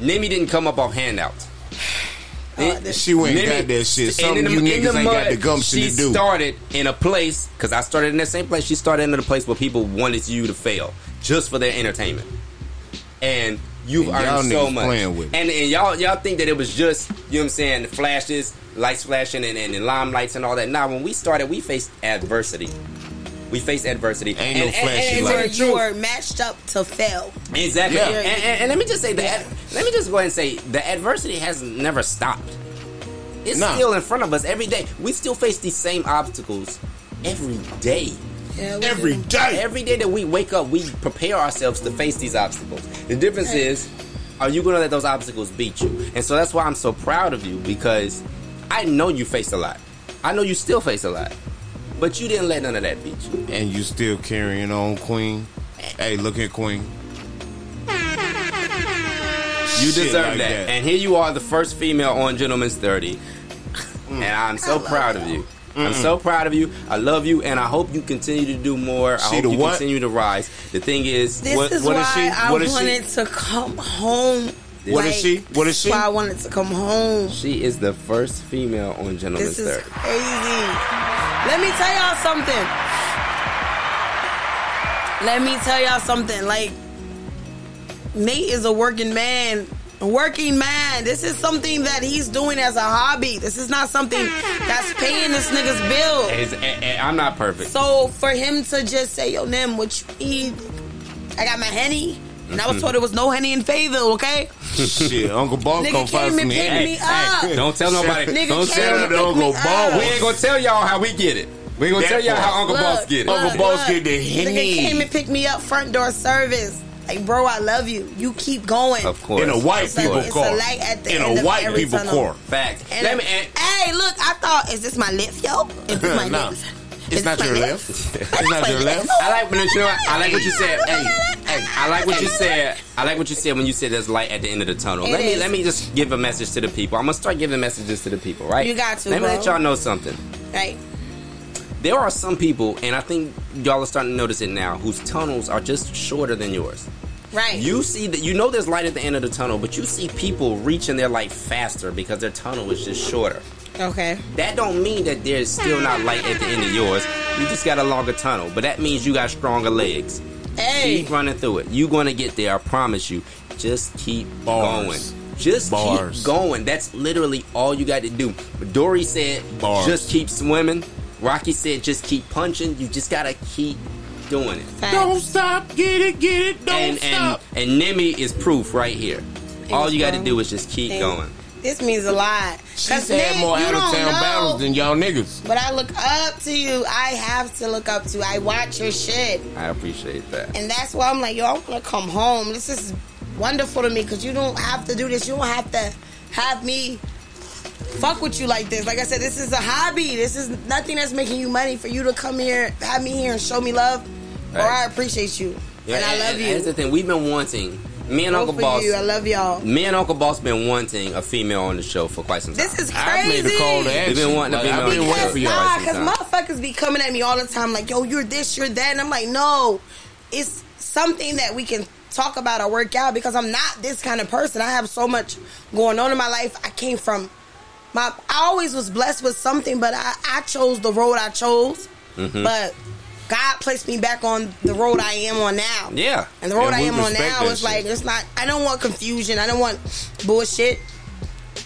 Speaker 2: Nimi didn't come up off handouts.
Speaker 4: Uh,
Speaker 6: She went and
Speaker 2: Nimi-
Speaker 6: got that shit.
Speaker 2: and
Speaker 6: Something
Speaker 2: in
Speaker 6: you
Speaker 2: the- in
Speaker 6: niggas
Speaker 2: the
Speaker 6: ain't got
Speaker 2: mud,
Speaker 6: the gumption
Speaker 2: she
Speaker 6: to do.
Speaker 2: started in a place because I started in that same place. She started in a place where people wanted you to fail just for their entertainment, and you've
Speaker 6: And y'all
Speaker 2: earned so
Speaker 6: niggas
Speaker 2: much.
Speaker 6: playing with it.
Speaker 2: and and y'all y'all think that it was just you know what I'm saying the flashes, lights flashing, and and, and limelights and all that. Now when we started, we faced adversity. We faced adversity.
Speaker 6: Ain't no
Speaker 2: and, and-
Speaker 6: flashy
Speaker 2: and-
Speaker 4: You
Speaker 2: and
Speaker 4: were,
Speaker 2: to
Speaker 6: lights.
Speaker 2: the
Speaker 4: you
Speaker 2: truth-
Speaker 4: were matched up to fail.
Speaker 2: Exactly.
Speaker 6: Yeah.
Speaker 2: And, and, and let me just say that. Let me just go ahead and say the adversity has never stopped. It's
Speaker 6: Nah.
Speaker 2: still in front of us every day. We still face these same obstacles every day.
Speaker 4: Yeah, we
Speaker 6: Every
Speaker 4: do.
Speaker 6: day.
Speaker 2: Every day that we wake up, we prepare ourselves to face these obstacles. The difference is, are you going to let those obstacles beat you? And so that's why I'm so proud of you because I know you faced a lot. I know you still face a lot, but you didn't let none of that beat you.
Speaker 6: And you still carrying on, Queen. Hey, look at Queen.
Speaker 2: You
Speaker 6: Shit
Speaker 2: deserve
Speaker 6: like
Speaker 2: that.
Speaker 6: that.
Speaker 2: And here you are, the first female on Gentleman's 30.
Speaker 6: Mm.
Speaker 2: And I'm so proud of you. I'm so proud of you. I love you, and I hope you continue to do more. I
Speaker 6: She
Speaker 2: hope
Speaker 6: the
Speaker 2: you
Speaker 6: what?
Speaker 2: continue to rise. The thing is,
Speaker 4: This
Speaker 6: What-
Speaker 4: is
Speaker 6: what
Speaker 4: why
Speaker 6: is she?
Speaker 4: I
Speaker 6: What is she?
Speaker 4: wanted to come home.
Speaker 2: What
Speaker 6: is she? What is
Speaker 4: this
Speaker 6: she?
Speaker 4: Why I wanted to come home.
Speaker 2: she is the first female on Gentleman's
Speaker 4: This is
Speaker 2: 30.
Speaker 4: crazy. Let me tell y'all something. Let me tell y'all something. Like Nate is a working man. A working man. This is something that he's doing as a hobby. This is not something that's paying this nigga's bill.
Speaker 2: Is- and- and I'm not perfect.
Speaker 4: So for him to just say, "Yo, Nim, what you need? I got my henny." And I
Speaker 6: Mm-hmm.
Speaker 4: was told there was no henny in Fayetteville, okay?
Speaker 6: Shit, Uncle Bob
Speaker 4: Nigga
Speaker 6: gonna find
Speaker 4: came
Speaker 6: some
Speaker 4: and picked
Speaker 6: handy.
Speaker 4: me up.
Speaker 2: don't tell nobody.
Speaker 4: Nigga
Speaker 2: don't
Speaker 4: came
Speaker 2: tell
Speaker 6: Shout
Speaker 4: and
Speaker 6: out to
Speaker 4: picked
Speaker 6: Uncle
Speaker 4: me up.
Speaker 6: Bob.
Speaker 2: We ain't gonna tell y'all how we get it. We ain't gonna
Speaker 6: That
Speaker 2: tell y'all
Speaker 6: part.
Speaker 2: how Uncle
Speaker 4: Look,
Speaker 2: Boss get it.
Speaker 6: Uncle
Speaker 4: look,
Speaker 6: Boss get
Speaker 4: look.
Speaker 6: the
Speaker 4: Nigga
Speaker 6: henny.
Speaker 4: came and picked me up front door service. Like, bro, I love you. You keep going.
Speaker 2: Of course.
Speaker 6: In a white
Speaker 4: It's a-
Speaker 6: people
Speaker 4: it's a
Speaker 6: car.
Speaker 4: light at the
Speaker 6: in
Speaker 4: end
Speaker 6: a
Speaker 4: of
Speaker 6: white
Speaker 4: every
Speaker 6: people
Speaker 4: tunnel.
Speaker 6: car.
Speaker 2: Fact.
Speaker 4: And-
Speaker 2: Let me, and,
Speaker 4: hey, look, I thought, is this my left, yo? Is this my
Speaker 6: Nah.
Speaker 4: left?
Speaker 6: It's
Speaker 4: Is
Speaker 6: not
Speaker 4: this my
Speaker 6: your left. It's not your left.
Speaker 2: I like when you know what? I like what you said. Hey, hey, I like what you said. I like what you said when you said there's light at the end of the tunnel.
Speaker 4: It
Speaker 2: let me
Speaker 4: is.
Speaker 2: let me just give a message to the people. I'm gonna start giving messages to the people, right?
Speaker 4: You got to,
Speaker 2: Let me
Speaker 4: bro.
Speaker 2: let y'all know something.
Speaker 4: Right.
Speaker 2: There are some people, and I think y'all are starting to notice it now, whose tunnels are just shorter than yours.
Speaker 4: Right.
Speaker 2: You see that you know there's light at the end of the tunnel, but you see people reaching their light faster because their tunnel is just shorter.
Speaker 4: Okay.
Speaker 2: That don't mean that there's still not light at the end of yours. You just got a longer tunnel, but that means you got stronger legs.
Speaker 4: Hey.
Speaker 2: Keep running through it. You're gonna get there, I promise you. Just keep
Speaker 6: Bars.
Speaker 2: going. Just
Speaker 6: Bars.
Speaker 2: keep going. That's literally all you got to do. Dory said,
Speaker 6: Bars.
Speaker 2: just keep swimming. Rocky said, just keep punching. You just gotta keep doing it.
Speaker 6: Don't stop, get it, get it, don't
Speaker 2: and
Speaker 6: stop.
Speaker 2: and and Nimi is proof right here. all you got to
Speaker 4: bro.
Speaker 2: do is just keep
Speaker 4: Thanks.
Speaker 2: going.
Speaker 4: This means a lot.
Speaker 6: She's
Speaker 4: 'Cause,
Speaker 6: had
Speaker 4: Nick,
Speaker 6: more
Speaker 4: you
Speaker 6: out of
Speaker 4: don't
Speaker 6: town
Speaker 4: know.
Speaker 6: battles than y'all niggas.
Speaker 4: But I look up to you. I have to look up to you. I watch your shit.
Speaker 2: I appreciate that.
Speaker 4: And that's why I'm like, yo, I want to come home. This is wonderful to me because you don't have to do this. You don't have to have me fuck with you like this. Like I said, this is a hobby. This is nothing that's making you money for you to come here, have me here, and show me love. Or
Speaker 2: Right.
Speaker 4: I appreciate you.
Speaker 2: Yeah,
Speaker 4: and I love you.
Speaker 2: That's the thing. We've been wanting me and Uncle
Speaker 4: Both of
Speaker 2: Boss,
Speaker 4: you. I love y'all.
Speaker 2: me and Uncle Boss been wanting a female on the show for quite some time.
Speaker 4: This is
Speaker 6: I made a
Speaker 4: crazy.
Speaker 6: call to action.
Speaker 2: They've been wanting to
Speaker 6: like,
Speaker 2: be
Speaker 6: I've
Speaker 2: known.
Speaker 6: been waiting
Speaker 4: Because
Speaker 6: for y'all.
Speaker 4: nah,
Speaker 2: Right
Speaker 4: because
Speaker 2: sometimes.
Speaker 4: motherfuckers be coming at me all the time like, yo, you're this, you're that. And I'm like, no, it's something that we can talk about or work out because I'm not this kind of person. I have so much going on in my life. I came from my, I always was blessed with something, but I, I chose the road I chose.
Speaker 2: Mm-hmm.
Speaker 4: But God placed me back on the road I am on now.
Speaker 2: Yeah.
Speaker 4: And the road
Speaker 6: And
Speaker 4: I
Speaker 6: we
Speaker 4: am on
Speaker 6: respect
Speaker 4: now
Speaker 6: that
Speaker 4: is
Speaker 6: shit.
Speaker 4: like, it's not, I don't want confusion. I don't want bullshit.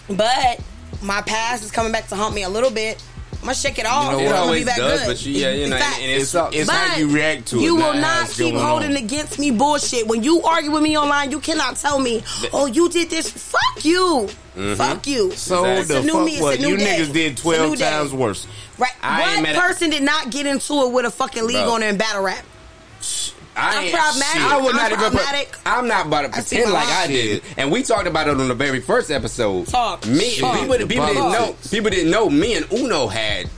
Speaker 4: But my past is coming back to haunt me a little bit. I'm gonna shake it off.
Speaker 6: know
Speaker 4: It's
Speaker 6: what?
Speaker 2: it
Speaker 6: I'ma
Speaker 4: gonna
Speaker 2: always
Speaker 4: be back
Speaker 2: does,
Speaker 4: good.
Speaker 2: but you, yeah, you know,
Speaker 4: Fact.
Speaker 2: and, and it sucks.
Speaker 6: It's how
Speaker 4: But
Speaker 6: you react to it, not
Speaker 4: You will
Speaker 6: how
Speaker 4: not
Speaker 6: it's
Speaker 4: keep
Speaker 6: going
Speaker 4: holding
Speaker 6: on.
Speaker 4: against me bullshit. When you argue with me online, you cannot tell me, "Oh, you did this." Fuck you. Fuck you.
Speaker 6: Mm-hmm. So
Speaker 2: Exactly.
Speaker 4: It's a
Speaker 6: the
Speaker 4: new
Speaker 6: fuck
Speaker 4: me, it's a
Speaker 6: what?
Speaker 4: new
Speaker 6: You
Speaker 4: day.
Speaker 6: niggas did
Speaker 4: It's a
Speaker 6: 12
Speaker 4: new day.
Speaker 6: times worse.
Speaker 4: right?
Speaker 2: I ain't
Speaker 4: One
Speaker 2: mad at-
Speaker 4: person did not get into it with a fucking league
Speaker 2: Bro.
Speaker 4: on there in battle rap.
Speaker 2: I
Speaker 4: I'm
Speaker 2: ain't-
Speaker 4: pragmatic.
Speaker 2: shit. I would
Speaker 4: I'm
Speaker 2: not even.
Speaker 4: pragmatic.
Speaker 2: I'm not about to
Speaker 4: I see
Speaker 2: pretend
Speaker 4: my
Speaker 2: like I
Speaker 4: life.
Speaker 2: did. And we talked about it on the very first episode.
Speaker 4: Talk.
Speaker 2: Me,
Speaker 4: Talk.
Speaker 2: people, people
Speaker 6: The
Speaker 2: didn't know.
Speaker 6: politics.
Speaker 2: People didn't know. Me and Uno had.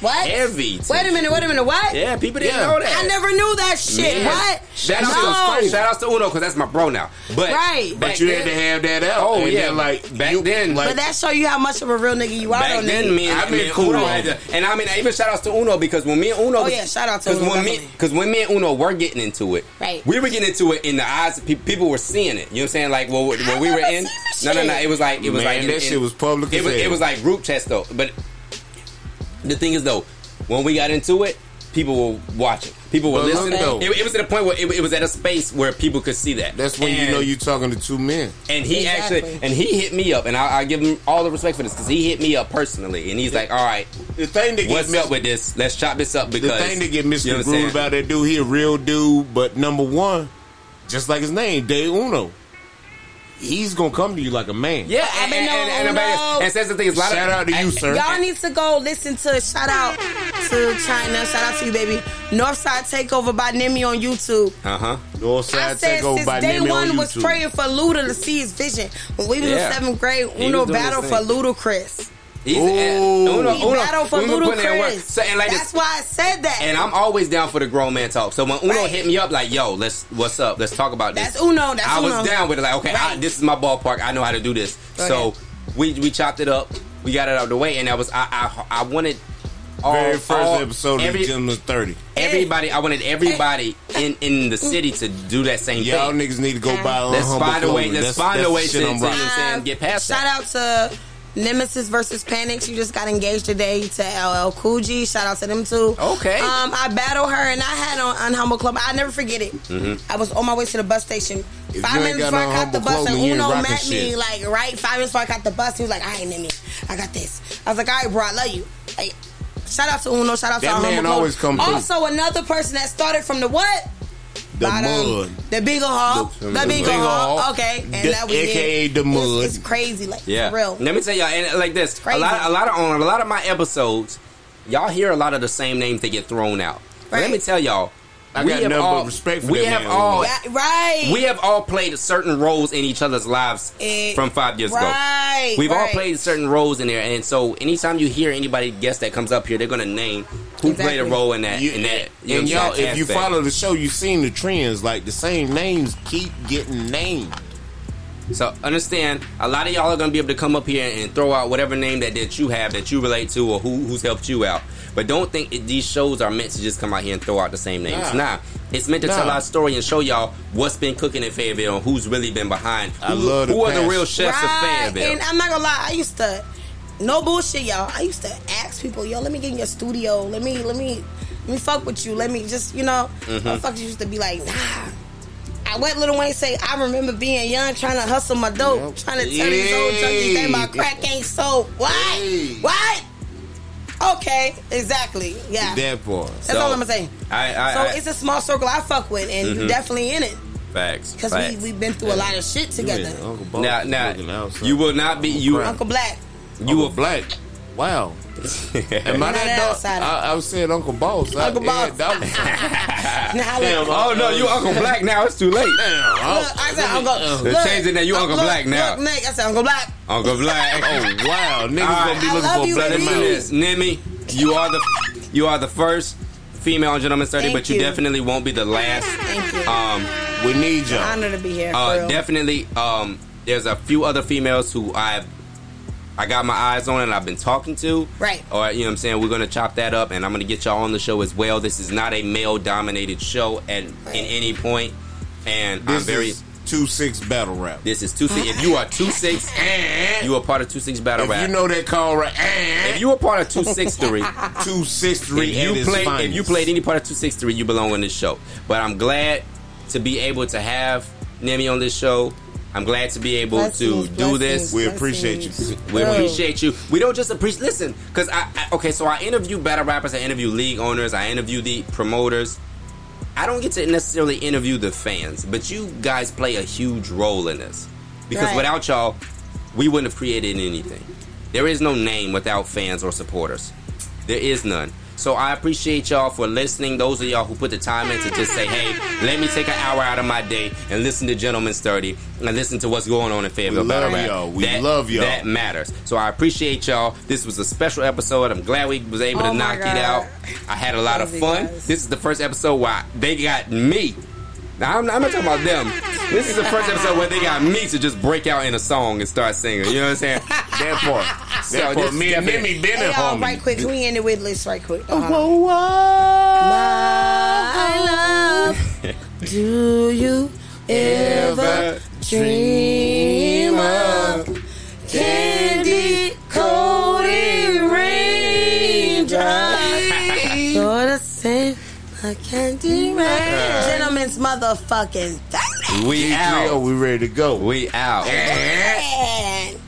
Speaker 4: What?
Speaker 2: Heavy
Speaker 4: Wait a
Speaker 2: tension.
Speaker 4: minute. Wait a minute. What?
Speaker 2: Yeah, people didn't
Speaker 6: Yeah.
Speaker 2: know that.
Speaker 4: I never knew that shit.
Speaker 2: Yeah.
Speaker 4: What?
Speaker 2: Shout out,
Speaker 4: no.
Speaker 2: to, shout outs to Uno because that's my bro now. But
Speaker 4: Right.
Speaker 2: back
Speaker 6: But you had
Speaker 2: then-
Speaker 6: to have that out.
Speaker 2: Oh
Speaker 6: and
Speaker 2: yeah,
Speaker 6: then,
Speaker 2: like
Speaker 6: like
Speaker 2: back
Speaker 6: you-
Speaker 2: then,
Speaker 6: like-
Speaker 4: But that show you how much of a real nigga you are.
Speaker 2: back
Speaker 4: on
Speaker 2: then,
Speaker 4: nigga.
Speaker 2: me and,
Speaker 6: I
Speaker 2: I
Speaker 6: been
Speaker 2: mean,
Speaker 6: cool
Speaker 2: Uno
Speaker 6: with
Speaker 2: had
Speaker 6: him.
Speaker 2: to, and I mean, even shout outs to Uno because when me and Uno,
Speaker 4: Oh, yeah, shout out to Uno,
Speaker 2: when me,
Speaker 4: definitely.
Speaker 2: because when me and Uno were getting into it,
Speaker 4: Right.
Speaker 2: We were getting into it in the eyes of people. People were seeing it. You know what I'm saying? Like, well, when
Speaker 4: I
Speaker 2: we were
Speaker 4: never
Speaker 2: in,
Speaker 4: seen
Speaker 2: no,
Speaker 4: that
Speaker 2: no, no.
Speaker 4: shit.
Speaker 2: It was like it was
Speaker 6: Man,
Speaker 2: like in-
Speaker 6: that shit
Speaker 2: in-
Speaker 6: was public
Speaker 2: It
Speaker 6: as
Speaker 2: was,
Speaker 6: hell.
Speaker 2: it was like group chats though. But the thing is though, when we got into it. People were watching. People were
Speaker 6: But look,
Speaker 2: listening.
Speaker 6: though.
Speaker 2: It, it was at a point where it, it was at a space where people could see that.
Speaker 6: that's when you
Speaker 2: And-
Speaker 6: know you're talking to two men.
Speaker 2: and he
Speaker 4: Exactly.
Speaker 2: actually, and he hit me up, and I, I give him all the respect for this because he hit me up personally, and he's like, "All right,
Speaker 6: The thing that
Speaker 2: what's
Speaker 6: gets
Speaker 2: up with this? Let's chop this up
Speaker 6: the
Speaker 2: because
Speaker 6: thing that get
Speaker 2: you know what I'm
Speaker 6: misconstrued
Speaker 2: saying?
Speaker 6: about that dude, he a real dude, but number one, just like his name, Day Uno, he's gonna come to you like a man.
Speaker 2: Yeah,
Speaker 4: I've
Speaker 2: and,
Speaker 4: been
Speaker 2: and,
Speaker 4: knowing
Speaker 2: and, and,
Speaker 4: Uno.
Speaker 2: about- and says the thing is, a lot
Speaker 6: Shout
Speaker 2: of,
Speaker 6: out to you,
Speaker 2: and-
Speaker 6: sir.
Speaker 4: Y'all need to go listen to shout out to China, shout out to you, baby. Northside Takeover by Nemi on YouTube.
Speaker 2: Uh huh.
Speaker 4: I
Speaker 6: Northside
Speaker 4: said
Speaker 6: Takeover
Speaker 4: since
Speaker 6: by
Speaker 4: day
Speaker 6: Nemi on
Speaker 4: one was
Speaker 6: YouTube.
Speaker 4: praying for Luda to see his vision. When we was
Speaker 2: Yeah.
Speaker 4: in seventh grade,
Speaker 2: He
Speaker 4: Uno
Speaker 2: was doing
Speaker 4: battled
Speaker 2: his
Speaker 4: for
Speaker 2: thing.
Speaker 4: Ludacris.
Speaker 2: He's uh,
Speaker 6: Ooh.
Speaker 2: Uno,
Speaker 4: He
Speaker 2: Uno,
Speaker 4: battled for
Speaker 2: Uno putting in work.
Speaker 4: Ludacris.
Speaker 2: So, and like
Speaker 4: That's
Speaker 2: this,
Speaker 4: why I said that.
Speaker 2: and I'm always down for the grown man talk. So when Uno
Speaker 4: Right.
Speaker 2: hit me up, like, "Yo, let's what's up? Let's talk about this."
Speaker 4: That's Uno, that's
Speaker 2: I was
Speaker 4: Uno.
Speaker 2: down with it. Like, okay, I,
Speaker 4: Right.
Speaker 2: this is my ballpark. I know how to do this.
Speaker 4: Go
Speaker 2: so
Speaker 4: ahead.
Speaker 2: we we chopped it up. We got it out of the way, and that was I I, I wanted. All,
Speaker 6: Very first
Speaker 2: all-
Speaker 6: episode
Speaker 2: every-
Speaker 6: of Gentleman's 30.
Speaker 2: Everybody, I wanted everybody in in the city to do that same
Speaker 6: Y'all
Speaker 2: thing.
Speaker 6: niggas need to go buy
Speaker 2: Let's
Speaker 6: Unhumble
Speaker 2: find a way-
Speaker 6: Clothing. That's-
Speaker 2: let's find a
Speaker 6: that's
Speaker 2: way
Speaker 6: the shit
Speaker 2: to-
Speaker 6: I'm
Speaker 2: to-
Speaker 6: rocking.
Speaker 2: I'm saying? Get past
Speaker 4: shout
Speaker 2: that.
Speaker 4: out to Nemesis versus Panic. She just got engaged today to LL Cool G. Shout out to them two.
Speaker 2: Okay.
Speaker 4: Um, I battled her and I had on Unhumble Club. I never forget it. I was on my way to the bus station.
Speaker 6: Mm-hmm. If
Speaker 4: five
Speaker 6: you ain't got
Speaker 4: minutes before
Speaker 6: no
Speaker 4: I got
Speaker 6: Humble
Speaker 4: the bus,
Speaker 6: Club,
Speaker 4: and
Speaker 6: then you ain't
Speaker 4: Uno
Speaker 6: rocking
Speaker 4: met me
Speaker 6: shit.
Speaker 4: like right five minutes before I got the bus. He was like, "I ain't in me. I got this." I was like, "All right, bro, I love you." Like, shout out to Uno. Shout out
Speaker 6: That
Speaker 4: to
Speaker 6: man
Speaker 4: Unhumble
Speaker 6: always
Speaker 4: Club.
Speaker 6: come through.
Speaker 4: also, another person that started from the what?
Speaker 6: The
Speaker 4: bottom,
Speaker 6: mud.
Speaker 4: the bigger hall,
Speaker 2: The-
Speaker 4: the,
Speaker 2: the
Speaker 4: bigger
Speaker 2: big
Speaker 4: hall.
Speaker 6: hall.
Speaker 4: Okay, and
Speaker 6: The-
Speaker 4: that was it.
Speaker 6: AKA the mud.
Speaker 4: It's, it's crazy, like
Speaker 2: Yeah,
Speaker 4: for real.
Speaker 2: Let me tell y'all, and like this, a
Speaker 4: Crazy.
Speaker 2: lot, a lot of on a lot of my episodes, y'all hear a lot of the same names that get thrown out. But Let
Speaker 4: Right.
Speaker 2: me tell y'all,
Speaker 6: I
Speaker 2: we
Speaker 6: got
Speaker 2: have
Speaker 6: nothing but
Speaker 2: all
Speaker 6: respect for
Speaker 2: we
Speaker 6: that
Speaker 2: have
Speaker 6: man.
Speaker 2: all
Speaker 4: Yeah, right.
Speaker 2: we have all played certain roles in each other's lives
Speaker 4: Eh,
Speaker 2: from five years
Speaker 4: right,
Speaker 2: ago. We've all
Speaker 4: right.
Speaker 2: played certain roles in there, and so anytime you hear anybody guess that comes up here, they're gonna name who played a
Speaker 4: Exactly.
Speaker 2: role in that.
Speaker 6: You-
Speaker 2: in that you
Speaker 6: and
Speaker 2: know,
Speaker 6: y'all,
Speaker 2: that
Speaker 6: if you
Speaker 2: aspect.
Speaker 6: follow the show, you've seen the trends. Like the same names keep getting named.
Speaker 2: So understand, a lot of y'all are gonna be able to come up here and throw out whatever name that, that you have that you relate to or who who's helped you out. But don't think it, these shows are meant to just come out here and throw out the same names. Nah,
Speaker 6: Nah.
Speaker 2: it's meant to
Speaker 6: Nah.
Speaker 2: tell our story and show y'all what's been cooking in Fayetteville and who's really been behind. Who,
Speaker 6: I love the
Speaker 2: who are the
Speaker 6: passion.
Speaker 2: real chefs
Speaker 4: right.
Speaker 2: of
Speaker 4: And
Speaker 2: Fayetteville.
Speaker 4: I'm not gonna lie, I used to no bullshit, y'all. I used to ask people, yo, let me get in your studio. Let me, let me, let me fuck with you. Let me just, you know,
Speaker 2: Mm-hmm.
Speaker 4: motherfuckers used to be like, nah. I went Little Wayne say, I remember being young, trying to hustle my dope, trying to tell these old junkies that my crack ain't sold. What?
Speaker 6: Hey.
Speaker 4: What? Okay, exactly. Yeah.
Speaker 6: That part.
Speaker 4: That's all I'm gonna say.
Speaker 2: I, I,
Speaker 4: So
Speaker 2: I,
Speaker 4: it's a small circle I fuck with, and you definitely in it
Speaker 2: facts
Speaker 4: because
Speaker 2: facts.
Speaker 4: we we've been through a lot of shit together.
Speaker 6: Man, Uncle Bob
Speaker 2: now
Speaker 6: is looking
Speaker 2: now
Speaker 6: outside.
Speaker 2: you will not be you
Speaker 6: Uncle
Speaker 4: Uncle Black,
Speaker 2: you
Speaker 6: You
Speaker 2: will
Speaker 6: were black. Wow. Am I
Speaker 4: Not
Speaker 6: that
Speaker 4: an
Speaker 6: dog?
Speaker 4: outsider.
Speaker 6: I, I was saying Uncle Boss.
Speaker 4: Uncle
Speaker 6: I,
Speaker 4: Boss.
Speaker 6: Yeah, that was-
Speaker 4: now
Speaker 6: Damn,
Speaker 4: look,
Speaker 2: Oh no, you Uncle Black now. It's too late.
Speaker 6: Damn, I-
Speaker 4: look, I said Uncle.
Speaker 2: Oh. They're
Speaker 4: Look,
Speaker 2: changing that. You Uncle
Speaker 4: look,
Speaker 2: Black now.
Speaker 4: Look, Nick, I said Uncle Black.
Speaker 2: Uncle Black.
Speaker 6: Oh wow, niggas
Speaker 2: All right.
Speaker 6: gonna be
Speaker 2: I
Speaker 4: love
Speaker 6: looking
Speaker 4: you,
Speaker 6: for black
Speaker 4: baby.
Speaker 2: Listen to
Speaker 6: mouth.
Speaker 2: this, Nemi. You are the you are the first female on Gentleman's Thirty,
Speaker 4: Thank
Speaker 2: but you,
Speaker 4: you.
Speaker 2: definitely won't be the last.
Speaker 4: Thank you.
Speaker 2: Um,
Speaker 6: We need
Speaker 4: It's an
Speaker 6: y'all.
Speaker 4: honor to be here. for
Speaker 2: Uh,
Speaker 4: real.
Speaker 2: definitely. Um, there's a few other females who I've I got my eyes on and I've been talking to.
Speaker 4: Right.
Speaker 2: Or you know what I'm saying? We're gonna chop that up and I'm gonna get y'all on the show as well. This is not a male dominated show at in any point. And
Speaker 6: This
Speaker 2: I'm very
Speaker 6: is two six battle rap.
Speaker 2: this is two six if you are two six you are part of two six battle
Speaker 6: if you
Speaker 2: rap.
Speaker 6: know that call right,
Speaker 2: if you are part of two six three
Speaker 6: two six three.
Speaker 2: if you played if you played any part of 263 you belong on this show but i'm glad to be able to have nemi on this show i'm glad to be able
Speaker 4: Blessings,
Speaker 2: to do
Speaker 4: blessings,
Speaker 2: this
Speaker 6: We appreciate you.
Speaker 4: blessings.
Speaker 2: we
Speaker 4: Bro.
Speaker 2: appreciate you. We don't just appreciate. Listen, because I, I okay. So I interview battle rappers. I interview league owners. I interview the promoters. I don't get to necessarily interview the fans, but you guys play a huge role in this because
Speaker 4: Right.
Speaker 2: without y'all, we wouldn't have created anything. There is no name without fans or supporters. There is none. So I appreciate y'all for listening. Those of y'all who put the time in to just say, "Hey, let me take an hour out of my day and listen to Gentleman's 30 and listen to what's going on in Fayetteville."
Speaker 6: love
Speaker 2: Battle Rap."
Speaker 6: y'all. We
Speaker 2: That-
Speaker 6: love y'all.
Speaker 2: That matters. So I appreciate y'all. This was a special episode. I'm glad we was able
Speaker 4: Oh
Speaker 2: to
Speaker 4: my
Speaker 2: knock
Speaker 4: God.
Speaker 2: it out. I had a lot of
Speaker 4: Crazy,
Speaker 2: fun.
Speaker 4: guys.
Speaker 2: This is the first episode where they got me. Now I'm, I'm not talking about them. This is the first episode where they got me to just break out in a song and start singing. You know what I'm saying?
Speaker 6: That part.
Speaker 2: So
Speaker 6: That part.
Speaker 2: this
Speaker 6: Me and
Speaker 2: definitely-
Speaker 6: Mimi been
Speaker 4: Hey,
Speaker 6: at
Speaker 4: y'all,
Speaker 6: home.
Speaker 4: right quick. Can we end it with this right quick? Oh, My love, do you ever dream of candy coated raindrops? Sort of same like candy rain. Gentlemen's motherfucking
Speaker 2: We
Speaker 6: Trio,
Speaker 3: oh,
Speaker 2: out.
Speaker 6: we ready to go.
Speaker 2: We out.
Speaker 4: thing.